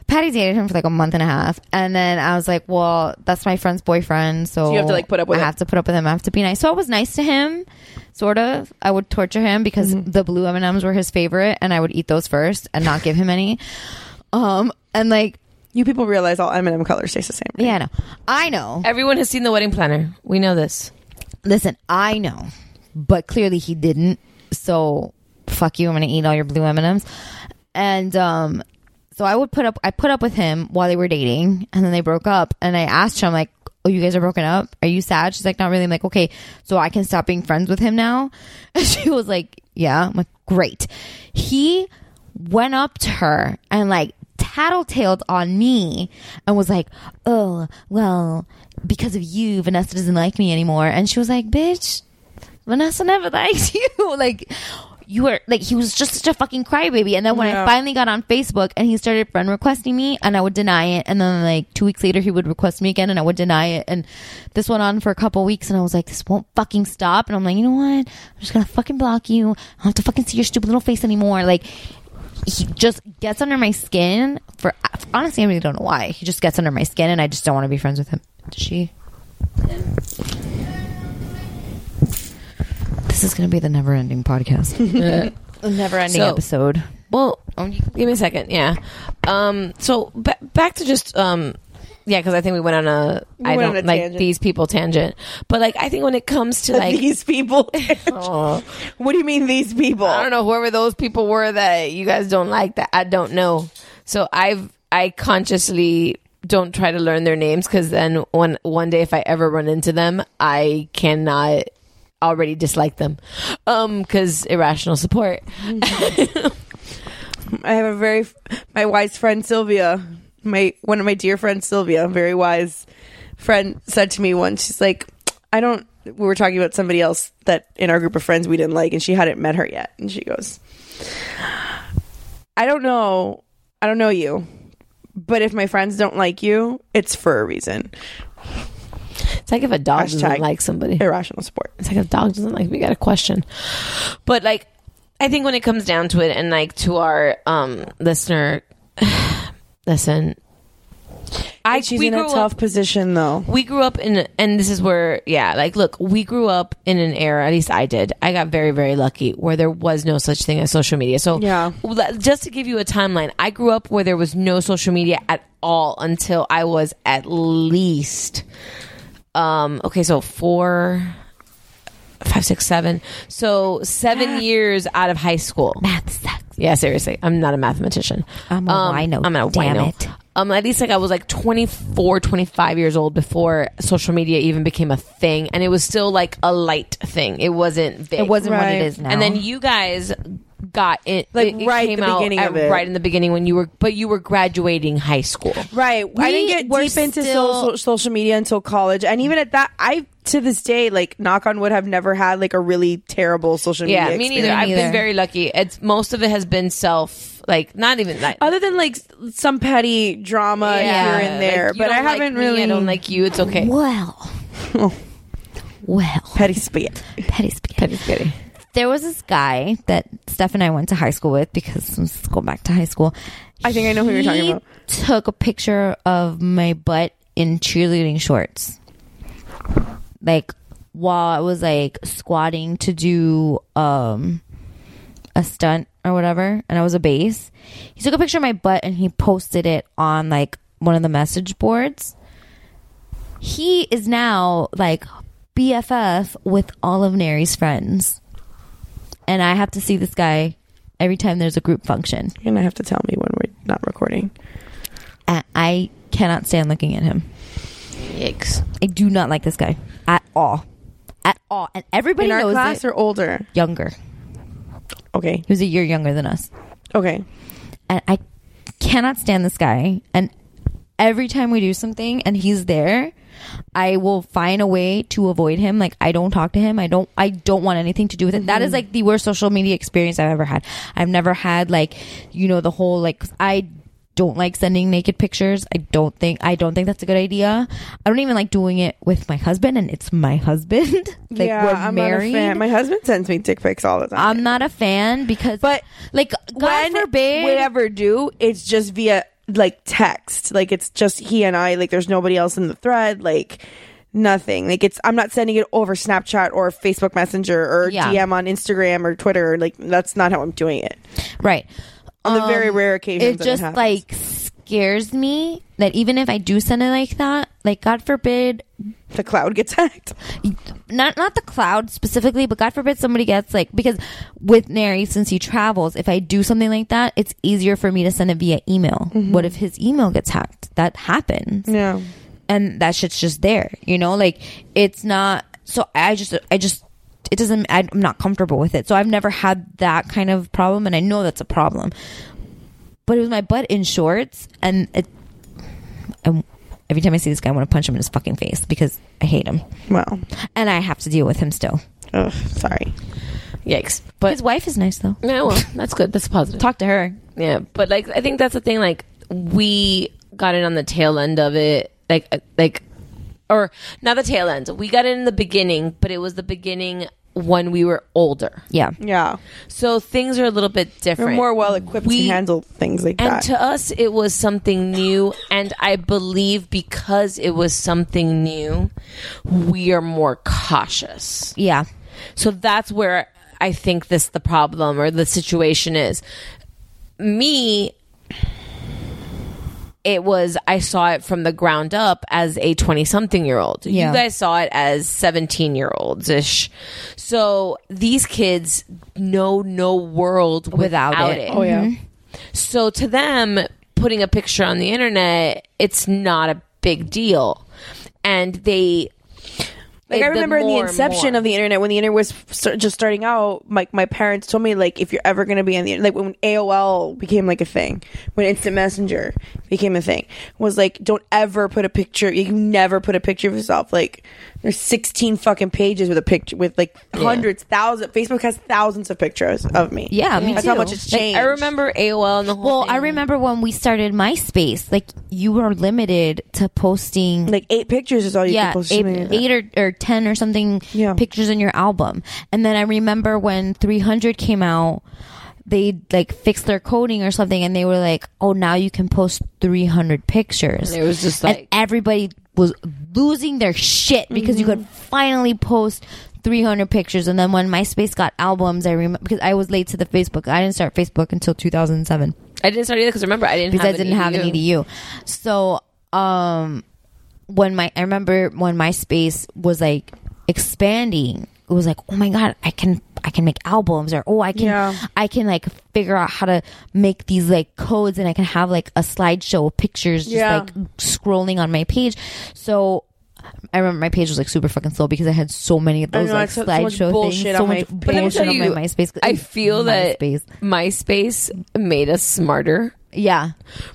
[SPEAKER 7] Patty dated him for like a month and a half, and then I was like, "Well, that's my friend's boyfriend, so,
[SPEAKER 11] So you have to, like, put up with
[SPEAKER 7] I
[SPEAKER 11] it.
[SPEAKER 7] have to put up with him. I have to be nice." So I was nice to him, sort of. I would torture him because
[SPEAKER 11] Mm-hmm.
[SPEAKER 7] the blue M and M's were his favorite, and I would eat those first and not give him any. Um, and like
[SPEAKER 11] you people realize all M and M colors taste the same.
[SPEAKER 7] Yeah, I know. I know.
[SPEAKER 12] Everyone has seen the wedding planner. We know this.
[SPEAKER 7] Listen, I know, but clearly he didn't. So fuck you. I'm gonna eat all your blue M and M's. And um, so I would put up. I put up with him while they were dating, and then they broke up. And I asked her, I'm like, "Oh, you guys are broken up? Are you sad?" She's like, "Not really." I'm like, "Okay, so I can stop being friends with him now." And she was like, "Yeah." I'm like, "Great." He went up to her and like tattletaled on me and was like, "Oh, well, because of you, Vanessa doesn't like me anymore." And she was like, "Bitch, Vanessa never liked you." like you were like he was just such a fucking crybaby. And then when
[SPEAKER 11] Yeah.
[SPEAKER 7] I finally got on Facebook and he started friend requesting me and I would deny it and then like 2 weeks later he would request me again and I would deny it and this went on for a couple weeks and I was like this won't fucking stop and I'm like, "You know what? I'm just going to fucking block you. I don't have to fucking see your stupid little face anymore." Like he just gets under my skin for honestly, I really don't know why. He just gets under my skin, and I just don't want to be friends with him. Does she? This is going to be the never-ending podcast, the never-ending
[SPEAKER 12] So-
[SPEAKER 7] episode.
[SPEAKER 12] Well,
[SPEAKER 11] Oh,
[SPEAKER 12] give me a second. Yeah. Um. So ba- back to just um. Yeah, because I think we went on a
[SPEAKER 11] We
[SPEAKER 12] I
[SPEAKER 11] went on
[SPEAKER 12] don't
[SPEAKER 11] a
[SPEAKER 12] like
[SPEAKER 11] tangent.
[SPEAKER 12] these people tangent, but like I think when it comes to like
[SPEAKER 11] these people, what do you mean these people?
[SPEAKER 12] I don't know whoever those people were that you guys don't like that I don't know. So I've I consciously don't try to learn their names because then one one day if I ever run into them I cannot already dislike them um because irrational support
[SPEAKER 11] I have a very my wise friend Sylvia, my one of my dear friends Sylvia, very wise friend said to me once. She's like, I don't. We were talking about somebody else that in our group of friends we didn't like, and she hadn't met her yet, and she goes, I don't know, I don't know you, but if my friends don't like you, it's for a reason.
[SPEAKER 12] It's like if a dog doesn't like somebody.
[SPEAKER 11] Irrational support.
[SPEAKER 12] It's like if a dog doesn't like me, you got a question. But like I think when it comes down to it and like to our um listener listen I
[SPEAKER 11] She's
[SPEAKER 12] we
[SPEAKER 11] in a
[SPEAKER 12] grew
[SPEAKER 11] tough
[SPEAKER 12] up-
[SPEAKER 11] position though.
[SPEAKER 12] we grew up in and this is where yeah like look we grew up in an era at least i did i got very very lucky where there was no such thing as social media so yeah just to give you a timeline i grew up where there was no social media at all until i was at least um okay so four five six seven so
[SPEAKER 7] Ah.
[SPEAKER 12] seven years out of high school math sucks yeah seriously i'm not a mathematician i'm
[SPEAKER 7] a wino,
[SPEAKER 12] i'm a
[SPEAKER 7] damn
[SPEAKER 12] wino
[SPEAKER 7] it.
[SPEAKER 12] um, at least like I was like 24, 25 years old before social media even became a thing. And it was still like a light thing. It wasn't big.
[SPEAKER 7] It wasn't what it Right. is now.
[SPEAKER 12] And then you guys got it.
[SPEAKER 11] Like,
[SPEAKER 12] it- it
[SPEAKER 11] right at
[SPEAKER 12] came
[SPEAKER 11] the
[SPEAKER 12] out
[SPEAKER 11] beginning
[SPEAKER 12] at-
[SPEAKER 11] of it.
[SPEAKER 12] Right in the beginning when you were, but you were graduating high school.
[SPEAKER 11] Right. I didn't get
[SPEAKER 12] were
[SPEAKER 11] deep into
[SPEAKER 12] still-
[SPEAKER 11] social, social media until college. And even at that, I, to this day, like, knock on wood, have never had like a really terrible social media.
[SPEAKER 12] Yeah, me neither.
[SPEAKER 11] experience.
[SPEAKER 12] I've been very lucky. It's most of it has been self, like not even that.
[SPEAKER 11] Other than like s- some petty drama
[SPEAKER 12] Yeah,
[SPEAKER 11] here and there,
[SPEAKER 12] uh, like, you
[SPEAKER 11] but I
[SPEAKER 12] don't like
[SPEAKER 11] haven't
[SPEAKER 12] me,
[SPEAKER 11] really.
[SPEAKER 12] I don't like you. It's okay.
[SPEAKER 7] Well, well,
[SPEAKER 11] petty spaghetti,
[SPEAKER 7] petty spaghetti, petty
[SPEAKER 12] spaghetti.
[SPEAKER 7] There was this guy that Steph and I went to high school with because let's go back to high school.
[SPEAKER 11] I think I know who you're talking
[SPEAKER 7] He
[SPEAKER 11] about.
[SPEAKER 7] Took a picture of my butt in cheerleading shorts, like while I was like squatting to do um a stunt or whatever, and I was a base. He took a picture of my butt and he posted it on like one of the message boards. He is now like BFF with all of Neri's friends, and I have to see this guy every time there's a group function.
[SPEAKER 11] You're going to have to tell me when we're not recording.
[SPEAKER 7] I, I cannot stand looking at him.
[SPEAKER 12] Yikes!
[SPEAKER 7] I do not like this guy at all, at all. And everybody
[SPEAKER 11] In our
[SPEAKER 7] knows
[SPEAKER 11] class
[SPEAKER 7] it.
[SPEAKER 11] or older?
[SPEAKER 7] younger.
[SPEAKER 11] Okay, he
[SPEAKER 7] was a year younger than us.
[SPEAKER 11] Okay,
[SPEAKER 7] and I cannot stand this guy. And every time we do something and he's there, I will find a way to avoid him. Like I don't talk to him. I don't. I don't want anything to do with it. That
[SPEAKER 11] Mm-hmm.
[SPEAKER 7] is like the worst social media experience I've ever had. I've never had like you know the whole like 'cause I don't like sending naked pictures. I don't think I don't think that's a good idea. I don't even like doing it with my husband, and it's my husband. like
[SPEAKER 11] yeah,
[SPEAKER 7] we're
[SPEAKER 11] I'm
[SPEAKER 7] married.
[SPEAKER 11] Not a fan. My husband sends me dick pics all the time.
[SPEAKER 7] I'm not a fan because,
[SPEAKER 11] but
[SPEAKER 7] like, God
[SPEAKER 11] when
[SPEAKER 7] forbid,
[SPEAKER 11] we ever do, it's just via like text. Like it's just he and I. Like there's nobody else in the thread. Like nothing. Like it's I'm not sending it over Snapchat or Facebook Messenger or
[SPEAKER 10] Yeah.
[SPEAKER 11] DM on Instagram or Twitter. Like that's not how I'm doing it.
[SPEAKER 7] Right.
[SPEAKER 11] On the very
[SPEAKER 7] Um,
[SPEAKER 11] rare occasions
[SPEAKER 7] it
[SPEAKER 11] that
[SPEAKER 7] just
[SPEAKER 11] happens.
[SPEAKER 7] like scares me that even if I do send it like that, like God forbid,
[SPEAKER 11] the cloud gets hacked.
[SPEAKER 7] Not not the cloud specifically, but God forbid somebody gets like because with Neri since he travels, if I do something like that, it's easier for me to send it via email.
[SPEAKER 11] Mm-hmm.
[SPEAKER 7] What if his email gets hacked? That happens.
[SPEAKER 11] Yeah.
[SPEAKER 7] And that shit's just there, you know. Like it's not. So I just I just it doesn't. I'm not comfortable with it. So I've never had that kind of problem, and I know that's a problem but it was my butt in shorts and it and every time i see this guy i want to punch him in his fucking face because i hate him
[SPEAKER 11] wow
[SPEAKER 7] and i have to deal with him still
[SPEAKER 11] Ugh, sorry
[SPEAKER 12] Yikes. But
[SPEAKER 7] his wife is nice though
[SPEAKER 12] Yeah, well, that's good. That's positive.
[SPEAKER 7] Talk to her.
[SPEAKER 12] Yeah, but like I think that's the thing. Like we got in on the tail end of it. Like uh, like, or not the tail end. We got in the beginning, but it was the beginning when we were older.
[SPEAKER 7] yeah
[SPEAKER 11] Yeah.
[SPEAKER 12] So things are a little bit different.
[SPEAKER 11] We're more well equipped to handle things like
[SPEAKER 12] and
[SPEAKER 11] that.
[SPEAKER 12] to us, it was something new, and I believe because it was something new, we are more cautious.
[SPEAKER 7] Yeah.
[SPEAKER 12] So that's where I think this the problem or the situation is. Me, it was I saw it from the ground up as a twenty something year old.
[SPEAKER 15] Yeah.
[SPEAKER 12] You guys saw it as seventeen year olds ish. So these kids know no world without,
[SPEAKER 15] it.
[SPEAKER 12] it.
[SPEAKER 15] Oh, yeah. Mhm.
[SPEAKER 12] So to them, putting a picture on the internet, it's not a big deal, and they
[SPEAKER 11] Like
[SPEAKER 12] it-
[SPEAKER 11] I remember in the
[SPEAKER 12] more and
[SPEAKER 11] inception
[SPEAKER 12] more.
[SPEAKER 11] of the internet, when the internet was st- just starting out, like my parents told me, like if you're ever gonna be on the like when AOL became like a thing, when Instant Messenger became a thing, was like don't ever put a picture. You can never put a picture of yourself. Like there's 16 fucking pages with a picture with like hundreds, thousands. Facebook has thousands of pictures of me.
[SPEAKER 7] yeah, me
[SPEAKER 11] that's
[SPEAKER 7] too.
[SPEAKER 11] how much it's
[SPEAKER 7] Like,
[SPEAKER 11] changed.
[SPEAKER 12] remember AOL and the whole
[SPEAKER 7] well, I remember when we started MySpace. Like you were limited to posting
[SPEAKER 11] like eight pictures is all you
[SPEAKER 7] yeah,
[SPEAKER 11] can post.
[SPEAKER 7] eight,
[SPEAKER 11] something like that.
[SPEAKER 7] eight or, or ten or something pictures in your album. And then I remember when 300 came out, they like fixed their coding or something, and they were like, "Oh, now you can post 300 pictures."
[SPEAKER 12] And it was just
[SPEAKER 7] And
[SPEAKER 12] like-
[SPEAKER 7] everybody was losing their shit because you could finally post. 300 pictures and then when MySpace got albums I remember because I was late to the Facebook I didn't start Facebook until 2007
[SPEAKER 12] I didn't start either because remember I didn't
[SPEAKER 7] because
[SPEAKER 12] have
[SPEAKER 7] I didn't have an EDU. So um, when my I remember when MySpace was like expanding, it was like, oh my god, I can I can make albums or oh I can I can like figure out how to make these like codes and I can have like a slideshow of pictures just
[SPEAKER 15] Yeah.
[SPEAKER 7] like scrolling on my page. So. I remember my page was like super fucking slow because I had so many of
[SPEAKER 12] I
[SPEAKER 7] those
[SPEAKER 12] know, I
[SPEAKER 7] like
[SPEAKER 12] saw so much
[SPEAKER 7] slideshow
[SPEAKER 12] bullshit
[SPEAKER 7] things,
[SPEAKER 12] on
[SPEAKER 7] so
[SPEAKER 12] my
[SPEAKER 7] much
[SPEAKER 12] page. But let me
[SPEAKER 7] bullshit
[SPEAKER 12] tell
[SPEAKER 7] on my
[SPEAKER 12] you,
[SPEAKER 7] MySpace. uh,
[SPEAKER 12] I feel that
[SPEAKER 7] MySpace.
[SPEAKER 12] MySpace made us smarter.
[SPEAKER 7] Yeah,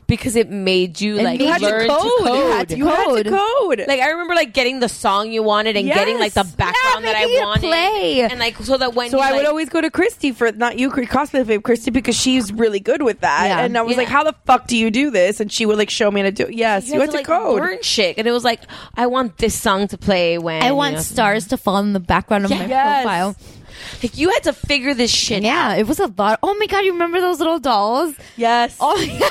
[SPEAKER 12] because it made you
[SPEAKER 7] It
[SPEAKER 12] like
[SPEAKER 7] made you
[SPEAKER 12] learn
[SPEAKER 7] code.
[SPEAKER 12] to code.
[SPEAKER 7] You had to You had to code. code.
[SPEAKER 12] Like I remember like getting the song you wanted and getting like the
[SPEAKER 11] Yes.
[SPEAKER 12] background that
[SPEAKER 11] making
[SPEAKER 12] I
[SPEAKER 11] it
[SPEAKER 12] wanted,
[SPEAKER 11] play.
[SPEAKER 12] and like so that when
[SPEAKER 11] so
[SPEAKER 12] you,
[SPEAKER 11] I would
[SPEAKER 12] like-
[SPEAKER 11] always go to Christy for not you, cosplay babe Christy because she's really good with that.
[SPEAKER 12] Yeah.
[SPEAKER 11] And I was
[SPEAKER 12] Yeah.
[SPEAKER 11] like, "How the fuck do you do this?" And she would like show me how to do. Yes, you,
[SPEAKER 12] had
[SPEAKER 11] had to,
[SPEAKER 12] like,
[SPEAKER 11] code.
[SPEAKER 12] learn shit, and it was like I want this song to play when
[SPEAKER 7] I want stars to fall in the background of my profile.
[SPEAKER 12] Like you had to figure this shit.
[SPEAKER 7] Yeah, it was a lot. Oh my god, you remember those little dolls?
[SPEAKER 11] Yes.
[SPEAKER 7] Oh, yeah.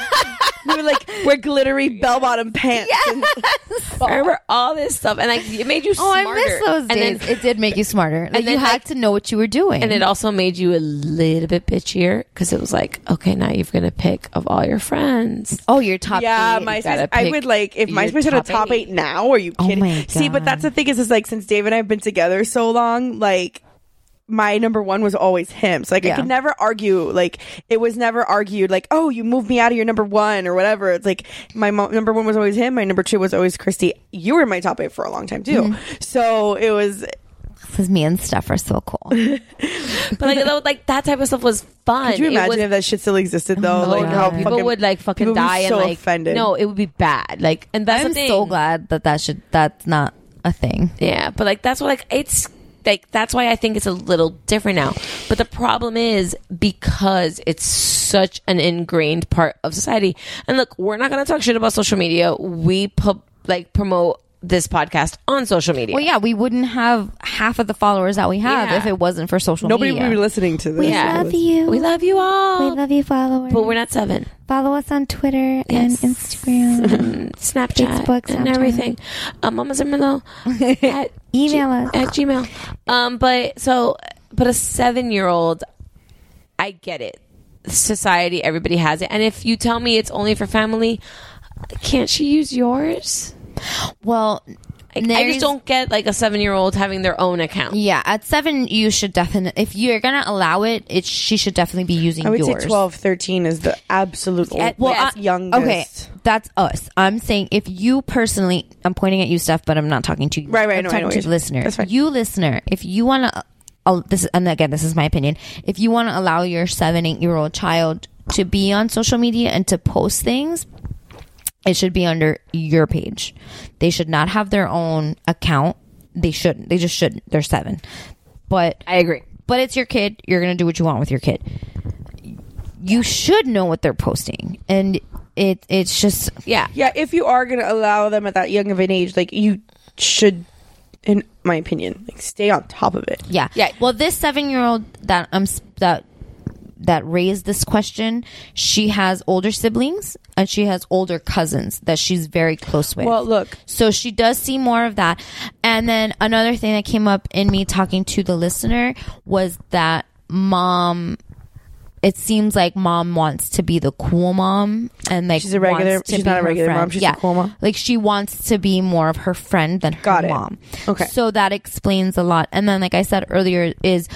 [SPEAKER 11] we were like wear glittery bell bottom pants.
[SPEAKER 12] I remember all this stuff, and like it made you.
[SPEAKER 7] Oh, I
[SPEAKER 12] smarter.
[SPEAKER 7] miss those
[SPEAKER 12] And
[SPEAKER 7] days.
[SPEAKER 12] then-
[SPEAKER 7] it did make you smarter. Like,
[SPEAKER 12] then,
[SPEAKER 7] you had
[SPEAKER 12] like-
[SPEAKER 7] to know what you were doing.
[SPEAKER 12] And
[SPEAKER 11] Mm-hmm.
[SPEAKER 12] it also made you a little bit bitchier because it was like, okay, now you're gonna pick of all your friends.
[SPEAKER 7] Oh, your top.
[SPEAKER 11] yeah,
[SPEAKER 12] eight.
[SPEAKER 11] MySpace.
[SPEAKER 12] Gotta
[SPEAKER 11] I
[SPEAKER 12] pick
[SPEAKER 11] would like if
[SPEAKER 12] your
[SPEAKER 11] MySpace had a
[SPEAKER 12] top Oh
[SPEAKER 11] top eight. now. Are you kidding? See, but that's the thing is, is like since Dave and I've been together so long, like my number one was always him. So like I
[SPEAKER 3] Yeah.
[SPEAKER 11] could never argue. Like it was never argued. Like oh, you moved me out of your number one or whatever. It's like my mo- number one was always him. My number two was always Christy. You were my top eight for a long time too.
[SPEAKER 7] Mhm.
[SPEAKER 12] Mm-hmm.
[SPEAKER 11] So it was
[SPEAKER 7] Because me and stuff are so cool.
[SPEAKER 12] but like, that, like that type of stuff was fun.
[SPEAKER 11] Could you
[SPEAKER 12] It
[SPEAKER 11] imagine
[SPEAKER 12] was-
[SPEAKER 11] if that shit still existed though?
[SPEAKER 12] Oh,
[SPEAKER 11] like
[SPEAKER 12] God.
[SPEAKER 11] how
[SPEAKER 12] people would like fucking
[SPEAKER 11] people would be
[SPEAKER 12] die
[SPEAKER 11] so
[SPEAKER 12] and like
[SPEAKER 11] offended.
[SPEAKER 12] no, it would be bad. Like, and that's
[SPEAKER 7] I'm
[SPEAKER 12] the thing.
[SPEAKER 7] so glad that that should that's not a thing.
[SPEAKER 12] Yeah, but like that's what like it's like that's why I think it's a little different now. But the problem is because it's such an ingrained part of society. And look, we're not gonna talk shit about social media. We pu- like promote this podcast on social media.
[SPEAKER 7] Well, yeah, we wouldn't have half of the followers that we have
[SPEAKER 12] Yeah.
[SPEAKER 7] if it wasn't for social
[SPEAKER 12] Nobody
[SPEAKER 7] media.
[SPEAKER 12] would be listening
[SPEAKER 17] to
[SPEAKER 7] We love you.
[SPEAKER 12] We love you all.
[SPEAKER 7] We love you, followers.
[SPEAKER 12] But we're not seven.
[SPEAKER 7] Follow us on Twitter and Instagram,
[SPEAKER 12] Snapchat,
[SPEAKER 7] Facebook,
[SPEAKER 12] and
[SPEAKER 7] Snapchat.
[SPEAKER 12] everything. Uh, Mama Zimmerlo at
[SPEAKER 7] email us
[SPEAKER 12] at Gmail. Um, but so, but a seven-year-old, I get it. Society, everybody has it. And if you tell me it's only for family, can't she use yours?
[SPEAKER 7] Well,
[SPEAKER 12] I, I
[SPEAKER 7] there's-
[SPEAKER 12] just don't get like a seven-year-old having their own account.
[SPEAKER 7] Yeah, at seven, you should definitely, if you're going to allow it, it, she should definitely be using
[SPEAKER 11] I would
[SPEAKER 7] yours.
[SPEAKER 11] say 12, 13 is the absolute
[SPEAKER 7] At-
[SPEAKER 11] well,
[SPEAKER 7] I-
[SPEAKER 11] youngest.
[SPEAKER 7] Okay, that's us. I'm saying if you personally, I'm pointing at you, Steph, but I'm not talking to you.
[SPEAKER 11] Right, right,
[SPEAKER 7] I'm
[SPEAKER 11] no, I know
[SPEAKER 7] talking
[SPEAKER 11] what
[SPEAKER 7] to
[SPEAKER 11] you're
[SPEAKER 7] the
[SPEAKER 11] saying.
[SPEAKER 7] listener.
[SPEAKER 11] That's fine.
[SPEAKER 7] You listener, if you want to, uh, this and again, this is my opinion. If you want to allow your seven, eight year old child to be on social media and to post things, it should be under your page. They should not have their own account. They shouldn't. They just shouldn't. They're seven. But
[SPEAKER 12] I agree.
[SPEAKER 7] But it's your kid. You're gonna do what you want with your kid. You should know what they're posting, and it it's just
[SPEAKER 12] yeah,
[SPEAKER 11] yeah. If you are gonna allow them at that young of an age, like you should, in my opinion, like stay on top of it.
[SPEAKER 7] Yeah. Yeah. Well, this seven-year-old that um s- that that raised this question, she has older siblings and she has older cousins that she's very close with.
[SPEAKER 11] Well, look.
[SPEAKER 7] So she does see more of that. And then another thing that came up in me talking to the listener was that mom it seems like mom wants to be the cool mom and like
[SPEAKER 11] She's a regular-
[SPEAKER 7] wants to
[SPEAKER 11] she's
[SPEAKER 7] be
[SPEAKER 11] not a
[SPEAKER 7] her
[SPEAKER 11] regular mom,
[SPEAKER 7] friend.
[SPEAKER 11] she's a
[SPEAKER 7] yeah.
[SPEAKER 11] cool mom.
[SPEAKER 7] Like she wants to be more of her friend than her
[SPEAKER 11] Got it.
[SPEAKER 7] mom.
[SPEAKER 11] Okay.
[SPEAKER 7] So that explains a lot. And then, like I said earlier, is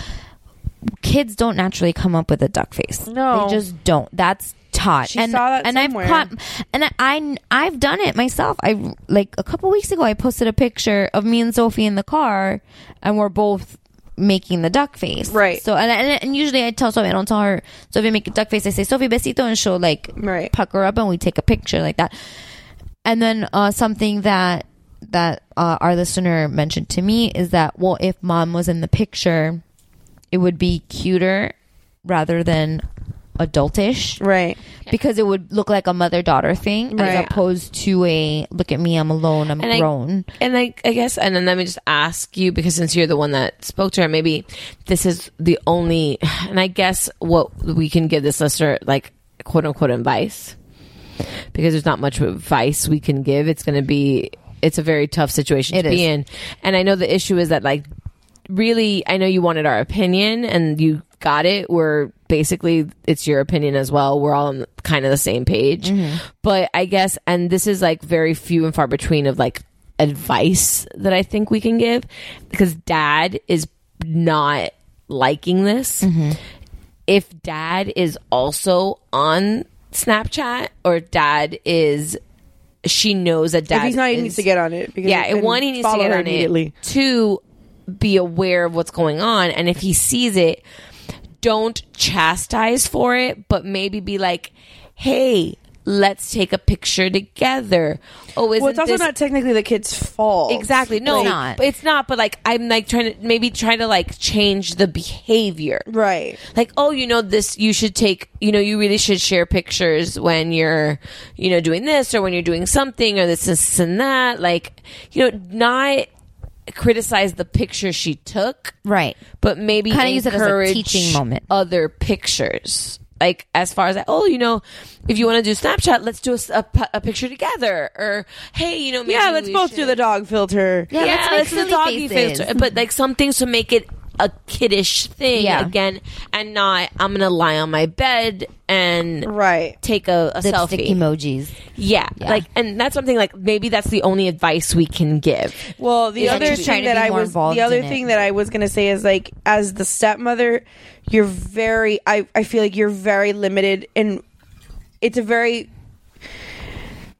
[SPEAKER 7] kids don't naturally come up with a duck face.
[SPEAKER 11] No.
[SPEAKER 7] they just don't. That's taught.
[SPEAKER 11] She
[SPEAKER 7] and
[SPEAKER 11] saw that
[SPEAKER 7] and
[SPEAKER 11] somewhere.
[SPEAKER 7] I've caught and I, I I've done it myself. I like a couple weeks ago, I posted a picture of me and Sophie in the car, and we're both making the duck face.
[SPEAKER 11] Right.
[SPEAKER 7] So and and, and usually I tell Sophie, I don't tell her Sophie make a duck face. I say Sophie besito, and she'll like
[SPEAKER 11] right.
[SPEAKER 7] pucker up, and we take a picture like that. And then uh, something that that uh, our listener mentioned to me is that well, if mom was in the picture, it would be cuter rather than adultish,
[SPEAKER 11] right?
[SPEAKER 7] Because it would look like a mother daughter thing as
[SPEAKER 12] Right.
[SPEAKER 7] opposed to a look at me, I'm alone, I'm
[SPEAKER 12] I-
[SPEAKER 7] grown.
[SPEAKER 12] and I, I guess, and then let me just ask you because since you're the one that spoke to her, maybe this is the only, and I guess what we can give this listener, like quote unquote advice, because there's not much advice we can give. It's going to be, it's a very tough situation
[SPEAKER 7] It
[SPEAKER 12] to
[SPEAKER 7] is.
[SPEAKER 12] be in. And I know the issue is that, like, really, I know you wanted our opinion and you got it. We're basically, it's your opinion as well. We're all on kind of the same page.
[SPEAKER 7] Mm-hmm.
[SPEAKER 12] But I guess, and this is like very few and far between of like advice that I think we can give because dad is not liking this. If dad is also on Snapchat or dad is, she knows that dad
[SPEAKER 11] if he's not,
[SPEAKER 12] is,
[SPEAKER 11] he needs to get on it. Because
[SPEAKER 12] yeah,
[SPEAKER 11] and
[SPEAKER 12] and one he needs to
[SPEAKER 11] follow
[SPEAKER 12] get
[SPEAKER 11] her
[SPEAKER 12] on it. Two, be aware of what's going on, and if he sees it, don't chastise for it, but maybe be like, "Hey, let's take a picture together." Oh, isn't
[SPEAKER 11] Well, it's also
[SPEAKER 12] this
[SPEAKER 11] not technically the kid's fault.
[SPEAKER 12] Exactly. No,
[SPEAKER 11] Like,
[SPEAKER 12] but it's not. But like, I'm like trying to maybe trying to like change the behavior.
[SPEAKER 11] Right.
[SPEAKER 12] Like, oh, you know, this you should take. You know, you really should share pictures when you're, you know, doing this or when you're doing something or this, this and that. Like, you know, not criticize the picture she took.
[SPEAKER 7] Right.
[SPEAKER 12] But maybe
[SPEAKER 7] Kinda use it as a
[SPEAKER 12] encourage
[SPEAKER 7] teaching moment.
[SPEAKER 12] Other pictures. Like as far as oh you know, if you want to do Snapchat, let's do a, s- a pu- a picture together. Or hey, you know, maybe
[SPEAKER 11] yeah, let's
[SPEAKER 12] we
[SPEAKER 11] both do the dog filter.
[SPEAKER 12] yeah, let's, do the doggy filter. But like some things to make it a kiddish thing
[SPEAKER 11] Yeah.
[SPEAKER 12] again, and not I'm gonna lie on my bed and
[SPEAKER 11] right
[SPEAKER 12] take a, a
[SPEAKER 7] Lipstick
[SPEAKER 12] selfie
[SPEAKER 7] emojis.
[SPEAKER 12] Yeah, like and that's something like maybe that's the only advice we can give.
[SPEAKER 11] Well, the
[SPEAKER 12] Is
[SPEAKER 11] other
[SPEAKER 12] just trying
[SPEAKER 11] thing
[SPEAKER 12] to
[SPEAKER 11] that
[SPEAKER 12] be
[SPEAKER 11] I
[SPEAKER 12] more
[SPEAKER 11] was
[SPEAKER 12] involved
[SPEAKER 11] the other
[SPEAKER 12] in it.
[SPEAKER 11] thing that I was gonna say is like as the stepmother, you're very I, I feel like you're very limited and it's a very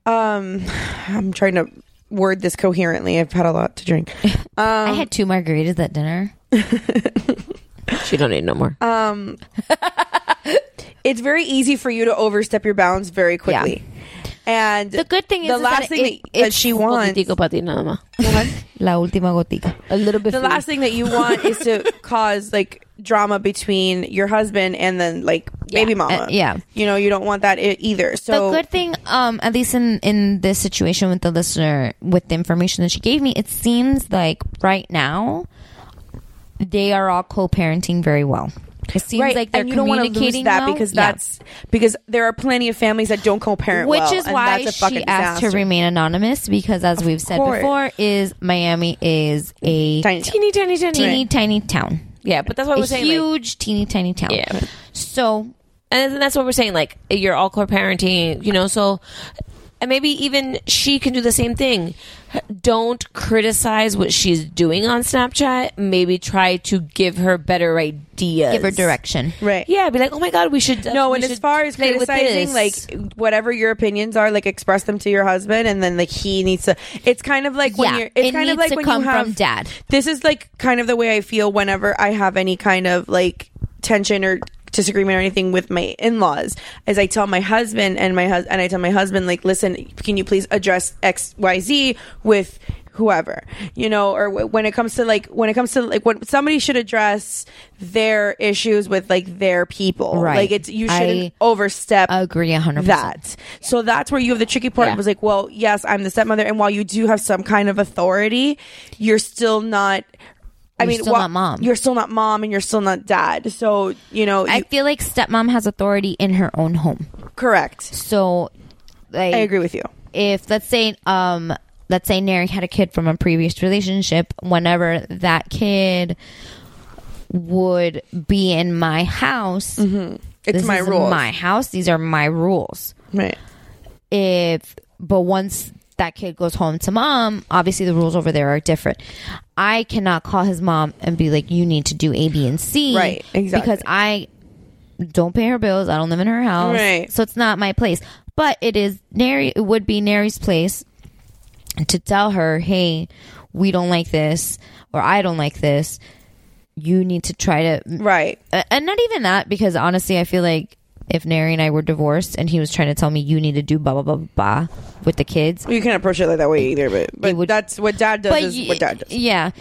[SPEAKER 11] um I'm trying to word this coherently. I've had a lot to drink. Um
[SPEAKER 7] I had two margaritas at dinner.
[SPEAKER 12] she don't need no more.
[SPEAKER 11] Um, it's very easy for you to overstep your bounds very quickly. And the
[SPEAKER 7] good thing is-
[SPEAKER 11] the
[SPEAKER 7] is
[SPEAKER 11] last
[SPEAKER 7] that
[SPEAKER 11] thing
[SPEAKER 7] it-
[SPEAKER 11] that, that
[SPEAKER 7] it's
[SPEAKER 11] she wants,
[SPEAKER 7] La última gotica. A little bit.
[SPEAKER 11] the last thing that you want is to cause like drama between your husband and then like baby mama.
[SPEAKER 7] uh, yeah.
[SPEAKER 11] you know you don't want that e- either. So
[SPEAKER 7] the good thing, um, at least in in this situation with the listener, with the information that she gave me, it seems like right now, they are all co-parenting very well. It seems like they're
[SPEAKER 11] and you don't want to lose
[SPEAKER 7] communicating
[SPEAKER 11] that
[SPEAKER 7] well.
[SPEAKER 11] because
[SPEAKER 7] Yeah.
[SPEAKER 11] that's because there are plenty of families that don't co-parent,
[SPEAKER 7] which
[SPEAKER 11] well,
[SPEAKER 7] is
[SPEAKER 11] and
[SPEAKER 7] why
[SPEAKER 11] that's a fucking
[SPEAKER 7] she asked to
[SPEAKER 11] disaster.
[SPEAKER 7] remain anonymous because, as we've said
[SPEAKER 11] course.
[SPEAKER 7] before, is Miami is a tiny,
[SPEAKER 10] teeny, tiny, tiny,
[SPEAKER 7] teeny, tiny town.
[SPEAKER 10] Yeah, but that's what
[SPEAKER 7] A
[SPEAKER 10] we're saying.
[SPEAKER 7] Huge, teeny, tiny town.
[SPEAKER 10] Yeah.
[SPEAKER 7] So,
[SPEAKER 10] and then that's what we're saying. Like you're all co-parenting, you know. So, and maybe even she can do the same thing. Don't criticize what she's doing on Snapchat. Maybe try to give her better ideas.
[SPEAKER 7] Give her direction.
[SPEAKER 11] Right.
[SPEAKER 10] Yeah. Be like, oh my god, we should.
[SPEAKER 11] No,
[SPEAKER 10] we
[SPEAKER 11] and as
[SPEAKER 10] should
[SPEAKER 11] far as
[SPEAKER 10] play with
[SPEAKER 11] criticizing,
[SPEAKER 10] this."
[SPEAKER 11] like whatever your opinions are, like express them to your husband, and then like he needs to. It's kind of like when
[SPEAKER 7] Yeah,
[SPEAKER 11] you're. It's
[SPEAKER 7] it
[SPEAKER 11] kind
[SPEAKER 7] needs
[SPEAKER 11] of like
[SPEAKER 7] to
[SPEAKER 11] when
[SPEAKER 7] come
[SPEAKER 11] you
[SPEAKER 7] from
[SPEAKER 11] have
[SPEAKER 7] dad.
[SPEAKER 11] This is like kind of the way I feel whenever I have any kind of like tension or disagreement or anything with my in-laws as I tell my husband and my hus- and I tell my husband like listen can you please address xyz with whoever you know or w- when it comes to like when it comes to like when somebody should address their issues with like their people
[SPEAKER 7] Right.
[SPEAKER 11] like it's you
[SPEAKER 7] I
[SPEAKER 11] shouldn't overstep
[SPEAKER 7] agree 100%.
[SPEAKER 11] that. So that's where you have the tricky part. It was like, well, yes, I'm the stepmother, and while you do have some kind of authority, you're still not. I
[SPEAKER 7] You're
[SPEAKER 11] mean,
[SPEAKER 7] still
[SPEAKER 11] wha-
[SPEAKER 7] not mom.
[SPEAKER 11] You're still not mom, and you're still not dad. So you know,
[SPEAKER 7] I
[SPEAKER 11] you-
[SPEAKER 7] feel like stepmom has authority in her own home.
[SPEAKER 11] correct.
[SPEAKER 7] So, like,
[SPEAKER 11] I agree with you.
[SPEAKER 7] If let's say, um, let's say Nary had a kid from a previous relationship, whenever that kid would be in my house,
[SPEAKER 11] It's
[SPEAKER 7] this
[SPEAKER 11] my
[SPEAKER 7] is
[SPEAKER 11] rules.
[SPEAKER 7] My house. These are my rules.
[SPEAKER 11] Right.
[SPEAKER 7] If but once that kid goes home to mom, obviously the rules over there are different. I cannot call his mom and be like, "You need to do A, B, and C,"
[SPEAKER 11] Right, exactly.
[SPEAKER 7] Because I don't pay her bills. I don't live in her house.
[SPEAKER 11] Right.
[SPEAKER 7] So it's not my place. But it is Nary it would be Nary's place to tell her, Hey, we don't like this or I don't like this. You need to try to
[SPEAKER 11] Right.
[SPEAKER 7] Uh, And not even that, because honestly I feel like if Nary and I were divorced and he was trying to tell me you need to do blah blah blah blah blah with the kids.
[SPEAKER 11] You can't approach it like that way either, but but that's what dad does.
[SPEAKER 7] But
[SPEAKER 11] is
[SPEAKER 7] y-
[SPEAKER 11] what dad does.
[SPEAKER 7] Yeah.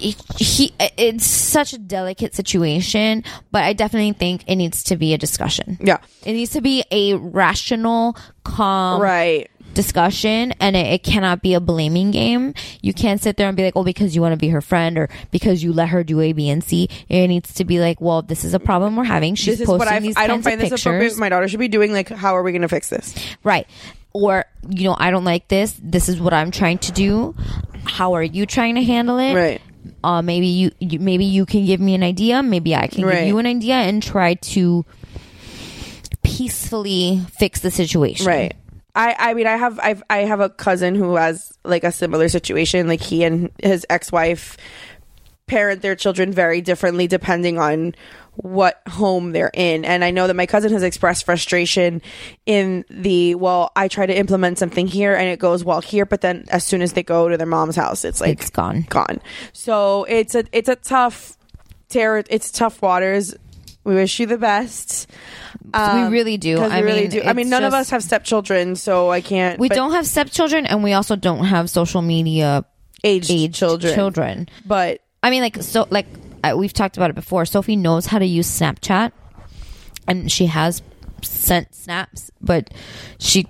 [SPEAKER 7] He, he- it's such a delicate situation, but I definitely think it needs to be a discussion.
[SPEAKER 11] Yeah.
[SPEAKER 7] It needs to be a rational, calm
[SPEAKER 11] right
[SPEAKER 7] discussion and it, it cannot be a blaming game. You can't sit there and be like, "Oh, because you want to be her friend or because you let her do A, B, and C." It needs to be like, "Well, this is a problem we're having. She's
[SPEAKER 11] this is
[SPEAKER 7] posting
[SPEAKER 11] what I
[SPEAKER 7] these
[SPEAKER 11] I don't
[SPEAKER 7] kinds of
[SPEAKER 11] find this appropriate.
[SPEAKER 7] pictures."
[SPEAKER 11] My daughter should be doing like, how are we going to fix this?
[SPEAKER 7] Right. Or, you know, I don't like this. This is what I'm trying to do. How are you trying to handle it?
[SPEAKER 11] Right.
[SPEAKER 7] Uh, maybe you, you maybe you can give me an idea. Maybe I can
[SPEAKER 11] Right.
[SPEAKER 7] give you an idea and try to peacefully fix the situation.
[SPEAKER 11] Right. I, I mean I have I've, I have a cousin who has like a similar situation like he and his ex-wife parent their children very differently depending on what home they're in and I know that my cousin has expressed frustration in the well I try to implement something here and it goes well here but then as soon as they go to their mom's house it's like
[SPEAKER 7] It's gone.
[SPEAKER 11] gone so it's a it's a tough terror it's tough waters we wish you the best um,
[SPEAKER 7] really do.
[SPEAKER 11] 'cause
[SPEAKER 7] I
[SPEAKER 11] we really
[SPEAKER 7] mean,
[SPEAKER 11] do I mean
[SPEAKER 7] it's
[SPEAKER 11] none of
[SPEAKER 7] just-
[SPEAKER 11] us have stepchildren so I can't
[SPEAKER 7] We
[SPEAKER 11] but-
[SPEAKER 7] don't have stepchildren and we also don't have social media
[SPEAKER 11] Aged children.
[SPEAKER 7] Children.
[SPEAKER 11] But
[SPEAKER 7] I mean like so like I, we've talked about it before. Sophie knows how to use Snapchat and she has sent snaps, but she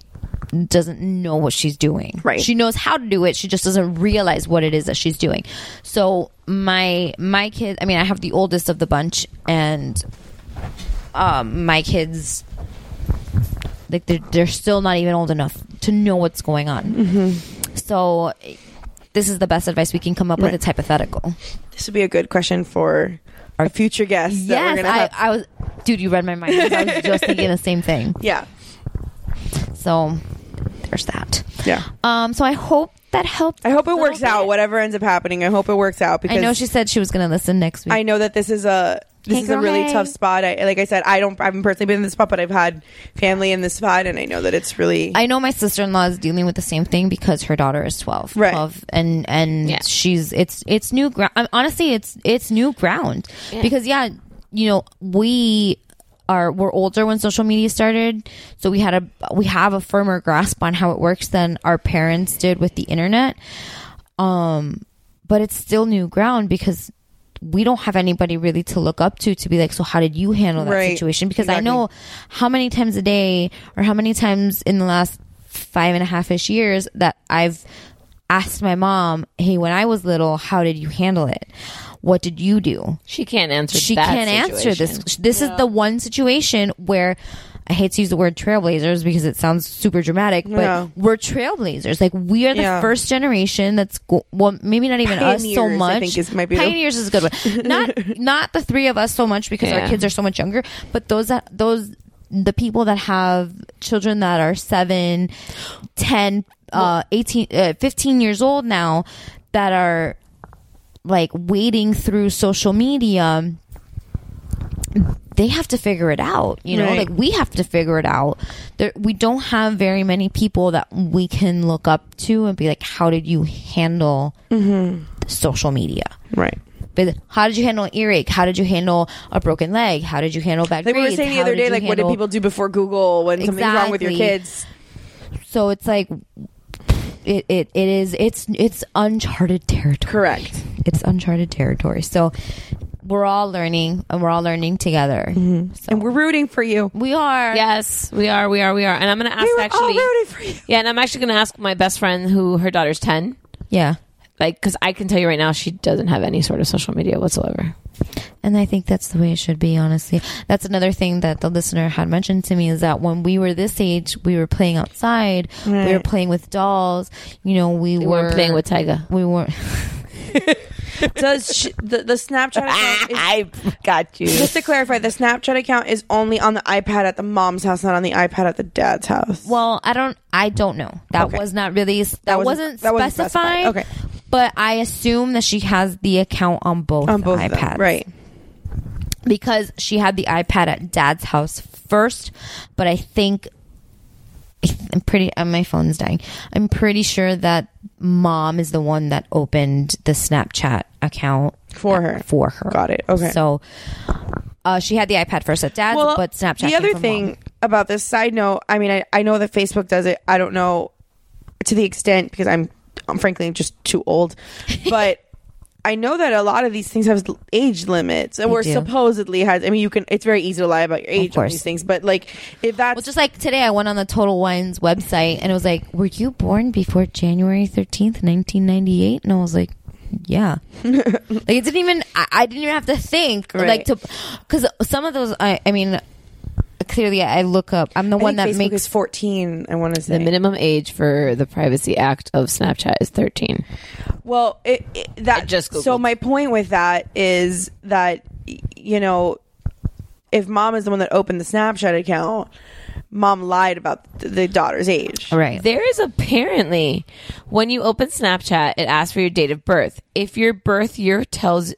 [SPEAKER 7] doesn't know what she's doing.
[SPEAKER 11] Right.
[SPEAKER 7] She knows how to do it. She just doesn't realize what it is that she's doing. So my my kid, I mean, I have the oldest of the bunch, and um, my kids, like they're they're still not even old enough to know what's going on. So this is the best advice we can come up with.
[SPEAKER 11] Mm-hmm. Right.
[SPEAKER 7] It's hypothetical.
[SPEAKER 11] This would be a good question for our future guests. that we're
[SPEAKER 7] Yes,
[SPEAKER 11] gonna
[SPEAKER 7] I,
[SPEAKER 11] have.
[SPEAKER 7] I was, dude. You read my mind. I was just thinking the same thing.
[SPEAKER 11] Yeah.
[SPEAKER 7] So there's that.
[SPEAKER 11] Yeah.
[SPEAKER 7] Um. So I hope that helped.
[SPEAKER 11] I hope it works out. Whatever ends up happening, I hope it works out because
[SPEAKER 7] I know she said she was going to listen next week.
[SPEAKER 11] I know that this is a this
[SPEAKER 7] Hey,
[SPEAKER 11] is
[SPEAKER 7] girl,
[SPEAKER 11] a really
[SPEAKER 7] hey.
[SPEAKER 11] tough spot. I, like I said, I don't. I haven't personally been in this spot, but I've had family in this spot, and I know that it's really.
[SPEAKER 7] I know my sister in law is dealing with the same thing because her daughter is 12,
[SPEAKER 11] Right.
[SPEAKER 7] 12 and and she's it's it's new ground. Honestly, it's it's new ground
[SPEAKER 11] Yeah.
[SPEAKER 7] because yeah, you know we are we're older when social media started, so we had a we have a firmer grasp on how it works than our parents did with the internet. Um, but it's still new ground because we don't have anybody really to look up to to be like, so how did you handle that
[SPEAKER 11] Right.
[SPEAKER 7] situation? Because
[SPEAKER 11] Exactly.
[SPEAKER 7] I know how many times a day or how many times in the last five and a half ish years that I've asked my mom, hey, when I was little, how did you handle it? What did you do?
[SPEAKER 12] She can't answer.
[SPEAKER 7] She
[SPEAKER 12] that
[SPEAKER 7] can't answer
[SPEAKER 12] situation.
[SPEAKER 7] this. This is the one situation where I hate to use the word trailblazers because it sounds super dramatic, but
[SPEAKER 11] Yeah.
[SPEAKER 7] we're trailblazers. Like we are the
[SPEAKER 11] Yeah.
[SPEAKER 7] first generation that's go- well, maybe not even us so
[SPEAKER 11] Pioneers,
[SPEAKER 7] much.
[SPEAKER 11] I think is- might be the-
[SPEAKER 7] pioneers is a good one. Not not the three of us so much because
[SPEAKER 11] Yeah.
[SPEAKER 7] our kids are so much younger, but those that those the people that have children that are 7 10 uh 18 uh, 15 years old now that are like wading through social media they have to figure it out you know
[SPEAKER 11] Right.
[SPEAKER 7] like we have to figure it out there, we don't have very many people that we can look up to and be like how did you handle social media
[SPEAKER 11] right
[SPEAKER 7] but how did you handle an earache how did you handle a broken leg how did you handle back
[SPEAKER 11] Like we were
[SPEAKER 7] grades?
[SPEAKER 11] saying the
[SPEAKER 7] How
[SPEAKER 11] other
[SPEAKER 7] did
[SPEAKER 11] day,
[SPEAKER 7] you
[SPEAKER 11] like what did
[SPEAKER 7] handle-
[SPEAKER 11] people do before Google when something's wrong with your
[SPEAKER 7] Exactly.
[SPEAKER 11] kids?
[SPEAKER 7] so it's like it, it, it is it's it's uncharted territory
[SPEAKER 11] correct
[SPEAKER 7] it's uncharted territory so we're all learning and we're all learning together
[SPEAKER 11] and we're rooting for you
[SPEAKER 7] we are
[SPEAKER 12] yes we are we are we are and i'm gonna ask actually yeah and i'm actually gonna ask my best friend who her daughter's 10
[SPEAKER 7] yeah
[SPEAKER 12] like because i can tell you right now she doesn't have any sort of social media whatsoever
[SPEAKER 7] And I think that's the way it should be, honestly. That's another thing that the listener had mentioned to me is that when we were this age, we were playing outside, we were
[SPEAKER 12] Right.
[SPEAKER 7] playing with dolls, you know, we, were
[SPEAKER 12] weren't playing with Tyga.
[SPEAKER 7] We weren't.
[SPEAKER 11] Does sh- the, the Snapchat account? Is, I
[SPEAKER 12] got you.
[SPEAKER 11] Just to clarify, the Snapchat account is only on the iPad at the mom's house, not on the iPad at the dad's house.
[SPEAKER 7] Well, I don't, I don't know. That was not really, that, wasn't, specified.
[SPEAKER 11] Okay,
[SPEAKER 7] But I assume that she has the account on both
[SPEAKER 11] On both of
[SPEAKER 7] iPads.
[SPEAKER 11] them, right.
[SPEAKER 7] Because she had the iPad at dad's house first, but I think I'm pretty uh, my phone's dying. I'm pretty sure that mom is the one that opened the Snapchat account
[SPEAKER 11] for her.
[SPEAKER 7] For her.
[SPEAKER 11] Got it. Okay.
[SPEAKER 7] So uh, she had the iPad first at dad's,
[SPEAKER 11] Well,
[SPEAKER 7] but Snapchat.
[SPEAKER 11] The
[SPEAKER 7] came
[SPEAKER 11] other
[SPEAKER 7] from
[SPEAKER 11] thing
[SPEAKER 7] mom.
[SPEAKER 11] about this side note, I mean, I, I know that Facebook does it. I don't know to the extent because I'm, I'm frankly just too old, but. I know that a lot of these things have age limits, and
[SPEAKER 7] They
[SPEAKER 11] we're
[SPEAKER 7] do.
[SPEAKER 11] supposedly has. I mean, you can. It's very easy to lie about your age on
[SPEAKER 7] course.
[SPEAKER 11] these things, but like if that's
[SPEAKER 7] Well, just like today, I went on the Total Wines website and it was like, "Were you born before January thirteenth, nineteen ninety eight? And I was like, "Yeah." like it didn't even. I, I didn't even have to think. Like
[SPEAKER 11] Right.
[SPEAKER 7] to, because some of those. I, I mean, clearly, I look up. I'm the
[SPEAKER 11] I
[SPEAKER 7] one that
[SPEAKER 11] think Facebook
[SPEAKER 7] makes
[SPEAKER 11] is fourteen. I want to say
[SPEAKER 12] the minimum age for the privacy act of snapchat is 13
[SPEAKER 11] Well, it, it, that just so my point with that is that y- you know, if mom is the one that opened the Snapchat account, mom lied about th- the daughter's age.
[SPEAKER 7] Right.
[SPEAKER 12] There is apparently when you open Snapchat, it asks for your date of birth. If your birth year tells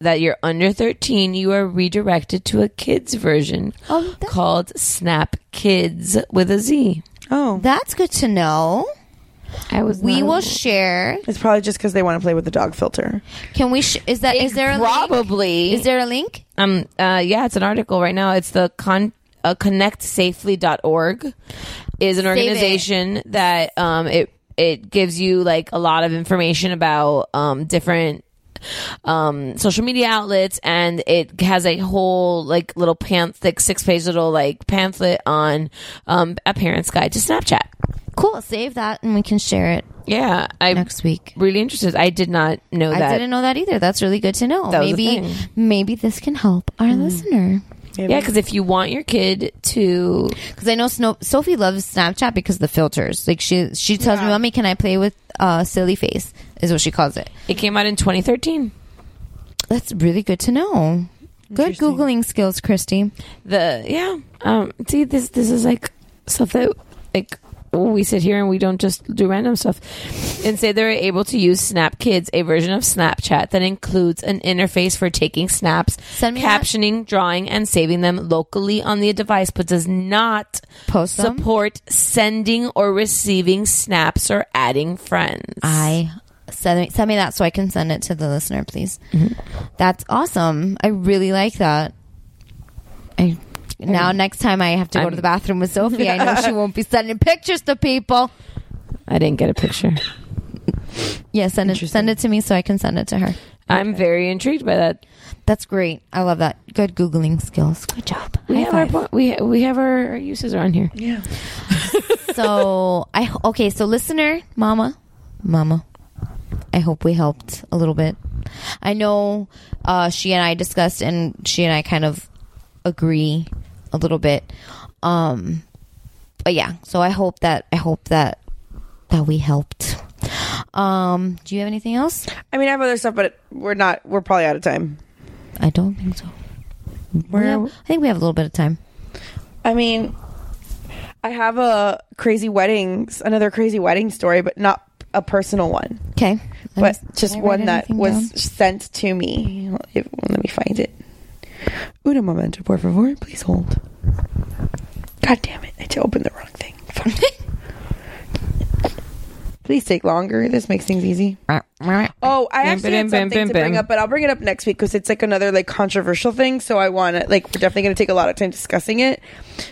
[SPEAKER 12] that you're under 13, you are redirected to a kids version called Snap Kids with a Z.
[SPEAKER 11] Oh,
[SPEAKER 7] that's good to know.
[SPEAKER 12] I was.
[SPEAKER 7] We will share.
[SPEAKER 11] It's probably just because they want to play with the dog filter.
[SPEAKER 7] Can we? Sh- is that? Is there a
[SPEAKER 12] probably?
[SPEAKER 7] Is there a link?
[SPEAKER 12] Um. Uh. Yeah. It's an article right now. It's the con. Uh, connectsafely.org is
[SPEAKER 7] Save
[SPEAKER 12] an
[SPEAKER 7] it.
[SPEAKER 12] organization that um it it gives you like a lot of information about um different um social media outlets and it has a whole like little pamphlet six page little like pamphlet on um a parent's guide to Snapchat.
[SPEAKER 7] Cool. Save that and we can share it.
[SPEAKER 12] Yeah, I
[SPEAKER 7] next week.
[SPEAKER 12] Really interested. I did not know
[SPEAKER 7] I
[SPEAKER 12] that.
[SPEAKER 7] didn't know that either. That's really good to know.
[SPEAKER 12] That was a
[SPEAKER 7] maybe
[SPEAKER 12] thing.
[SPEAKER 7] maybe this can help our listener.
[SPEAKER 12] Yeah, because if you want your kid to,
[SPEAKER 7] because I know Snow- Sophie loves Snapchat because of the filters. Like she she tells me, "Mommy, can I play with uh, silly face?" Is what she calls it.
[SPEAKER 12] it came out in 2013.
[SPEAKER 7] That's really good to know. Good googling skills, Christy.
[SPEAKER 12] the yeah um see this this is like stuff that like we sit here and we don't just do random stuff and say they're able to use snap kids a version of snapchat that includes an interface for taking snaps
[SPEAKER 7] me that.
[SPEAKER 12] captioning drawing and saving them locally on the device but does not
[SPEAKER 7] Post them?
[SPEAKER 12] support sending or receiving snaps or adding friends
[SPEAKER 7] I send me, send me that so I can send it to the listener, please. That's awesome. I really like that. I now next time I have to go to the bathroom with Sophie, I know she won't be sending pictures to people.
[SPEAKER 12] i didn't get a picture
[SPEAKER 7] Yeah, send it send it to me so I can send it to her.
[SPEAKER 12] i'm very intrigued by that
[SPEAKER 7] That's great. I love that. Good googling skills. Good job.
[SPEAKER 12] we
[SPEAKER 7] High
[SPEAKER 12] have our
[SPEAKER 7] five.
[SPEAKER 12] po- we, we have our uses around here yeah
[SPEAKER 7] so I okay. So listener, mama, mama, I hope we helped a little bit. I know uh, she and I discussed, and she and I kind of agree a little bit. Um, but yeah, so I hope that I hope that that we helped. Um, do you have anything else?
[SPEAKER 11] I mean, I have other stuff, but we're not. We're probably out of time.
[SPEAKER 7] I don't think so. We have- I think we have a little bit of time.
[SPEAKER 11] I mean, I have a crazy weddings, another crazy wedding story, but not a personal one.
[SPEAKER 7] Okay,
[SPEAKER 11] but just
[SPEAKER 18] I write
[SPEAKER 11] one that
[SPEAKER 18] anything
[SPEAKER 11] was
[SPEAKER 18] down?
[SPEAKER 11] sent to me. If- let me find it. Una momento, por favor. Please hold. God damn it! I opened the wrong thing. Please take longer. This makes things easy. Oh, I actually had something to bring up, but I'll bring it up next week because it's like another like controversial thing. So I want to like we're definitely going to take a lot of time discussing it.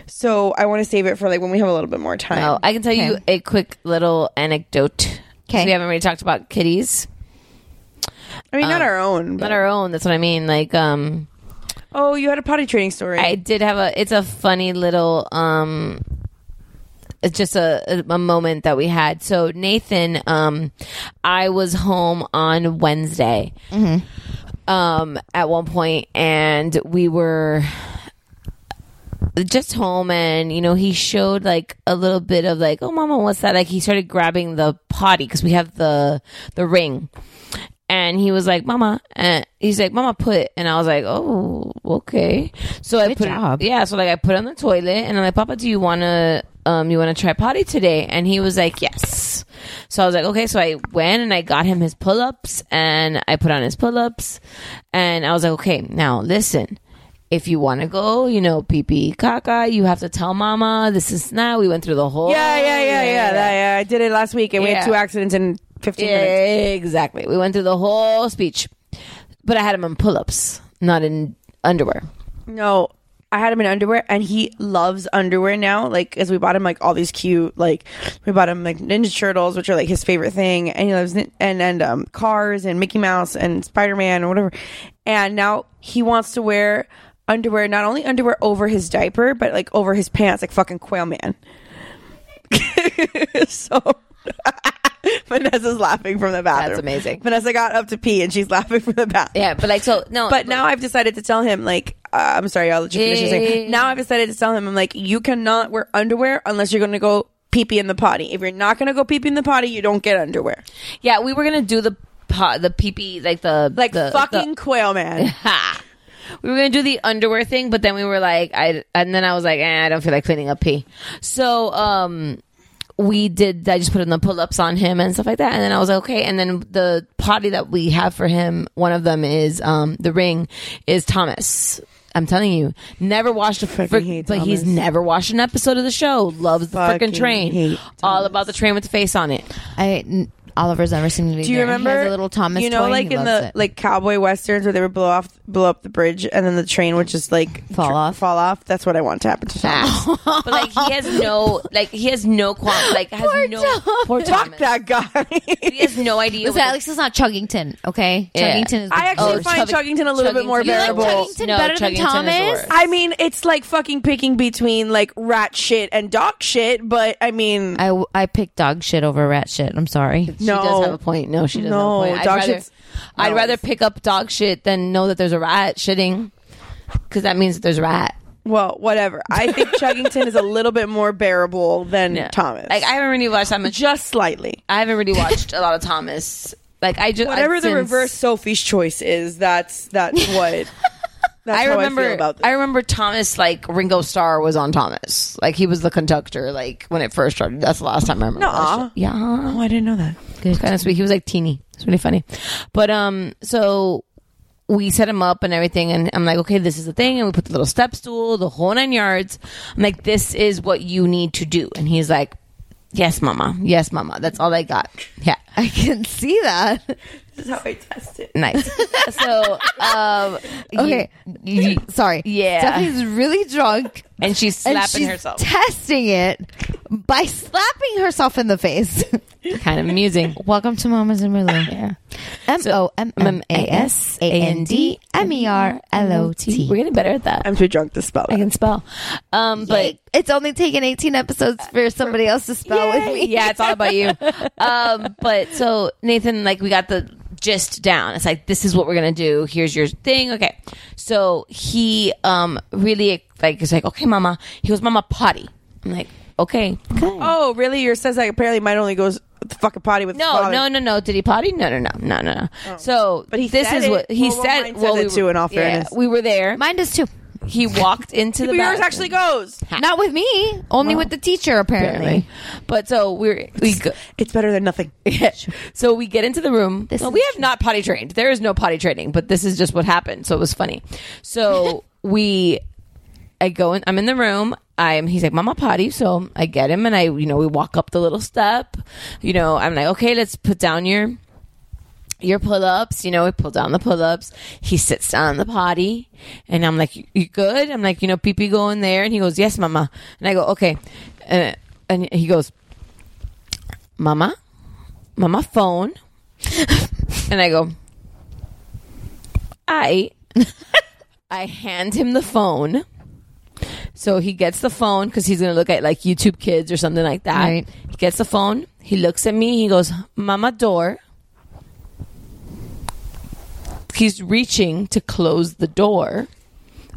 [SPEAKER 11] So I want to save it for like when we have a little bit more time.
[SPEAKER 12] Oh, I can tell you a quick little anecdote. Okay. We haven't really talked about kitties.
[SPEAKER 11] I mean, not our own.
[SPEAKER 12] um, Not our own. That's what I mean. Like, um,
[SPEAKER 11] oh, you had a potty training story.
[SPEAKER 12] I did have a. It's a funny little. Um, it's just a, a moment that we had. So Nathan, um, I was home on Wednesday. Um, at one point, and we were just home and you know he showed like a little bit of like oh mama what's that like he started grabbing the potty because we have the the ring and he was like mama and he's like mama put and i was like oh okay so i put
[SPEAKER 19] job.
[SPEAKER 12] yeah so like i put it on the toilet and i'm like papa do you want to um you want to try potty today and he was like yes so i was like okay so i went and i got him his pull-ups and i put on his pull-ups and i was like okay now listen if you want to go, you know, pee pee caca, you have to tell mama this is now. We went through the whole.
[SPEAKER 11] yeah, yeah, yeah, yeah, that- yeah. I did it last week, and we had
[SPEAKER 12] Yeah.
[SPEAKER 11] two accidents in fifteen
[SPEAKER 12] Yeah,
[SPEAKER 11] minutes.
[SPEAKER 12] Exactly. We went through the whole speech, but I had him in pull ups, not in underwear.
[SPEAKER 11] No, I had him in underwear, and he loves underwear now. Like, as we bought him like all these cute, like we bought him like Ninja Turtles, which are like his favorite thing, and he loves nin- and and um, cars and Mickey Mouse and Spider Man and whatever. And now he wants to wear underwear, not only underwear over his diaper, but like over his pants, like fucking Quail Man. so. Vanessa's laughing from the bathroom. That's amazing. Vanessa got up to pee and she's laughing from the bathroom.
[SPEAKER 12] Yeah, but like so no.
[SPEAKER 11] But now I've decided to tell him like uh, I'm sorry, I'll let you finish. your
[SPEAKER 12] Yeah.
[SPEAKER 11] thing. Now I've decided to tell him I'm like you cannot wear underwear unless you're going to go pee pee in the potty. If you're not going to go pee pee in the potty, you don't get underwear.
[SPEAKER 12] Yeah, we were gonna do the pot, the pee pee, like the
[SPEAKER 11] Like
[SPEAKER 12] the,
[SPEAKER 11] fucking quail man.
[SPEAKER 12] we were gonna do the underwear thing, but then we were like, I and then I was like, eh, I don't feel like cleaning up pee. So um, we did. I just put in the pull ups on him and stuff like that, and then I was like, okay. And then the potty that we have for him, one of them is um, the ring is Thomas. I'm telling you, never watched a freaking, but he's never watched an episode of the show. Loves the
[SPEAKER 7] Fucking
[SPEAKER 12] freaking train,
[SPEAKER 7] hate
[SPEAKER 12] all about the train with the face on it.
[SPEAKER 7] I Oliver's never seen me.
[SPEAKER 11] Do you
[SPEAKER 7] there. He has
[SPEAKER 11] remember
[SPEAKER 7] a little Thomas?
[SPEAKER 11] You know,
[SPEAKER 7] toy,
[SPEAKER 11] like
[SPEAKER 7] he
[SPEAKER 11] in
[SPEAKER 7] loves
[SPEAKER 11] the
[SPEAKER 7] it.
[SPEAKER 11] like cowboy westerns where they would blow off, blow up the bridge, and then the train would just like fall off. Fall off. That's what I want to happen to
[SPEAKER 7] Ah,
[SPEAKER 11] Thomas.
[SPEAKER 12] but like he has no like he has no qualm like has no poor Thomas.
[SPEAKER 11] Oh, that guy.
[SPEAKER 12] he has no idea.
[SPEAKER 7] Listen,
[SPEAKER 12] what
[SPEAKER 7] at least it's not Chuggington, okay?
[SPEAKER 12] Yeah.
[SPEAKER 7] Chuggington is.
[SPEAKER 11] I actually find Chuggington a little bit more
[SPEAKER 7] You like
[SPEAKER 11] bearable.
[SPEAKER 7] Chuggington No, better than Chuggington is Thomas? worse.
[SPEAKER 11] I mean, it's like fucking picking between like rat shit and dog shit, but I mean,
[SPEAKER 7] I, I picked dog shit over rat shit. I'm sorry.
[SPEAKER 12] She does have a point. No, she doesn't
[SPEAKER 7] No,
[SPEAKER 12] have a point.
[SPEAKER 7] dog
[SPEAKER 12] I'd, rather,
[SPEAKER 7] shit's-
[SPEAKER 12] I'd rather pick up dog shit than know that there's a rat shitting because that means that there's a rat.
[SPEAKER 11] well, whatever. I think Chuggington is a little bit more bearable than Thomas.
[SPEAKER 12] Like I haven't really watched that much.
[SPEAKER 11] Just slightly.
[SPEAKER 12] I haven't really watched a lot of Thomas. Like I just
[SPEAKER 11] Whatever
[SPEAKER 12] I've
[SPEAKER 11] the
[SPEAKER 12] since-
[SPEAKER 11] reverse Sophie's choice is, that's that's what. That's
[SPEAKER 12] I
[SPEAKER 11] how
[SPEAKER 12] remember.
[SPEAKER 11] I feel about
[SPEAKER 12] I remember Thomas. Like Ringo Starr was on Thomas. Like he was the conductor. Like when it first started. That's the last time I remember. that
[SPEAKER 11] Nuh-uh.
[SPEAKER 12] shit. Yeah. Oh,
[SPEAKER 11] I didn't know that.
[SPEAKER 12] It was kind of sweet. He was like teeny. It's really funny. But um, so we set him up and everything, and I'm like, okay, this is the thing, and we put the little step stool, the whole nine yards. I'm like, this is what you need to do, and he's like, yes, mama, yes, mama. That's all I got. Yeah, I can see that.
[SPEAKER 11] That's how I test it.
[SPEAKER 12] Nice. so, um,
[SPEAKER 7] okay. Sorry.
[SPEAKER 12] Yeah.
[SPEAKER 7] Stephanie's really drunk.
[SPEAKER 12] And she's
[SPEAKER 7] and
[SPEAKER 12] slapping
[SPEAKER 7] she's
[SPEAKER 12] herself.
[SPEAKER 7] testing it by slapping herself in the face.
[SPEAKER 12] kind of amusing.
[SPEAKER 7] Welcome to Mamas in Merlot. M O M M A S A N D M E R L O T. We're
[SPEAKER 12] getting better at that.
[SPEAKER 11] I'm too drunk to spell. I
[SPEAKER 12] can spell. Um, but
[SPEAKER 7] it's only taken 18 episodes for somebody else to spell with me.
[SPEAKER 12] yeah, it's all about you. um, but so Nathan, like, we got the gist down. It's like this is what we're gonna do. Here's your thing. Okay. So he um really like is like okay, mama. He goes, mama, potty. I'm like okay.
[SPEAKER 11] Oh, really? Yours says that apparently mine only goes the fucking potty with
[SPEAKER 12] No, no, no, no. Did he potty? No, no, no, no, no. no. So, but he this
[SPEAKER 11] said
[SPEAKER 12] is
[SPEAKER 11] it.
[SPEAKER 12] what he
[SPEAKER 11] Well, well,
[SPEAKER 12] said.
[SPEAKER 11] mine said it too, in all fairness.
[SPEAKER 12] we were there.
[SPEAKER 7] Mine does too.
[SPEAKER 12] He walked into the.
[SPEAKER 11] Well, yours
[SPEAKER 12] bathroom.
[SPEAKER 11] actually goes.
[SPEAKER 7] Not with me, only with the teacher apparently.
[SPEAKER 12] But so we're we go.
[SPEAKER 11] It's better than nothing.
[SPEAKER 12] so we get into the room. Well, we have not potty trained. There is no potty training, but this is just what happened. So it was funny. So we, I go in. I'm in the room. I'm. He's like, "Mama potty." So I get him, and I, you know, we walk up the little step. You know, I'm like, "Okay, let's put down your." your pull-ups you know we pull down the pull-ups he sits down on the potty and i'm like you, you good i'm like you know pee go in there and he goes yes mama and i go okay and, and he goes mama mama phone and i go i i hand him the phone so he gets the phone because he's gonna look at like youtube kids or something like that
[SPEAKER 7] Right.
[SPEAKER 12] he gets the phone he looks at me he goes mama door he's reaching to close the door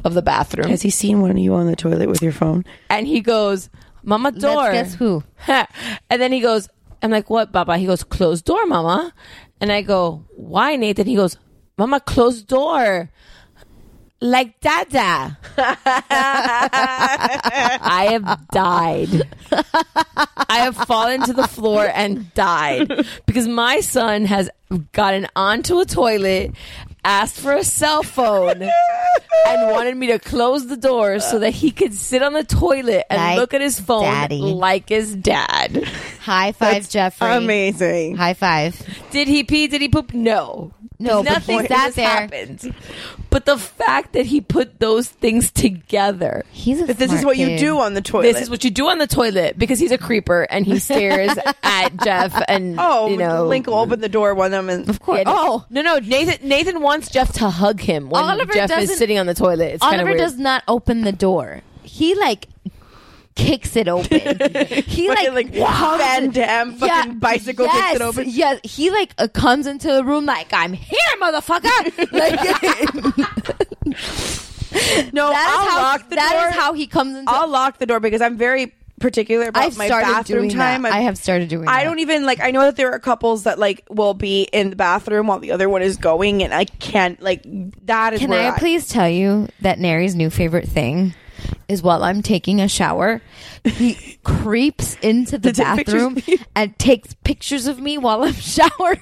[SPEAKER 12] of the bathroom
[SPEAKER 11] Has he seen one of you on the toilet with your phone?
[SPEAKER 12] and he goes mama door
[SPEAKER 11] guess
[SPEAKER 7] who
[SPEAKER 12] and then he goes i'm like what baba he goes close door mama and i go why nathan he goes mama close door like dada i have died i have fallen to the floor and died because my son has gotten onto a toilet asked for a cell phone and wanted me to close the door so that he could sit on the toilet and
[SPEAKER 7] Like
[SPEAKER 12] look at his phone
[SPEAKER 7] daddy.
[SPEAKER 12] like his dad
[SPEAKER 7] High five, Jeffrey.
[SPEAKER 11] Amazing.
[SPEAKER 7] High five.
[SPEAKER 12] Did he pee? Did he poop? No.
[SPEAKER 7] No, but
[SPEAKER 12] nothing
[SPEAKER 7] he's out
[SPEAKER 12] has
[SPEAKER 7] there.
[SPEAKER 12] happened. But the fact that he put those things together.
[SPEAKER 7] He's a
[SPEAKER 11] But this is smart what you kid. do on the toilet.
[SPEAKER 12] This is what you do on the toilet because he's a creeper and he stares at Jeff and
[SPEAKER 11] Oh,
[SPEAKER 12] you know
[SPEAKER 11] Link will open the door one of them, and of
[SPEAKER 12] Yeah, no- no, no. Nathan Nathan wants Jeff to hug him when
[SPEAKER 7] Oliver
[SPEAKER 12] Jeff is
[SPEAKER 7] doesn't-
[SPEAKER 12] sitting on the toilet. It's kinda
[SPEAKER 7] Oliver
[SPEAKER 12] weird.
[SPEAKER 7] does not open the door. He like kicks it open. he like, like
[SPEAKER 11] wow. Van Damme fucking bicycle kicks
[SPEAKER 7] yes,
[SPEAKER 11] it open.
[SPEAKER 7] Yes, he like uh, comes into the room like I'm here, motherfucker. like,
[SPEAKER 11] No,
[SPEAKER 7] That is
[SPEAKER 11] Oh, I'll
[SPEAKER 7] how-
[SPEAKER 11] lock the
[SPEAKER 7] that
[SPEAKER 11] door.
[SPEAKER 7] is how he comes into.
[SPEAKER 11] I'll lock the door because I'm very particular about
[SPEAKER 7] I've
[SPEAKER 11] my
[SPEAKER 7] started
[SPEAKER 11] bathroom
[SPEAKER 7] doing that.
[SPEAKER 11] time. I'm-
[SPEAKER 7] I have started doing
[SPEAKER 11] I
[SPEAKER 7] that.
[SPEAKER 11] don't even like. I know that there are couples that like will be in the bathroom while the other one is going, and I can't like. That is
[SPEAKER 7] Can
[SPEAKER 11] where
[SPEAKER 7] I please tell you that Neri's new favorite thing is while I'm taking a shower, he creeps into the
[SPEAKER 11] To take pictures
[SPEAKER 7] bathroom and takes pictures of me while I'm showering.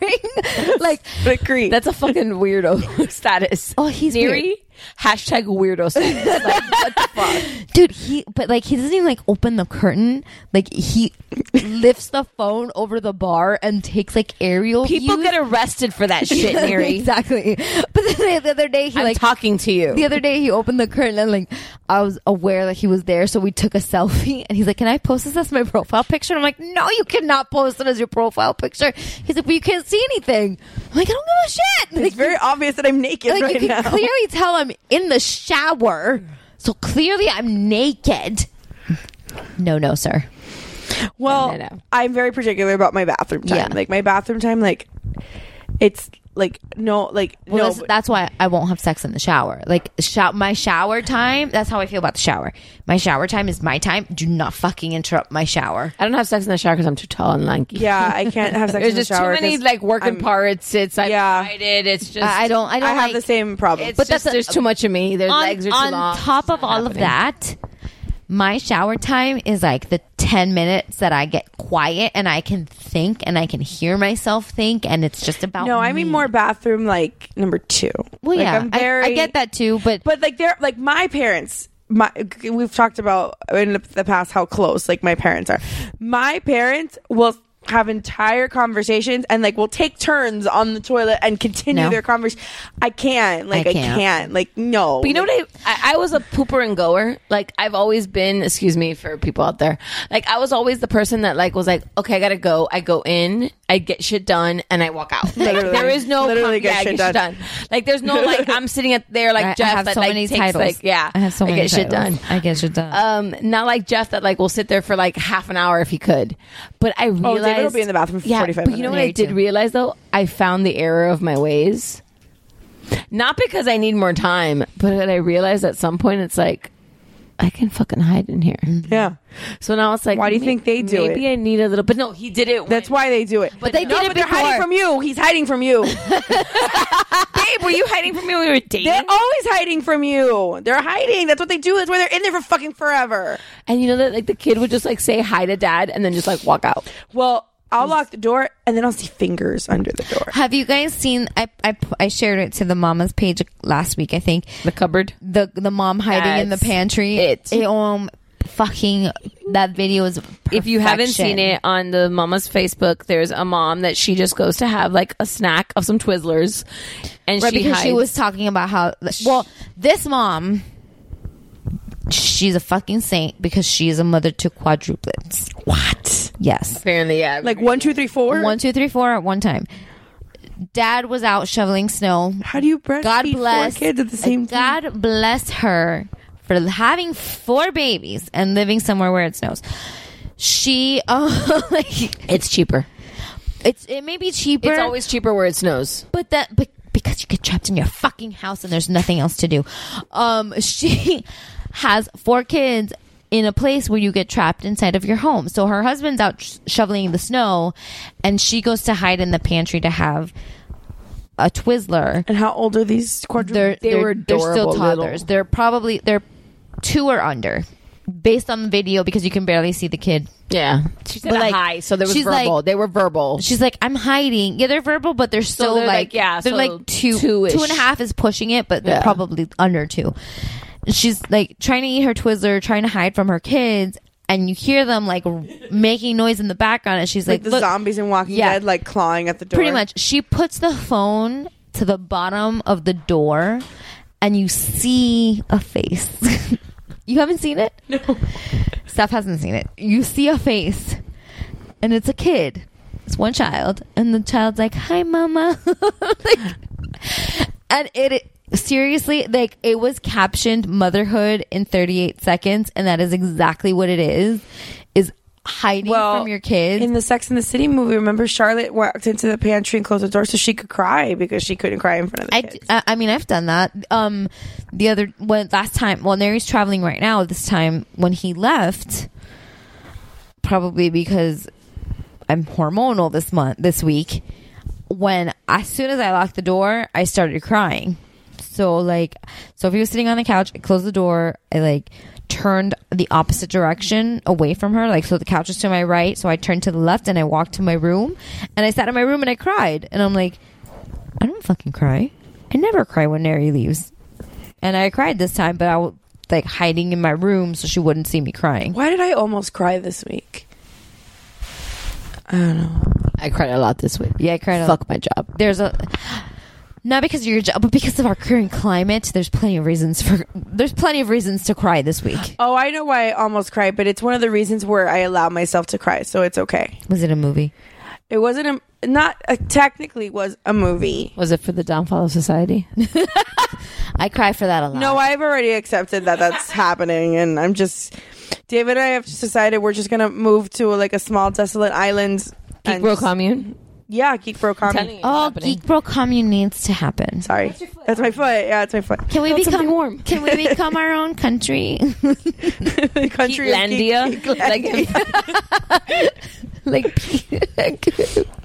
[SPEAKER 7] like
[SPEAKER 11] But creep.
[SPEAKER 12] That's a fucking weirdo status.
[SPEAKER 7] Oh, he's
[SPEAKER 12] Neri,
[SPEAKER 7] weird.
[SPEAKER 12] hashtag weirdo status.
[SPEAKER 7] dude, he but like he doesn't even like open the curtain. Like he lifts the phone over the bar and takes like aerial
[SPEAKER 12] People
[SPEAKER 7] views.
[SPEAKER 12] get arrested for that shit, Neri.
[SPEAKER 7] exactly. But then the other day he
[SPEAKER 12] I'm
[SPEAKER 7] like
[SPEAKER 12] talking to you.
[SPEAKER 7] the other day he opened the curtain and like I was aware that he was there, so we took a selfie and he's like, Can I post this as my profile picture? And I'm like, No, you cannot post it as your profile picture. He's like, But you can't see anything. I'm like, I don't give a shit.
[SPEAKER 11] It's very obvious that I'm naked
[SPEAKER 7] like
[SPEAKER 11] right
[SPEAKER 7] you
[SPEAKER 11] now.
[SPEAKER 7] can clearly tell I'm in the shower. So clearly I'm naked. No, no, sir.
[SPEAKER 11] Well, I'm very particular about my bathroom time.
[SPEAKER 7] Yeah.
[SPEAKER 11] Like my bathroom time, like it's like no, like
[SPEAKER 7] Well,
[SPEAKER 11] no.
[SPEAKER 7] that's, that's why I won't have sex in the shower. Like, shou- my shower time. That's how I feel about the shower. My shower time is my time. Do not fucking interrupt my shower.
[SPEAKER 12] I don't have sex in the shower because I'm too tall and lanky.
[SPEAKER 11] yeah, I can't have sex
[SPEAKER 12] There's
[SPEAKER 11] in the
[SPEAKER 12] just
[SPEAKER 11] shower
[SPEAKER 12] too many
[SPEAKER 11] 'cause
[SPEAKER 12] like working
[SPEAKER 11] I'm-
[SPEAKER 12] parts. It's I'm
[SPEAKER 11] Yeah.
[SPEAKER 12] excited. It's just
[SPEAKER 7] I I don't. I don't.
[SPEAKER 11] I have
[SPEAKER 7] like,
[SPEAKER 11] the same problem.
[SPEAKER 12] It's but just,
[SPEAKER 7] that's a-
[SPEAKER 12] there's too much of me. Their
[SPEAKER 7] on,
[SPEAKER 12] legs are too
[SPEAKER 7] on
[SPEAKER 12] long.
[SPEAKER 7] top of all of that my shower time is like the 10 minutes that i get quiet and i can think and i can hear myself think and it's just about
[SPEAKER 11] No, I mean
[SPEAKER 7] me.
[SPEAKER 11] more bathroom like number two.
[SPEAKER 7] Mm. well
[SPEAKER 11] Like,
[SPEAKER 7] yeah
[SPEAKER 11] I'm
[SPEAKER 7] I-
[SPEAKER 11] very-
[SPEAKER 7] I, get that too but
[SPEAKER 11] but like they're like my parents my we've talked about in the- the past how close like my parents are my parents will have entire conversations and like will take turns on the toilet and continue
[SPEAKER 12] No.
[SPEAKER 11] their conversation i can't like i can't,
[SPEAKER 12] can't.
[SPEAKER 11] like no
[SPEAKER 12] But you know what? I, I I was a pooper and goer. Like I've always been. Excuse me for people out there. Like I was always the person that like was like, okay, I gotta go. I go in. I get shit done and I walk out. Like,
[SPEAKER 10] Literally.
[SPEAKER 12] there is no
[SPEAKER 10] Literally
[SPEAKER 12] con-
[SPEAKER 10] get
[SPEAKER 12] yeah, I
[SPEAKER 10] shit
[SPEAKER 12] get
[SPEAKER 10] done.
[SPEAKER 12] Like there's no like I'm sitting at there like
[SPEAKER 10] I- I
[SPEAKER 12] Jeff
[SPEAKER 10] have
[SPEAKER 12] that
[SPEAKER 10] so
[SPEAKER 12] like
[SPEAKER 10] many
[SPEAKER 12] takes
[SPEAKER 10] titles.
[SPEAKER 12] like yeah
[SPEAKER 10] I have so many
[SPEAKER 12] get shit
[SPEAKER 10] titles.
[SPEAKER 12] done.
[SPEAKER 7] I get shit done.
[SPEAKER 12] Um, not like Jeff that like will sit there for like half an hour if he could. But I
[SPEAKER 11] David will
[SPEAKER 12] realized
[SPEAKER 11] Oh, be in the bathroom for
[SPEAKER 12] yeah,
[SPEAKER 11] 45
[SPEAKER 12] But you know what
[SPEAKER 11] minutes.
[SPEAKER 12] I did realize though? I found the error of my ways. Not because I need more time, but I realized at some point it's like I can fucking hide in here.
[SPEAKER 11] Yeah.
[SPEAKER 12] So now it's like,
[SPEAKER 11] Mm-hmm. why do you
[SPEAKER 12] may-
[SPEAKER 11] think they do it?
[SPEAKER 12] Maybe I need a little. But no, he did it.
[SPEAKER 11] That's why they do it.
[SPEAKER 12] But they
[SPEAKER 11] no,
[SPEAKER 12] did it
[SPEAKER 11] but they're hiding
[SPEAKER 12] before.
[SPEAKER 11] from you. He's hiding from you. Babe,
[SPEAKER 10] were you hiding from me when we were dating?
[SPEAKER 11] They're always hiding from you. They're hiding. That's what they do. That's why they're in there for fucking forever.
[SPEAKER 12] And you know that like the kid would just like say hi to dad and then just like walk out.
[SPEAKER 11] Well, I'll lock the door and then I'll see fingers under the door.
[SPEAKER 7] Have you guys seen? I, I I shared it to the mama's page last week. I think
[SPEAKER 12] the cupboard,
[SPEAKER 7] the the mom hiding in the
[SPEAKER 10] That's
[SPEAKER 7] pantry.
[SPEAKER 10] it.
[SPEAKER 7] um, fucking that video is.
[SPEAKER 10] If you haven't seen
[SPEAKER 7] perfection.
[SPEAKER 10] it
[SPEAKER 12] on the mama's Facebook, there's a mom that she just goes to have like a snack of some Twizzlers, and
[SPEAKER 7] right,
[SPEAKER 12] she
[SPEAKER 7] because she
[SPEAKER 12] hides.
[SPEAKER 7] was talking about how well this mom she's a fucking saint because she is a mother to quadruplets
[SPEAKER 11] what
[SPEAKER 7] yes
[SPEAKER 12] apparently yeah
[SPEAKER 11] like one two three four
[SPEAKER 7] one two three four at one time dad was out shoveling snow
[SPEAKER 11] how do you
[SPEAKER 7] god
[SPEAKER 11] breastfeed four
[SPEAKER 7] bless
[SPEAKER 11] kids at the same
[SPEAKER 7] god bless her for having four babies and living somewhere where it snows she uh, like,
[SPEAKER 12] it's cheaper
[SPEAKER 7] it's it may be cheaper
[SPEAKER 12] It's always cheaper where it snows.
[SPEAKER 7] but that but because you get trapped in your fucking house and there's nothing else to do um she has four kids in a place where you get trapped inside of your home so her husband's out sh- shoveling the snow and she goes to hide in the pantry to have a Twizzler.
[SPEAKER 11] And how old are these quadruplets?
[SPEAKER 7] They're,
[SPEAKER 11] They
[SPEAKER 7] they
[SPEAKER 11] were
[SPEAKER 7] were they're still
[SPEAKER 11] adorable little.
[SPEAKER 7] toddlers. They're probably they're two or under, based on the video because you can barely see the kid.
[SPEAKER 12] Yeah, she said hi, so there was verbal. they were verbal.
[SPEAKER 7] She's like, I'm hiding. Yeah, they're verbal, but they're still
[SPEAKER 12] they're
[SPEAKER 7] like,
[SPEAKER 12] like, yeah,
[SPEAKER 7] they're
[SPEAKER 12] so
[SPEAKER 7] like two,
[SPEAKER 12] two-ish.
[SPEAKER 7] two and a half is pushing it, but they're
[SPEAKER 12] Yeah.
[SPEAKER 7] probably under two. She's like trying to eat her Twizzler, trying to hide from her kids, and you hear them like r- making noise in the background, and she's
[SPEAKER 11] like
[SPEAKER 7] like,
[SPEAKER 11] the
[SPEAKER 7] "Look."
[SPEAKER 11] zombies in Walking
[SPEAKER 7] Yeah.
[SPEAKER 11] Dead, like clawing at the door.
[SPEAKER 7] Pretty much. She puts the phone to the bottom of the door and you see a face. you haven't seen it? No. Steph hasn't seen it. You see a face and it's a kid. It's one child. And the child's like, Hi mama. Like, and it, it- seriously like it was captioned motherhood in 38 seconds and that is exactly what it is is hiding from your kids
[SPEAKER 11] In the Sex and the City movie, remember Charlotte walked into the pantry and closed the door so she could cry because she couldn't cry in front of the
[SPEAKER 7] I,
[SPEAKER 11] kids.
[SPEAKER 7] d- I- I mean, I've done that. Um, the other when last time, well, Nary's traveling right now. This time when he left, probably because I'm hormonal this month, this week. When as soon as I locked the door, I started crying. So like, so if he was sitting on the couch, I closed the door. I like turned the opposite direction away from her. Like, so the couch was to my right, so I turned to the left and I walked to my room, and I sat in my room and I cried, and I'm like. I don't fucking cry. I never cry when Neri leaves. And I cried this time, but I was like hiding in my room so she wouldn't see me crying.
[SPEAKER 11] Why did I almost cry this week? I don't know.
[SPEAKER 12] I cried a lot this week.
[SPEAKER 7] Yeah, I cried. a-
[SPEAKER 12] Fuck my job.
[SPEAKER 7] There's a not because of your job, but because of our current climate. There's plenty of reasons for there's plenty of reasons to cry this week.
[SPEAKER 11] Oh, I know why I almost cried, but it's one of the reasons where I allow myself to cry, so it's okay.
[SPEAKER 7] Was it a movie?
[SPEAKER 11] It wasn't a not a, technically was a movie.
[SPEAKER 12] Was it for the downfall of society?
[SPEAKER 7] I cry for that a lot.
[SPEAKER 11] No, I've already accepted that that's happening, and I'm just David and I have just decided we're just gonna move to like a small desolate island. and
[SPEAKER 12] bro
[SPEAKER 11] just-
[SPEAKER 12] commune?
[SPEAKER 11] Yeah, geek bro commune.
[SPEAKER 7] Oh, geek bro commune needs to happen.
[SPEAKER 11] Sorry, that's my foot. Yeah, that's my foot.
[SPEAKER 7] Can we
[SPEAKER 11] That's
[SPEAKER 7] become
[SPEAKER 11] something
[SPEAKER 7] warm? Can we become our own country?
[SPEAKER 11] country of geek-
[SPEAKER 12] Geeklandia?
[SPEAKER 7] like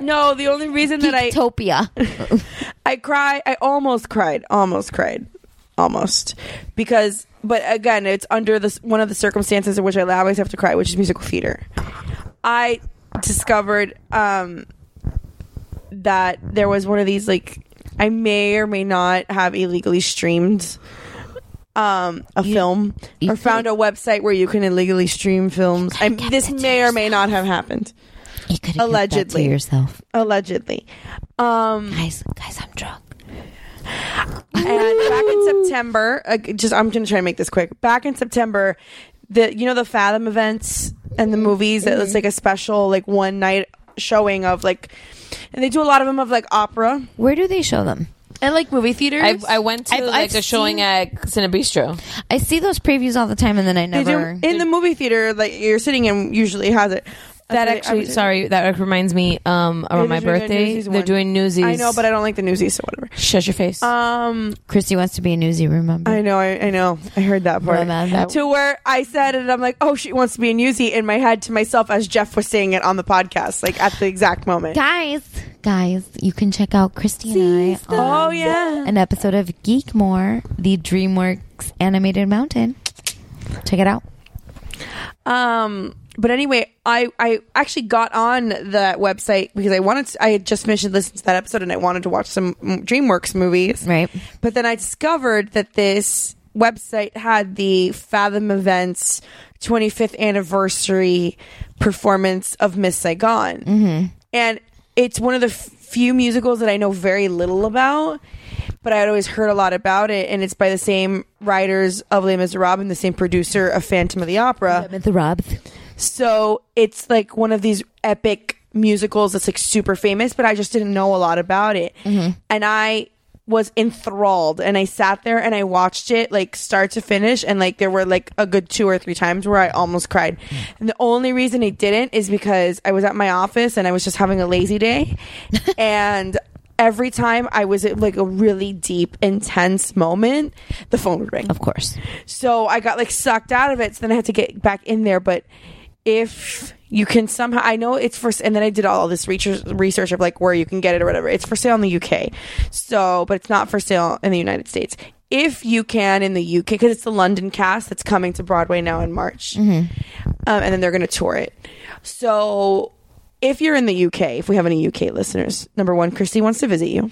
[SPEAKER 11] No, the only reason that I
[SPEAKER 7] Topia.
[SPEAKER 11] I cry. I almost cried. Almost cried. Almost because, but again, it's under this one of the circumstances in which I allow myself to cry, which is musical theater. I discovered um, that there was one of these like I may or may not have illegally streamed um a film or found a website where you can illegally stream films. I, this may or may not have happened.
[SPEAKER 7] You could
[SPEAKER 11] allegedly
[SPEAKER 7] to yourself.
[SPEAKER 11] Allegedly. Um
[SPEAKER 7] guys, guys, I'm drunk.
[SPEAKER 11] And back in September, uh, just I'm going to try and make this quick. Back in September,
[SPEAKER 12] Mm-hmm.
[SPEAKER 11] the you know the Fathom events and the movies that was like a special like one night showing of like, and they do a lot of them of like opera.
[SPEAKER 7] Where do they show them?
[SPEAKER 11] And like movie theaters.
[SPEAKER 12] I, I went to like a showing at Cinebistro.
[SPEAKER 7] I see those previews all the time, and then I
[SPEAKER 11] They do-
[SPEAKER 7] never.
[SPEAKER 11] in the movie theater like you're sitting in usually has it.
[SPEAKER 12] That
[SPEAKER 11] That's what I- I
[SPEAKER 12] actually,
[SPEAKER 11] was-
[SPEAKER 12] sorry, that reminds me. Um, around
[SPEAKER 11] They're doing a
[SPEAKER 12] my birthday,
[SPEAKER 11] Newsies
[SPEAKER 12] they're
[SPEAKER 11] one.
[SPEAKER 12] doing Newsies.
[SPEAKER 11] I know, but I don't like the Newsies, so whatever.
[SPEAKER 12] Shut your face.
[SPEAKER 11] Um,
[SPEAKER 7] Christy wants to be a newsie. Remember?
[SPEAKER 11] I know, I, I know, I heard that part. to where I said it, I'm like, oh, she wants to be a newsie in my head to myself as Jeff was saying it on the podcast, like at the exact moment.
[SPEAKER 7] Guys, guys, you can check out Christy and I.
[SPEAKER 11] Oh,
[SPEAKER 7] on
[SPEAKER 11] yeah.
[SPEAKER 7] an episode of Geekmore, the DreamWorks animated mountain. Check it out.
[SPEAKER 11] Um, but anyway, I I actually got on that website because I wanted to, I had just mentioned listened to that episode and I wanted to watch some mm, DreamWorks movies.
[SPEAKER 7] Right.
[SPEAKER 11] But then I discovered that this website had the Fathom Events 25th anniversary performance of Miss Saigon.
[SPEAKER 7] Mhm.
[SPEAKER 11] And it's one of the f- few musicals that I know very little about, but I had always heard a lot about it. And it's by the same writers of Les Miserables and the same producer of Phantom of the Opera.
[SPEAKER 7] The Robs.
[SPEAKER 11] So it's like one of these epic musicals that's like super famous, but I just didn't know a lot about it. And I was enthralled and I sat there and I watched it like start to finish and like there were like a good two or three times where I almost cried. And the only reason I didn't is because I was at my office and I was just having a lazy day and every time I was at like a really deep intense moment, the phone would ring. Of
[SPEAKER 7] course.
[SPEAKER 11] So I got like sucked out of it. So then I had to get back in there. But if you can somehow, I know it's for, and then I did all this research, research of like where you can get it or whatever. It's for sale in the UK. So, but it's not for sale in the United States. If you can in the UK, because it's the London cast that's coming to Broadway now in March, um, and then they're going to tour it. So, if you're in the UK, if we have any UK listeners, number one, Christy wants to visit you.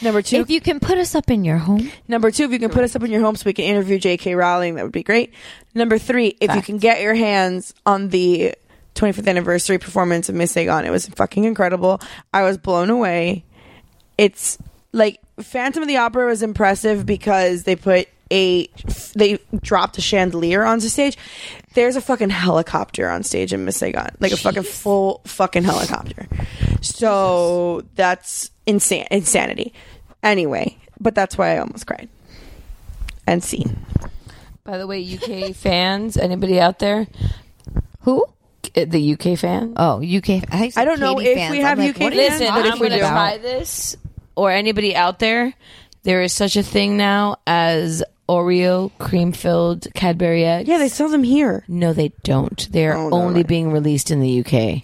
[SPEAKER 11] number two,
[SPEAKER 7] If you can put us up in your home,
[SPEAKER 11] Number two, if you can put us up in your home so we can interview J.K. Rowling, that would be great. Number three, if you can get your hands on the 25th anniversary performance of Miss Saigon, it was fucking incredible. I was blown away. It's like Phantom of the Opera was impressive because they put a they dropped a chandelier onto stage. There's a fucking helicopter on stage in Miss Saigon, like a fucking full fucking helicopter. So that's insane insanity. Anyway, but that's why I almost cried. And seen.
[SPEAKER 12] By the way, UK fans, anybody out there?
[SPEAKER 7] Who?
[SPEAKER 12] The UK fan?
[SPEAKER 7] Oh, UK. I,
[SPEAKER 11] I don't know
[SPEAKER 7] Katie
[SPEAKER 11] if
[SPEAKER 7] fans.
[SPEAKER 11] we have
[SPEAKER 7] I'm like,
[SPEAKER 11] UK
[SPEAKER 7] what are you
[SPEAKER 12] Listen,
[SPEAKER 7] talking
[SPEAKER 12] I'm going to
[SPEAKER 7] about?
[SPEAKER 12] try this, or anybody out there. There is such a thing now as Oreo cream filled Cadbury eggs. Yeah,
[SPEAKER 11] they sell them here.
[SPEAKER 12] No, they don't. They are only being released in the UK.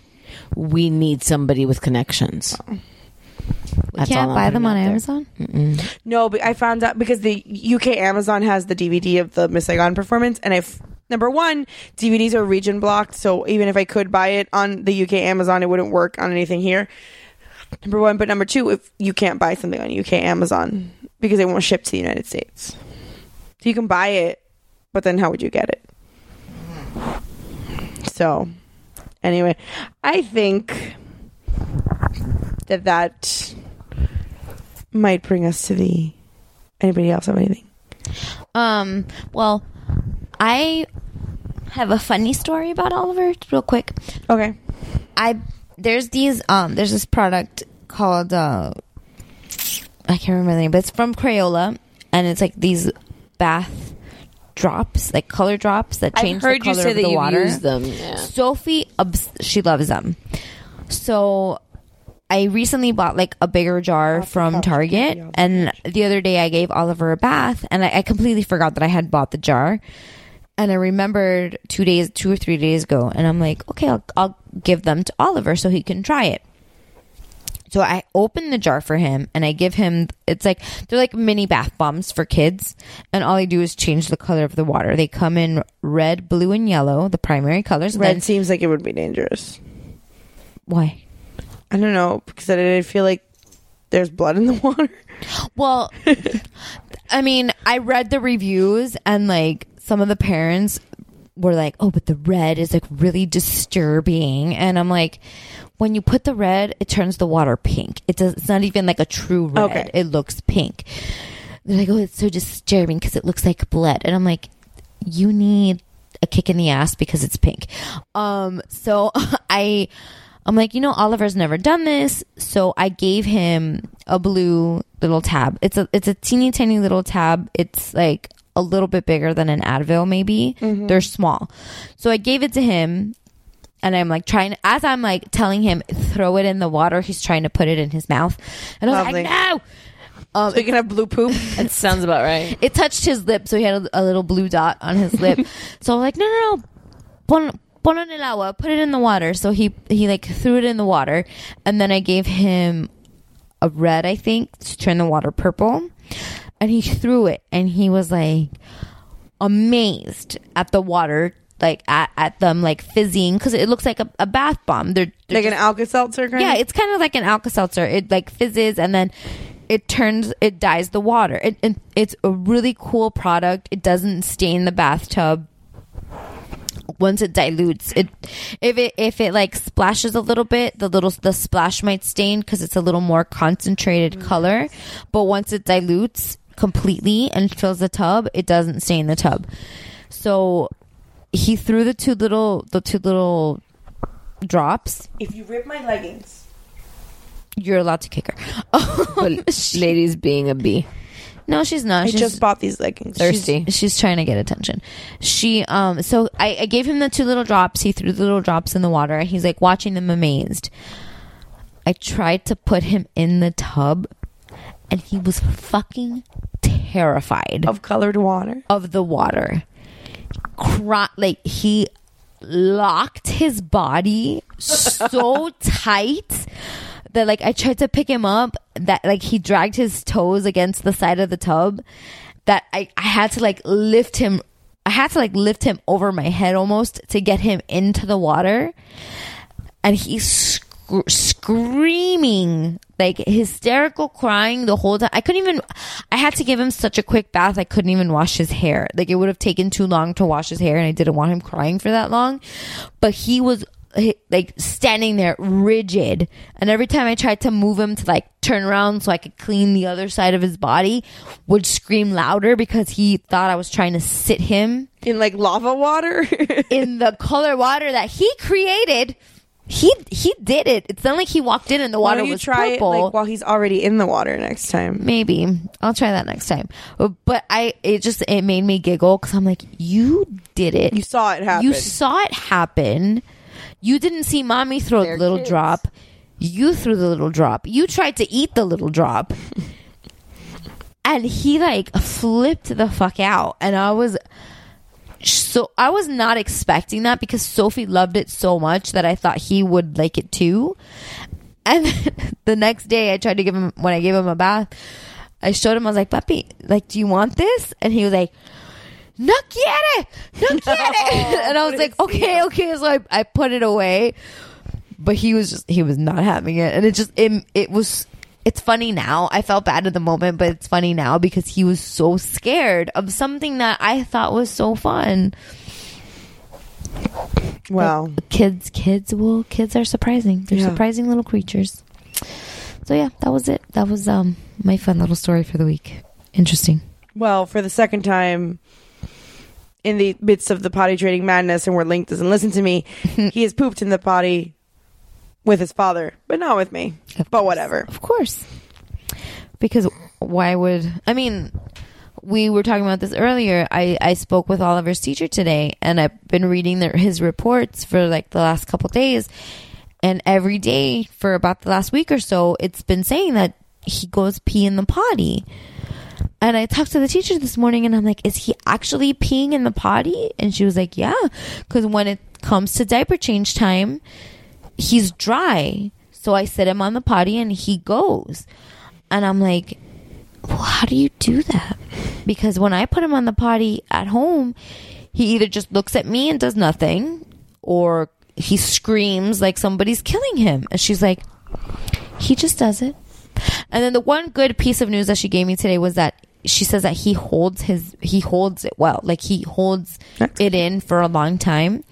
[SPEAKER 12] We need somebody with connections.
[SPEAKER 7] We can't buy them on Amazon.
[SPEAKER 12] Mm-mm.
[SPEAKER 11] No, but I found out because the UK Amazon has the DVD of the Miss Saigon performance, and I've number one DVDs are region blocked, so even if I could buy it on the UK Amazon, it wouldn't work on anything here. Number one, but number two, if you can't buy something on UK Amazon because it won't ship to the United States, so you can buy it, but then how would you get it? So, anyway, I think that that might bring us to the. Anybody else have anything?
[SPEAKER 7] Um. Well, I have a funny story about Oliver, real quick.
[SPEAKER 11] Okay.
[SPEAKER 7] I there's these um there's this product called uh I can't remember the name, but it's from Crayola, and it's like these bath drops, like color drops that
[SPEAKER 12] I've
[SPEAKER 7] change
[SPEAKER 12] heard
[SPEAKER 7] the
[SPEAKER 12] you
[SPEAKER 7] color
[SPEAKER 12] say
[SPEAKER 7] of
[SPEAKER 12] that
[SPEAKER 7] the
[SPEAKER 12] you've
[SPEAKER 7] water.
[SPEAKER 12] used them, yeah.
[SPEAKER 7] Sophie, obs- she loves them. So I recently bought like a bigger jar from Target, and the other day I gave Oliver a bath, and I, I completely forgot that I had bought the jar. And I remembered two days, two or three days ago, and I'm like, okay, I'll, I'll give them to Oliver so he can try it. So I open the jar for him and I give him it's like they're like mini bath bombs for kids and all I do is change the color of the water. They come in red, blue and yellow, the primary colors. and
[SPEAKER 11] Red
[SPEAKER 7] then-
[SPEAKER 11] seems like it would be dangerous.
[SPEAKER 7] Why?
[SPEAKER 11] I don't know because I didn't feel like there's blood in the water.
[SPEAKER 7] Well, I mean, I read the reviews and like some of the parents were like, "Oh, but the red is like really disturbing." And I'm like, when you put the red, it turns the water pink. It does, it's not even like a true red.
[SPEAKER 11] Okay.
[SPEAKER 7] It looks pink. They're like, "Oh, it's so disturbing because it looks like blood." And I'm like, "You need a kick in the ass because it's pink." Um, so I I'm like, you know, Oliver's never done this, so I gave him a blue little tab. It's a it's a teeny tiny little tab. It's like a little bit bigger than an Advil, maybe.
[SPEAKER 20] Mhm.
[SPEAKER 7] They're small, so I gave it to him, and I'm like trying as I'm like telling him throw it in the water. He's trying to put it in his mouth, and I was
[SPEAKER 11] Lovely.
[SPEAKER 7] like, no. Um, so
[SPEAKER 11] you can have blue poop.
[SPEAKER 7] it sounds about right. It touched his lip, so he had a, a little blue dot on his lip. so I'm like, no, no, no, pon, pon en el agua, put it in the water. So he he like threw it in the water, and then I gave him a red, I think, to turn the water purple, and he threw it, and he was like amazed at the water. Like at, at them like fizzing because it looks like a, a bath bomb. They're, they're
[SPEAKER 11] Like an
[SPEAKER 7] just-
[SPEAKER 11] Alka Seltzer.
[SPEAKER 7] yeah, it's kind of like an Alka Seltzer. It like fizzes and then it turns, it dyes the water. It, it, it's a really cool product. It doesn't stain the bathtub. Once it dilutes, it if it if it like splashes a little bit, the little the splash might stain because it's a little more concentrated
[SPEAKER 11] Mm.
[SPEAKER 7] color. But once it dilutes completely and fills the tub, it doesn't stain the tub. So he threw the two little the two little drops
[SPEAKER 11] If you rip my leggings.
[SPEAKER 7] you're allowed to kick her. ladies being a bee. No, she's not.
[SPEAKER 11] I
[SPEAKER 7] she's
[SPEAKER 11] just bought these leggings.
[SPEAKER 7] Thirsty. She's, trying to get attention. She um so I, I gave him the two little drops. He threw the little drops in the water. He's like watching them amazed. I tried to put him in the tub and he was fucking terrified. Of
[SPEAKER 11] colored water.
[SPEAKER 7] Of the water. Cry- like he locked his body so tight that like I tried to pick him up that like he dragged his toes against the side of the tub that I, I had to like lift him I had to like lift him over my head almost to get him into the water and he's sc- screaming like hysterical crying the whole time i couldn't even i had to give him such a quick bath i couldn't even wash his hair like it would have taken too long to wash his hair and i didn't want him crying for that long but he was eh, like standing there rigid and every time i tried to move him to like turn around so i could clean the other side of his body would scream louder because he thought i was trying to sit him
[SPEAKER 11] in like lava water
[SPEAKER 7] in the color water that he created he he did it it's not like he walked in and the
[SPEAKER 11] Why
[SPEAKER 7] water
[SPEAKER 11] don't you
[SPEAKER 7] was
[SPEAKER 11] try
[SPEAKER 7] purple
[SPEAKER 11] it like, while he's already in the water next time?
[SPEAKER 7] maybe i'll try that next time but i it just it made me giggle because i'm like you did it you
[SPEAKER 11] saw it happen.
[SPEAKER 7] you saw it happen you didn't see mommy throw the little drop you threw the little drop you tried to eat the little drop and he like flipped the fuck out and i was so i was not expecting that because sophie loved it so much that i thought he would like it too and then the next day i tried to give him when i gave him a bath i showed him i was like puppy like do you want this and he was like no quiere no quiere and i was like okay okay so I, I put it away but he was just he was not having it and it just it, it was it's funny now i felt bad at the moment but it's funny now because he was so scared of something that i thought was so fun
[SPEAKER 11] Wow.
[SPEAKER 7] But kids kids will kids are surprising they're
[SPEAKER 11] Yeah.
[SPEAKER 7] surprising little creatures so yeah that was it that was um my fun little story for the week interesting
[SPEAKER 11] Well, for the second time in the midst of the potty training madness and where Link doesn't listen to me, he has pooped in the potty with his father, but not with me. but whatever.
[SPEAKER 7] Of course. because why would i mean we were talking about this earlier i i spoke with oliver's teacher today and i've been reading their, his reports for like the last couple days and every day for about the last week or so it's been saying that he goes pee in the potty and I talked to the teacher this morning and I'm like, is he actually peeing in the potty? And she was like, yeah. Because when it comes to diaper change time, he's dry. So I sit him on the potty and he goes. And I'm like, well, how do you do that? Because when I put him on the potty at home, he either just looks at me and does nothing or he screams like somebody's killing him. And she's like, he just does it. And then the one good piece of news that she gave me today was that she says that he holds his he holds it well, like he holds it in for a long time.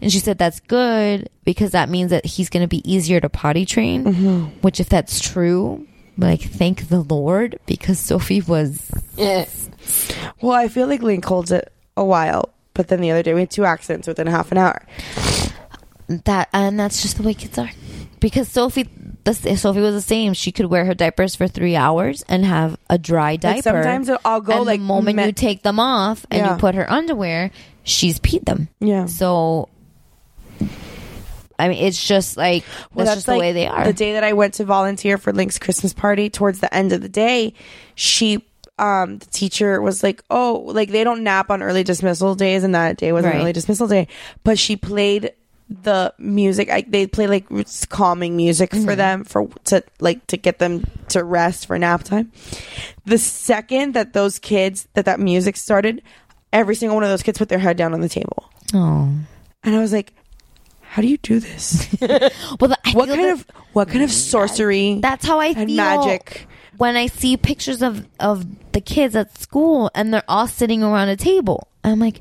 [SPEAKER 7] And she said that's good because that means that he's going to be easier to potty train,
[SPEAKER 11] Mhm.
[SPEAKER 7] which if that's true, like thank the Lord because Sophie was
[SPEAKER 11] Yes. Well, I feel like Link holds it a while, but then the other day we had two accidents within half an hour.
[SPEAKER 7] that and that's just the way kids are. because Sophie, the, Sophie was the same. She could wear her diapers for three hours and have a dry diaper.
[SPEAKER 11] Like, sometimes I'll go,
[SPEAKER 7] and
[SPEAKER 11] like,
[SPEAKER 7] the moment
[SPEAKER 11] me-
[SPEAKER 7] you take them off and
[SPEAKER 11] Yeah.
[SPEAKER 7] you put her underwear, she's peed them.
[SPEAKER 11] Yeah.
[SPEAKER 7] So, I mean, it's just like that's, just the way they are.
[SPEAKER 11] The day that I went to volunteer for Link's Christmas party, towards the end of the day, she, um, the teacher was like, "Oh, like they don't nap on early dismissal days, and that day was an
[SPEAKER 7] Right.
[SPEAKER 11] early dismissal day." But she played the music. I, they play like it's calming music
[SPEAKER 7] Mm-hmm.
[SPEAKER 11] for them for to like to get them to rest for nap time. The second that those kids that that music started, every single one of those kids put their head down on the table.
[SPEAKER 7] oh.
[SPEAKER 11] And I was like, how do you do this?
[SPEAKER 7] well,
[SPEAKER 11] what kind of what kind of sorcery?
[SPEAKER 7] That's how I
[SPEAKER 11] and
[SPEAKER 7] feel
[SPEAKER 11] magic.
[SPEAKER 7] when I see pictures of of the kids at school and they're all sitting around a table. I'm like,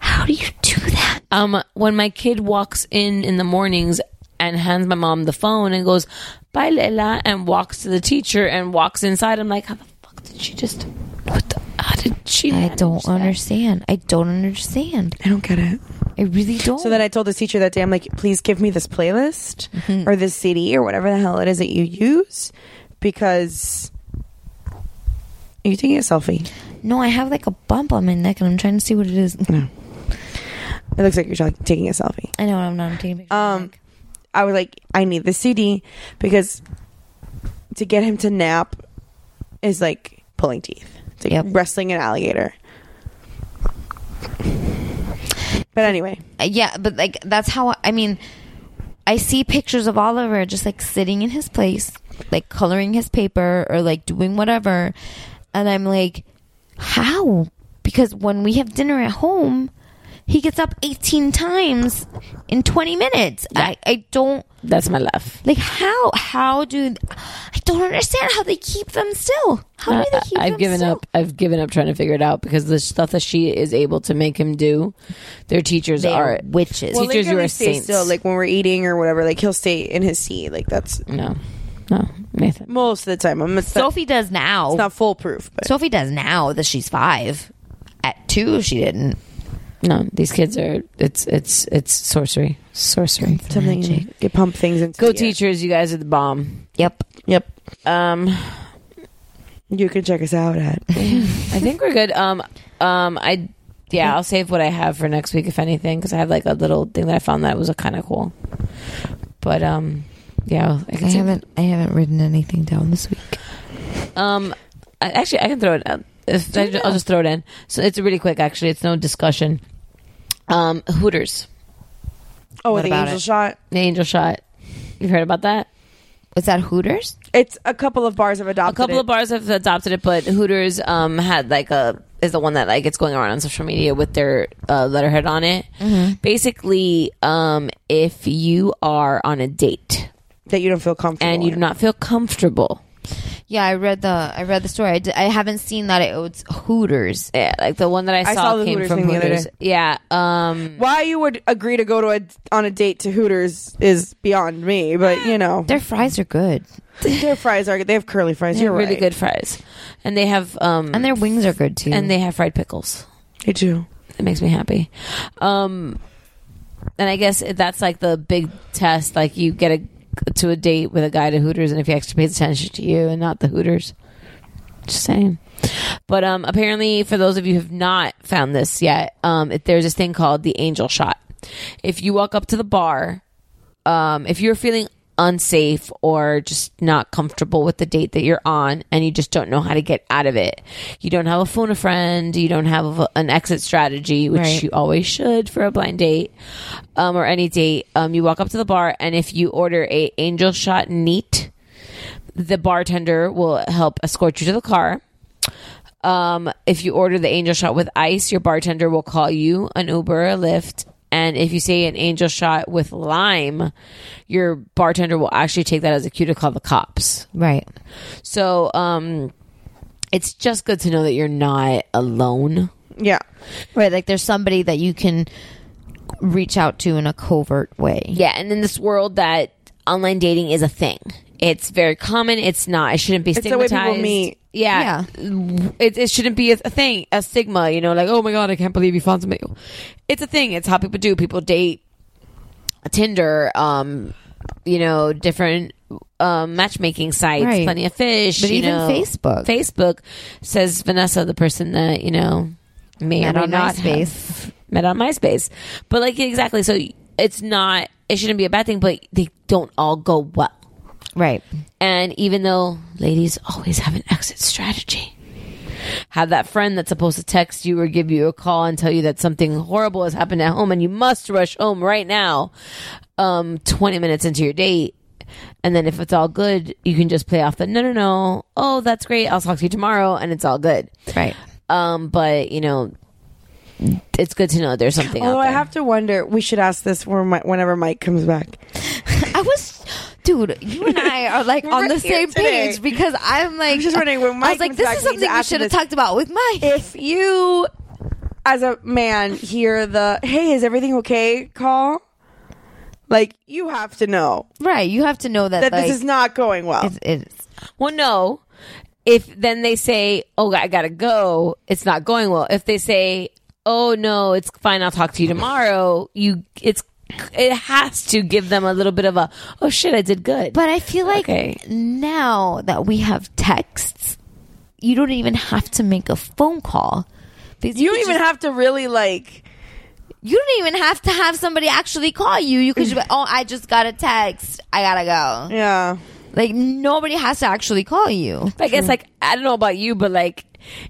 [SPEAKER 7] how do you do that?
[SPEAKER 12] Um, when my kid walks in in the mornings and hands my mom the phone and goes, "Bye, Leila," and walks to the teacher and walks inside, I'm like, "How the fuck did she just? What the? How did she?"
[SPEAKER 7] I don't understand. I don't understand.
[SPEAKER 11] I don't get it.
[SPEAKER 7] I really don't.
[SPEAKER 11] So then I told this teacher that day, I'm like, please give me this playlist or this CD or whatever the hell it is that you use because are you taking a selfie?
[SPEAKER 7] No, I have like a bump on my neck, and I'm trying to see what it is.
[SPEAKER 11] It looks like you're ta- taking a selfie.
[SPEAKER 7] I know I'm not taking. pictures.
[SPEAKER 11] Um, I was like, I need the CD because to get him to nap is like pulling teeth. It's like wrestling an alligator. But anyway,
[SPEAKER 7] Uh, yeah, but like that's how I, I mean. I see pictures of Oliver just like sitting in his place, like coloring his paper or like doing whatever, and I'm like, how? Because when we have dinner at home, he gets up 18 times in 20 minutes. I I don't.
[SPEAKER 12] That's my laugh.
[SPEAKER 7] Like how how do I don't understand how they keep them still? How do they keep
[SPEAKER 12] I've
[SPEAKER 7] them
[SPEAKER 12] given
[SPEAKER 7] still?
[SPEAKER 12] up. I've given up trying to figure it out because the stuff that she is able to make him do, their teachers
[SPEAKER 7] They
[SPEAKER 12] are
[SPEAKER 7] are witches.
[SPEAKER 11] Well,
[SPEAKER 12] Teachers,
[SPEAKER 11] Lincoln
[SPEAKER 12] you are
[SPEAKER 11] Lee stays
[SPEAKER 12] saints.
[SPEAKER 11] Still, like when we're eating or whatever, like he'll stay in his seat. Like that's
[SPEAKER 12] no, no, Nathan.
[SPEAKER 11] Most of the time, I'm it's not-
[SPEAKER 7] Sophie does now.
[SPEAKER 11] It's not foolproof. But.
[SPEAKER 7] Sophie does now that she's five. At two, she didn't.
[SPEAKER 12] No, these kids are. It's it's it's sorcery, sorcery.
[SPEAKER 11] Something you pump things into.
[SPEAKER 12] Go teachers, you guys are the bomb.
[SPEAKER 7] Yep.
[SPEAKER 11] Yep.
[SPEAKER 12] Um,
[SPEAKER 11] you can check us out at.
[SPEAKER 12] I think we're good. Um, um, I yeah, I'll save what I have for next week if anything because I have like a little thing that I found that was kind of cool. But um, yeah, I, can
[SPEAKER 7] I
[SPEAKER 12] save-
[SPEAKER 7] haven't. I haven't written anything down this week.
[SPEAKER 12] Um, I, actually, I can throw it. Out. If, I, will just throw it in. So it's really quick. Actually, it's no discussion. Um, Hooters.
[SPEAKER 11] Oh,
[SPEAKER 12] What
[SPEAKER 11] the
[SPEAKER 12] about
[SPEAKER 11] angel
[SPEAKER 12] it?
[SPEAKER 11] shot.
[SPEAKER 12] The Angel Shot. You've heard about that?
[SPEAKER 7] Is that Hooters?
[SPEAKER 11] It's a couple of bars have adopted.
[SPEAKER 12] A couple
[SPEAKER 11] it.
[SPEAKER 12] of bars have adopted it, but Hooters um, had like a is the one that like it's going around on social media with their uh, letterhead on it.
[SPEAKER 11] Mm-hmm.
[SPEAKER 12] Basically, um, if you are on a date
[SPEAKER 11] that you don't feel comfortable
[SPEAKER 12] and you do not feel comfortable,
[SPEAKER 7] Yeah, I read the. I read the story. I, d- I haven't seen that. It, it's Hooters.
[SPEAKER 12] Yeah, eh, like the one that I,
[SPEAKER 11] I
[SPEAKER 12] saw,
[SPEAKER 11] saw the
[SPEAKER 12] came
[SPEAKER 11] Hooters
[SPEAKER 12] from
[SPEAKER 11] thing the other
[SPEAKER 12] Hooters.
[SPEAKER 11] day.
[SPEAKER 12] Yeah. Um,
[SPEAKER 11] Why you would agree to go to a on a date to Hooters is beyond me, but you know
[SPEAKER 7] their fries are good.
[SPEAKER 11] Their fries are good. They have curly fries.
[SPEAKER 12] They
[SPEAKER 11] You're
[SPEAKER 12] have really
[SPEAKER 11] right.
[SPEAKER 12] good fries, and they have um,
[SPEAKER 7] and their wings are good too.
[SPEAKER 12] and they have fried pickles.
[SPEAKER 11] They do.
[SPEAKER 12] It makes me happy. Um, and I guess that's like the big test. Like you get a to a date with a guy to Hooters, and if he actually pays attention to you and not the Hooters, just saying. But um, apparently, for those of you who have not found this yet, um, it, there's this thing called the angel shot. If you walk up to the bar, um, if you're feeling unsafe or just not comfortable with the date that you're on and you just don't know how to get out of it, you don't have a phone a friend, you don't have a, an exit strategy, which
[SPEAKER 7] Right.
[SPEAKER 12] you always should for a blind date um, or any date, um, you walk up to the bar and if you order a angel shot neat, the bartender will help escort you to the car. Um, if you order the angel shot with ice, your bartender will call you an Uber or a Lyft. And if you say an angel shot with lime, your bartender will actually take that as a cue to call the cops.
[SPEAKER 7] right.
[SPEAKER 12] So um, it's just good to know that you're not alone.
[SPEAKER 11] Yeah.
[SPEAKER 7] Right. Like there's somebody that you can reach out to in a covert way.
[SPEAKER 12] Yeah, and in this world that online dating is a thing. It's very common. It's not. It shouldn't be
[SPEAKER 11] It's the way people
[SPEAKER 12] stigmatized.
[SPEAKER 11] meet.
[SPEAKER 12] Yeah, It, it shouldn't be a, a thing, a stigma. You know, like oh my god, I can't believe you found somebody. It's a thing. It's how people do. People date Tinder, um, you know, different um, matchmaking sites,
[SPEAKER 7] Right.
[SPEAKER 12] plenty of fish.
[SPEAKER 7] But
[SPEAKER 12] you
[SPEAKER 7] even
[SPEAKER 12] know.
[SPEAKER 7] Facebook.
[SPEAKER 12] Facebook says Vanessa, the person that you know may
[SPEAKER 7] Met
[SPEAKER 12] or may
[SPEAKER 7] on
[SPEAKER 12] not
[SPEAKER 7] MySpace.
[SPEAKER 12] have met on MySpace. But like exactly, so it's not. It shouldn't be a bad thing, but they don't all go well.
[SPEAKER 7] Right.
[SPEAKER 12] And even though ladies always have an exit strategy, have that friend that's supposed to text you or give you a call and tell you that something horrible has happened at home and you must rush home right now, um, 20 minutes into your date. And then if it's all good, you can just play off the no, no, no. Oh, that's great. I'll talk to you tomorrow. And it's all good.
[SPEAKER 7] Right.
[SPEAKER 12] Um, but, you know, it's good to know there's something
[SPEAKER 11] Although
[SPEAKER 12] out
[SPEAKER 11] Oh, I
[SPEAKER 12] there.
[SPEAKER 11] have to wonder, we should ask this when Mi- whenever Mike comes back.
[SPEAKER 7] I was, dude, you and I are like on the same page because I'm like,
[SPEAKER 11] just wondering when Mike
[SPEAKER 7] I was like,
[SPEAKER 11] comes
[SPEAKER 7] this
[SPEAKER 11] back,
[SPEAKER 7] is
[SPEAKER 11] we need to
[SPEAKER 7] something we
[SPEAKER 11] ask him
[SPEAKER 7] should have
[SPEAKER 11] this.
[SPEAKER 7] talked about with Mike.
[SPEAKER 11] If you, as a man, hear the "Hey, is everything okay?" call, like you have to know
[SPEAKER 7] Right. You have to know that,
[SPEAKER 11] that
[SPEAKER 7] like,
[SPEAKER 11] this is not going well.
[SPEAKER 7] it's
[SPEAKER 12] Well, no. If then they say, "Oh, I gotta go," it's not going well. If they say, "Oh no, it's fine. I'll talk to you tomorrow," you it's it has to give them a little bit of a, "Oh shit, I did good."
[SPEAKER 7] But I feel like now that we have texts, you don't even have to make a phone call. Because
[SPEAKER 11] you don't even have to really like.
[SPEAKER 7] You don't even have to have somebody actually call you. You could just be,
[SPEAKER 11] Mm.
[SPEAKER 7] oh, I just got a text. I gotta go.
[SPEAKER 11] Yeah.
[SPEAKER 7] Like nobody has to actually call you.
[SPEAKER 12] I guess like I don't know about you, but like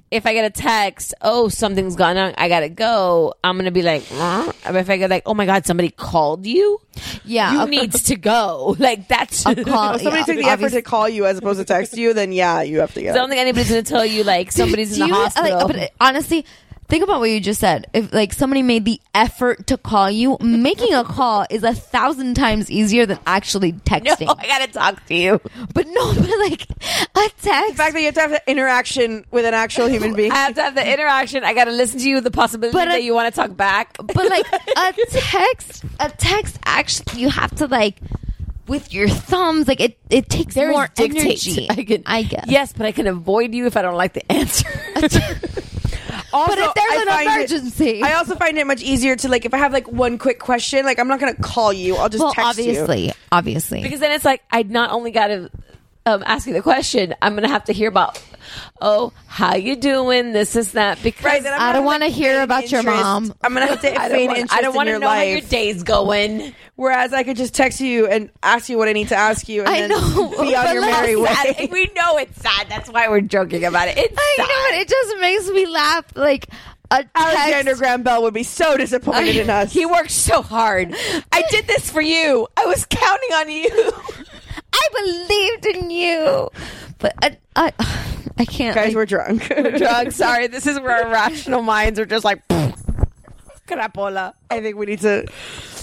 [SPEAKER 12] if I get a text, "Oh, something's gone on. I gotta go," I'm gonna be like, "Huh?" But if I get like, "Oh my god, somebody called you,"
[SPEAKER 7] yeah,
[SPEAKER 12] you
[SPEAKER 7] a-
[SPEAKER 12] needs to go. Like that's
[SPEAKER 11] Well, if somebody took the effort to call you as opposed to text you, then yeah, you have to
[SPEAKER 12] I
[SPEAKER 11] get.
[SPEAKER 12] don't think anybody's gonna tell you like somebody's in
[SPEAKER 7] Do
[SPEAKER 12] the
[SPEAKER 7] you- uh, like,
[SPEAKER 12] hospital.
[SPEAKER 7] but honestly, think about what you just said. If like somebody made the effort to call you, making a call is a thousand times easier than actually texting.
[SPEAKER 12] I gotta talk to you.
[SPEAKER 7] But no, but like a text.
[SPEAKER 11] The fact that you have to have the interaction with an actual human being.
[SPEAKER 12] I have to have the interaction. I got to listen to you. The possibility
[SPEAKER 7] But, uh,
[SPEAKER 12] that you want to talk back.
[SPEAKER 7] but like a text a text actually you have to like with your thumbs like it it takes
[SPEAKER 12] There is
[SPEAKER 7] more
[SPEAKER 12] dictate.
[SPEAKER 7] energy
[SPEAKER 12] I can-
[SPEAKER 7] I guess
[SPEAKER 12] yes, but I can avoid you if I don't like the answer.
[SPEAKER 11] Also,
[SPEAKER 7] But if there's an
[SPEAKER 11] find it-
[SPEAKER 7] emergency.
[SPEAKER 11] I also find it much easier to like if I have like one quick question, like I'm not gonna call you. I'll just
[SPEAKER 7] well
[SPEAKER 11] text
[SPEAKER 7] obviously
[SPEAKER 11] you.
[SPEAKER 7] obviously
[SPEAKER 12] because then it's like I not only got to um, ask you the question, I'm gonna have to hear about. Oh, how you doing? This is that because
[SPEAKER 11] Right, then I'm
[SPEAKER 7] I
[SPEAKER 11] gonna
[SPEAKER 7] don't
[SPEAKER 11] have
[SPEAKER 7] want to hear about your
[SPEAKER 11] interest-
[SPEAKER 7] mom
[SPEAKER 11] I'm gonna have to feign
[SPEAKER 12] I don't want.
[SPEAKER 11] interest
[SPEAKER 12] I don't
[SPEAKER 11] in
[SPEAKER 12] want to
[SPEAKER 11] your
[SPEAKER 12] know how
[SPEAKER 11] life.
[SPEAKER 12] your day's going.
[SPEAKER 11] Whereas I could just text you and ask you what I need to ask you, and
[SPEAKER 7] I
[SPEAKER 11] then
[SPEAKER 7] know,
[SPEAKER 11] be on
[SPEAKER 7] but
[SPEAKER 11] your
[SPEAKER 7] like-
[SPEAKER 11] merry way.
[SPEAKER 12] Sad. We know it's sad. That's why we're joking about it. It's
[SPEAKER 7] I
[SPEAKER 12] sad.
[SPEAKER 7] know it just makes me laugh like a
[SPEAKER 11] Alexander
[SPEAKER 7] text
[SPEAKER 11] Graham Bell would be so disappointed in us.
[SPEAKER 12] He worked so hard. I did this for you. I was counting on you.
[SPEAKER 7] I believed in you but I I, I can't
[SPEAKER 11] Guys,
[SPEAKER 7] like-
[SPEAKER 11] we're drunk.
[SPEAKER 12] drunk. Sorry, this is where our rational minds are just like crapola.
[SPEAKER 11] I think we need to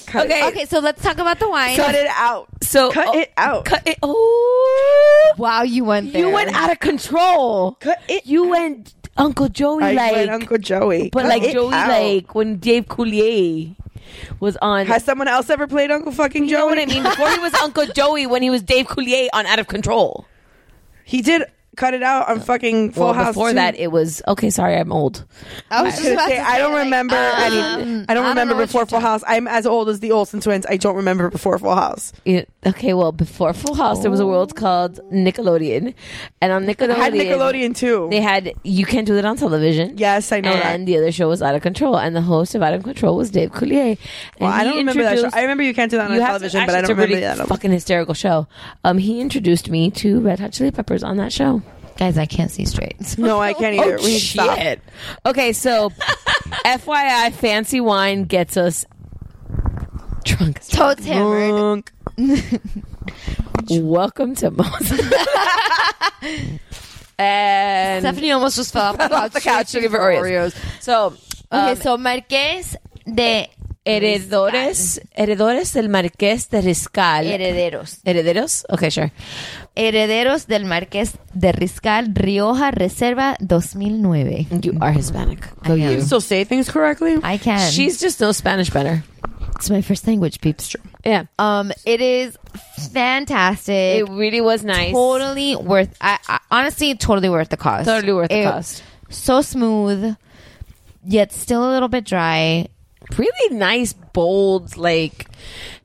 [SPEAKER 11] cut
[SPEAKER 12] Okay,
[SPEAKER 11] it,
[SPEAKER 7] okay so let's talk about the wine
[SPEAKER 11] cut it out.
[SPEAKER 12] so
[SPEAKER 11] Cut it out.
[SPEAKER 12] Cut it. Oh,
[SPEAKER 7] wow you went there
[SPEAKER 12] you went out of control.
[SPEAKER 11] Cut it.
[SPEAKER 12] You went Uncle Joey
[SPEAKER 11] I
[SPEAKER 12] like,
[SPEAKER 11] went Uncle Joey,
[SPEAKER 12] but
[SPEAKER 11] Cut
[SPEAKER 12] like
[SPEAKER 11] it
[SPEAKER 12] Joey
[SPEAKER 11] out.
[SPEAKER 12] like when Dave Coulier was on.
[SPEAKER 11] Has someone else ever played Uncle Fucking
[SPEAKER 12] you
[SPEAKER 11] Joey?
[SPEAKER 12] know what I mean? Before he was Uncle Joey, when he was Dave Coulier on Out of Control.
[SPEAKER 11] He did cut it out on fucking Full
[SPEAKER 12] Well,
[SPEAKER 11] House.
[SPEAKER 12] before
[SPEAKER 11] too.
[SPEAKER 12] that, it was okay. Sorry, I'm old.
[SPEAKER 7] I was
[SPEAKER 11] I,
[SPEAKER 7] just about to
[SPEAKER 11] I don't
[SPEAKER 7] say, like,
[SPEAKER 11] remember any. I
[SPEAKER 7] um,
[SPEAKER 11] don't remember
[SPEAKER 7] know what
[SPEAKER 11] before
[SPEAKER 7] you're
[SPEAKER 11] Full House. I'm as old as the Olsen twins. I don't remember before Full House.
[SPEAKER 12] Yeah, okay, well, before Full House, there was a world called Nickelodeon, and on Nickelodeon,
[SPEAKER 11] I Oh. had Nickelodeon too.
[SPEAKER 12] They had You Can't Do That on Television.
[SPEAKER 11] yes, I know
[SPEAKER 12] and
[SPEAKER 11] that.
[SPEAKER 12] the other show was Out of Control, and the host of Out of Control was Dave Coulier. And
[SPEAKER 11] Well, I
[SPEAKER 12] he
[SPEAKER 11] don't remember that show.
[SPEAKER 12] introduced-
[SPEAKER 11] I remember you can't do that on
[SPEAKER 12] You have to-
[SPEAKER 11] television, but
[SPEAKER 12] actually,
[SPEAKER 11] I
[SPEAKER 12] it's
[SPEAKER 11] don't
[SPEAKER 12] a
[SPEAKER 11] remember
[SPEAKER 12] really
[SPEAKER 11] that. on-
[SPEAKER 12] fucking hysterical show. Um, he introduced me to Red Hot Chili Peppers on that show.
[SPEAKER 7] guys I can't see straight
[SPEAKER 11] No, I can't either.
[SPEAKER 12] Oh,
[SPEAKER 11] we need to stop.
[SPEAKER 12] shit. Okay, so FYI, fancy wine gets us drunk. as
[SPEAKER 7] toads hammered
[SPEAKER 11] Monk.
[SPEAKER 12] Welcome to Moses. and
[SPEAKER 7] Stephanie almost just fell off the couch,
[SPEAKER 12] the couch
[SPEAKER 7] straight
[SPEAKER 12] looking for Oreos. So,
[SPEAKER 7] Okay,
[SPEAKER 12] um,
[SPEAKER 7] so Marqués de
[SPEAKER 12] heredores, heredores del Marqués de Riscal.
[SPEAKER 7] Herederos.
[SPEAKER 12] Herederos? Okay, sure.
[SPEAKER 7] Herederos del Marqués de Riscal, Rioja Reserva 2009.
[SPEAKER 12] You are Hispanic. Go
[SPEAKER 7] am.
[SPEAKER 12] you.
[SPEAKER 11] You still say things correctly?
[SPEAKER 7] I can.
[SPEAKER 12] She's just knows Spanish better.
[SPEAKER 7] it's my first language, peeps.
[SPEAKER 12] Yeah.
[SPEAKER 7] Um, it is fantastic.
[SPEAKER 12] It really was nice.
[SPEAKER 7] totally worth. I, I honestly totally worth the cost.
[SPEAKER 12] Totally worth the
[SPEAKER 7] It-
[SPEAKER 12] cost.
[SPEAKER 7] So smooth, yet still a little bit dry.
[SPEAKER 12] really nice, bold, like.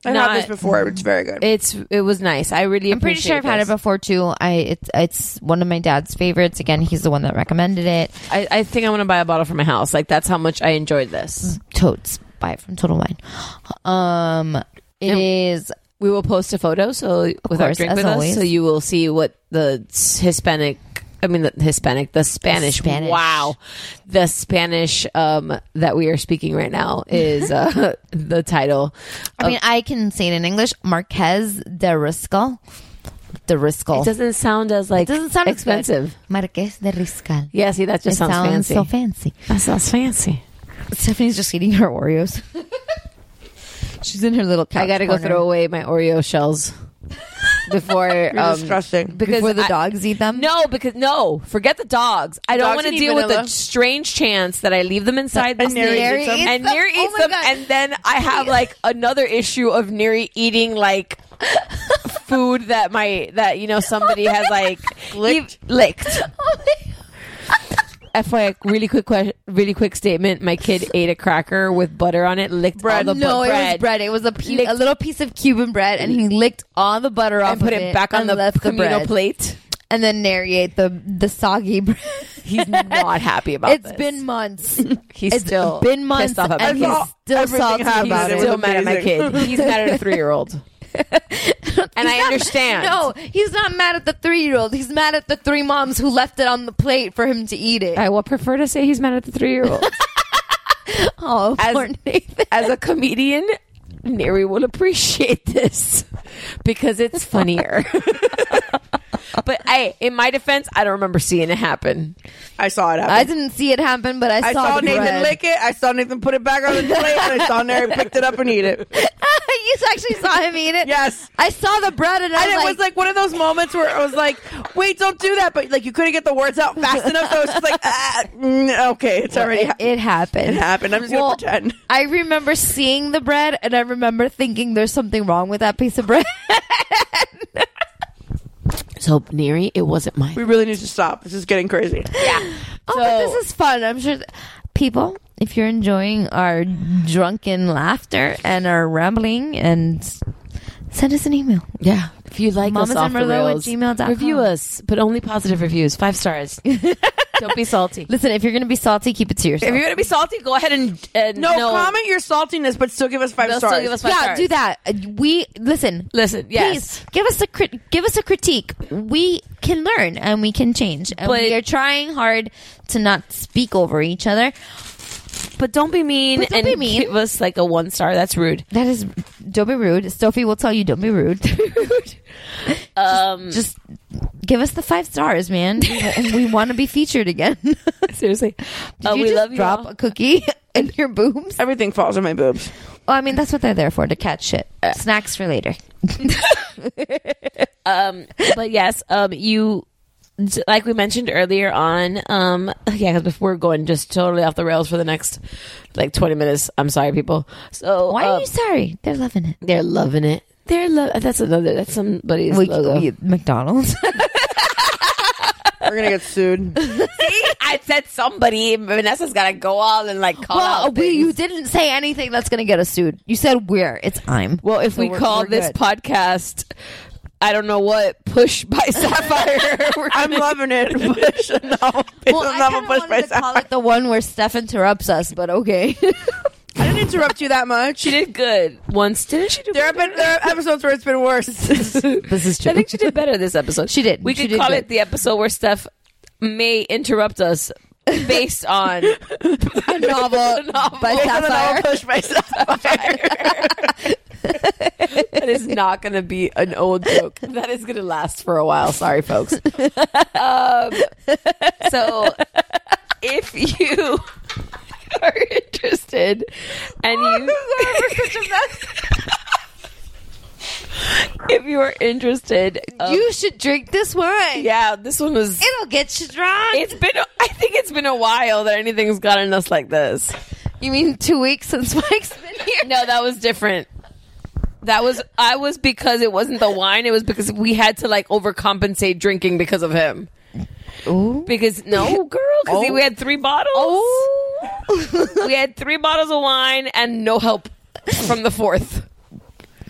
[SPEAKER 11] I've had this before. It's very good.
[SPEAKER 12] It's it was nice. I really.
[SPEAKER 7] I'm pretty sure I've had it before too. I it's it's one of my dad's favorites. Again, he's the one that recommended it.
[SPEAKER 12] I, I think I'm gonna buy a bottle for my house. Like that's how much I enjoyed this.
[SPEAKER 7] Mm-hmm. Totes buy it from Total Wine. Um, it
[SPEAKER 12] And
[SPEAKER 7] is-
[SPEAKER 12] We will post a photo so with our
[SPEAKER 7] course,
[SPEAKER 12] drink
[SPEAKER 7] as
[SPEAKER 12] with
[SPEAKER 7] always.
[SPEAKER 12] us, so you will see what the Hispanic. I mean, the Hispanic, the Spanish.
[SPEAKER 7] Spanish.
[SPEAKER 12] Wow, the Spanish um, that we are speaking right now is uh, the title.
[SPEAKER 7] I mean, I can say it in English. Marquez de Riscal. De Riscal.
[SPEAKER 12] It doesn't sound as like doesn't sound expensive.
[SPEAKER 7] Marquez de Riscal.
[SPEAKER 12] Yeah, see, that
[SPEAKER 7] It
[SPEAKER 12] just
[SPEAKER 7] sounds
[SPEAKER 12] sounds, fancy.
[SPEAKER 7] so fancy.
[SPEAKER 12] That sounds fancy.
[SPEAKER 7] Stephanie's just eating her Oreos. She's in her little. Couch
[SPEAKER 12] I gotta
[SPEAKER 7] corner.
[SPEAKER 12] go throw away my Oreo shells before um,
[SPEAKER 11] disgusting.
[SPEAKER 12] because
[SPEAKER 7] Before the
[SPEAKER 12] I-
[SPEAKER 7] dogs eat them.
[SPEAKER 12] No, because no, forget the dogs. I don't
[SPEAKER 11] Dogs
[SPEAKER 12] want to
[SPEAKER 11] eat
[SPEAKER 12] deal with the
[SPEAKER 11] vanilla.
[SPEAKER 12] strange chance that I leave them inside
[SPEAKER 11] And
[SPEAKER 12] the
[SPEAKER 11] Neri
[SPEAKER 12] snake
[SPEAKER 11] eats them.
[SPEAKER 12] and Neri
[SPEAKER 7] Oh
[SPEAKER 12] eats them, and then I have like another issue of Neri eating like food that my that you know somebody has like licked. licked. FYI, really quick question, really quick statement. My kid ate a cracker with butter on it, licked all the bu-
[SPEAKER 7] no,
[SPEAKER 12] bread.
[SPEAKER 7] it was bread. It was a, pu-
[SPEAKER 12] Licked-
[SPEAKER 7] a little piece of Cuban bread, and he licked all the butter off
[SPEAKER 12] and put
[SPEAKER 7] of
[SPEAKER 12] it, back on
[SPEAKER 7] and
[SPEAKER 12] the
[SPEAKER 7] left
[SPEAKER 12] communal
[SPEAKER 7] bread.
[SPEAKER 12] plate.
[SPEAKER 7] and then narrate the the soggy bread.
[SPEAKER 12] He's not happy about
[SPEAKER 7] It's
[SPEAKER 12] this.
[SPEAKER 7] been months.
[SPEAKER 12] He's
[SPEAKER 7] It's
[SPEAKER 12] still
[SPEAKER 7] been months,
[SPEAKER 12] pissed off about
[SPEAKER 7] and
[SPEAKER 12] it.
[SPEAKER 7] he's still
[SPEAKER 12] Everything
[SPEAKER 7] salty
[SPEAKER 12] happened.
[SPEAKER 7] about
[SPEAKER 12] He's
[SPEAKER 7] it.
[SPEAKER 12] still mad at my kid. He's mad at a three-year-old. And I
[SPEAKER 7] He's not-
[SPEAKER 12] understand.
[SPEAKER 7] No, he's not mad at the three year old. He's mad at the three moms who left it on the plate for him to eat it.
[SPEAKER 12] I will prefer to say he's mad at the three-year-old.
[SPEAKER 7] oh, poor Nathan.
[SPEAKER 12] As a comedian, Neri will appreciate this because it's funnier. but I, in my defense, I don't remember seeing it happen.
[SPEAKER 11] I saw it happen.
[SPEAKER 7] I didn't see it happen, but I,
[SPEAKER 11] I
[SPEAKER 7] saw,
[SPEAKER 11] saw
[SPEAKER 7] the
[SPEAKER 11] Nathan
[SPEAKER 7] bread.
[SPEAKER 11] lick it. I saw Nathan put it back on the plate. and I saw Neri picked it up and eat it.
[SPEAKER 7] you actually saw him eat it.
[SPEAKER 11] Yes.
[SPEAKER 7] I saw the bread, and I
[SPEAKER 11] And it
[SPEAKER 7] was
[SPEAKER 11] was like one of those moments where I was like, "Wait, don't do that!" But like, you couldn't get the words out fast enough. So I was just like, ah, mm, "Okay, it's already
[SPEAKER 7] it,
[SPEAKER 11] happened.
[SPEAKER 7] it happened.
[SPEAKER 11] It happened. I'm just gonna
[SPEAKER 7] Well,
[SPEAKER 11] pretend."
[SPEAKER 7] I remember seeing the bread and I remember thinking there's something wrong with that piece of bread.
[SPEAKER 12] So Neri, it wasn't mine.
[SPEAKER 11] We really need to stop. This is getting crazy.
[SPEAKER 7] oh, but this is fun. I'm sure th- people, if you're enjoying our drunken laughter and our rambling and s- send us an email.
[SPEAKER 12] Yeah. If you like
[SPEAKER 7] Mamas
[SPEAKER 12] us off
[SPEAKER 7] and
[SPEAKER 12] the
[SPEAKER 7] Merlot at
[SPEAKER 12] rails,
[SPEAKER 7] gmail.com.
[SPEAKER 12] review us, but only positive reviews. Five stars. Don't be salty.
[SPEAKER 7] Listen, if you're going to be salty, keep it to yourself.
[SPEAKER 12] If you're gonna be salty, go ahead and, and
[SPEAKER 11] No, comment your saltiness, but still give us 5
[SPEAKER 12] They'll still
[SPEAKER 11] stars.
[SPEAKER 12] give us five
[SPEAKER 7] yeah,
[SPEAKER 12] stars.
[SPEAKER 7] do that. Uh, We listen.
[SPEAKER 12] Listen, yes.
[SPEAKER 7] Please give us a crit- give us a critique. We can learn and we can change, and
[SPEAKER 12] But-
[SPEAKER 7] we are trying hard to not speak over each other.
[SPEAKER 12] But don't be mean
[SPEAKER 7] But don't
[SPEAKER 12] and
[SPEAKER 7] be mean.
[SPEAKER 12] give us like a one star. That's rude.
[SPEAKER 7] That is, don't be rude. Sophie will tell you, don't be rude.
[SPEAKER 12] Um,
[SPEAKER 7] Just give us the five stars, man. We, we want to be featured again. Did
[SPEAKER 12] seriously, uh,
[SPEAKER 7] you
[SPEAKER 12] we
[SPEAKER 7] just
[SPEAKER 12] love you.
[SPEAKER 7] drop
[SPEAKER 12] all.
[SPEAKER 7] a cookie in your boobs?
[SPEAKER 11] Everything falls on my boobs.
[SPEAKER 7] Oh, I mean, that's what they're there for to catch shit.
[SPEAKER 12] Uh,
[SPEAKER 7] Snacks for later.
[SPEAKER 12] um, but yes, um, you like we mentioned earlier on. Um, yeah, because before we're going just totally off the rails for the next like twenty minutes. I'm sorry, people. So
[SPEAKER 7] Why
[SPEAKER 12] um,
[SPEAKER 7] are you sorry? They're loving it.
[SPEAKER 12] They're loving it. They're lo- that's another that's somebody's
[SPEAKER 7] We-
[SPEAKER 12] logo.
[SPEAKER 7] we- McDonald's.
[SPEAKER 11] We're gonna get sued.
[SPEAKER 12] See, I said somebody. Vanessa's gotta go all and like call
[SPEAKER 7] Well,
[SPEAKER 12] out
[SPEAKER 7] we,
[SPEAKER 12] things.
[SPEAKER 7] you didn't say anything that's going to get us sued. You said we're. It's I'm.
[SPEAKER 12] Well, if we
[SPEAKER 7] we're-
[SPEAKER 12] call
[SPEAKER 7] we're
[SPEAKER 12] this
[SPEAKER 7] good.
[SPEAKER 12] podcast, I don't know what push by Sapphire. we're
[SPEAKER 11] I'm
[SPEAKER 12] gonna-
[SPEAKER 11] loving it. Push a novel,
[SPEAKER 7] Well,
[SPEAKER 11] a
[SPEAKER 7] I
[SPEAKER 11] novel
[SPEAKER 7] kinda
[SPEAKER 11] push
[SPEAKER 7] wanted
[SPEAKER 11] by
[SPEAKER 7] to call
[SPEAKER 11] Sapphire.
[SPEAKER 7] it the one where Steph interrupts us, but okay.
[SPEAKER 11] I didn't interrupt you that much.
[SPEAKER 12] she did good once. Didn't she do?
[SPEAKER 11] There have been there are episodes where it's been worse.
[SPEAKER 7] this is true.
[SPEAKER 12] I think she did better this episode.
[SPEAKER 7] She did.
[SPEAKER 12] We
[SPEAKER 7] She
[SPEAKER 12] could
[SPEAKER 7] did
[SPEAKER 12] call
[SPEAKER 7] good.
[SPEAKER 12] it the episode where Steph may interrupt us based on
[SPEAKER 7] a novel, by
[SPEAKER 11] Based on the novel
[SPEAKER 7] Sapphire.
[SPEAKER 11] push by Sapphire.
[SPEAKER 12] that is not going to be an old joke. That is going to last for a while. Sorry, folks. Um, so, if you are interested
[SPEAKER 11] Oh
[SPEAKER 12] and you if you are interested, um,
[SPEAKER 7] you should drink this wine.
[SPEAKER 12] yeah, this one was.
[SPEAKER 7] It'll get you drunk.
[SPEAKER 12] It's been. I think it's been a while that anything's gotten us like this.
[SPEAKER 7] you mean two weeks since Mike's been here?
[SPEAKER 12] No, that was different. That was I was because it wasn't the wine. It was because we had to like overcompensate drinking Oh. because of him. Because no, girl, because we had three bottles.
[SPEAKER 7] Oh.
[SPEAKER 12] we had three bottles of wine and no help from the fourth.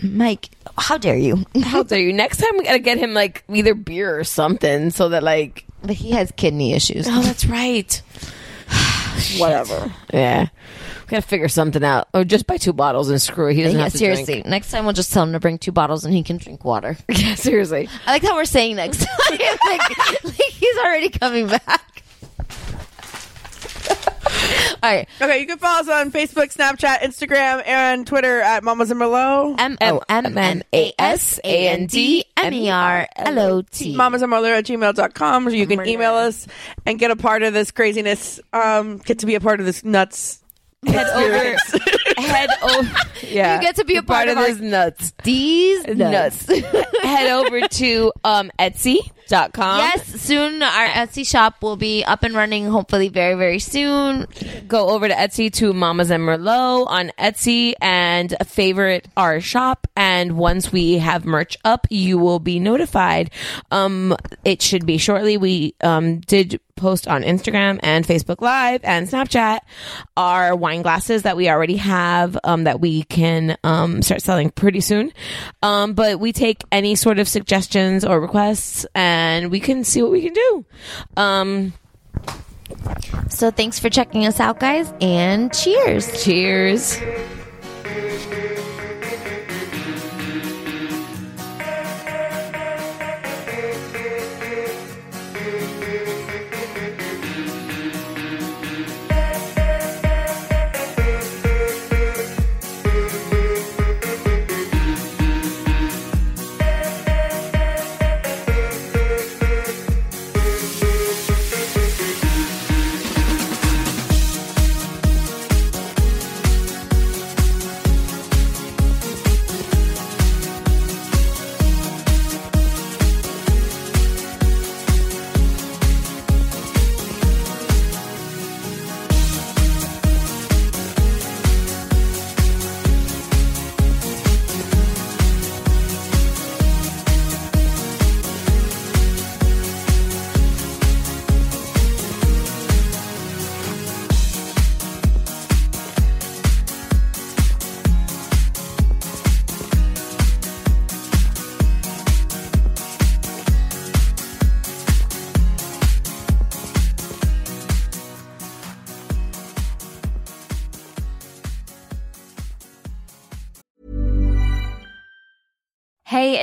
[SPEAKER 7] Mike, how dare you?
[SPEAKER 12] How dare you? Next time we gotta get him like either beer or something so that like
[SPEAKER 7] But he has kidney issues.
[SPEAKER 12] Oh, that's right. Whatever. Yeah. We gotta figure something out. Or just buy two bottles and screw it. He doesn't
[SPEAKER 7] Yeah,
[SPEAKER 12] have to
[SPEAKER 7] seriously.
[SPEAKER 12] drink.
[SPEAKER 7] Next time we'll just tell him to bring two bottles and he can drink water.
[SPEAKER 12] Yeah, seriously.
[SPEAKER 7] I like how we're saying next time. like, like he's already coming back. All right.
[SPEAKER 11] Okay, you can follow us on Facebook, Snapchat, Instagram, and Twitter at Mamas and Merlot.
[SPEAKER 12] M O M M A S A N D M E R L O T.
[SPEAKER 11] Mamas and Merlot at gmail.com. You can email us and get a part of this craziness. Um, get to be a part of this nuts.
[SPEAKER 12] Head over. head over.
[SPEAKER 11] Yeah.
[SPEAKER 12] You get to be a part, of, these nuts.
[SPEAKER 7] These
[SPEAKER 12] nuts. head over to um, Etsy.com.
[SPEAKER 7] Yes, soon our Etsy shop will be up and running, hopefully very, very soon.
[SPEAKER 12] Go over to Etsy to Mamas and Merlot on Etsy and favorite our shop. And once we have merch up, you will be notified. Um, it should be shortly. We um, did post on Instagram and Facebook Live and Snapchat our wine glasses that we already have um, that we can um, start selling pretty soon. Um, but we take any sort of suggestions or requests and we can see what we can do. Um,
[SPEAKER 7] So thanks for checking us out, guys, and cheers.
[SPEAKER 12] Cheers.
[SPEAKER 10] Hey,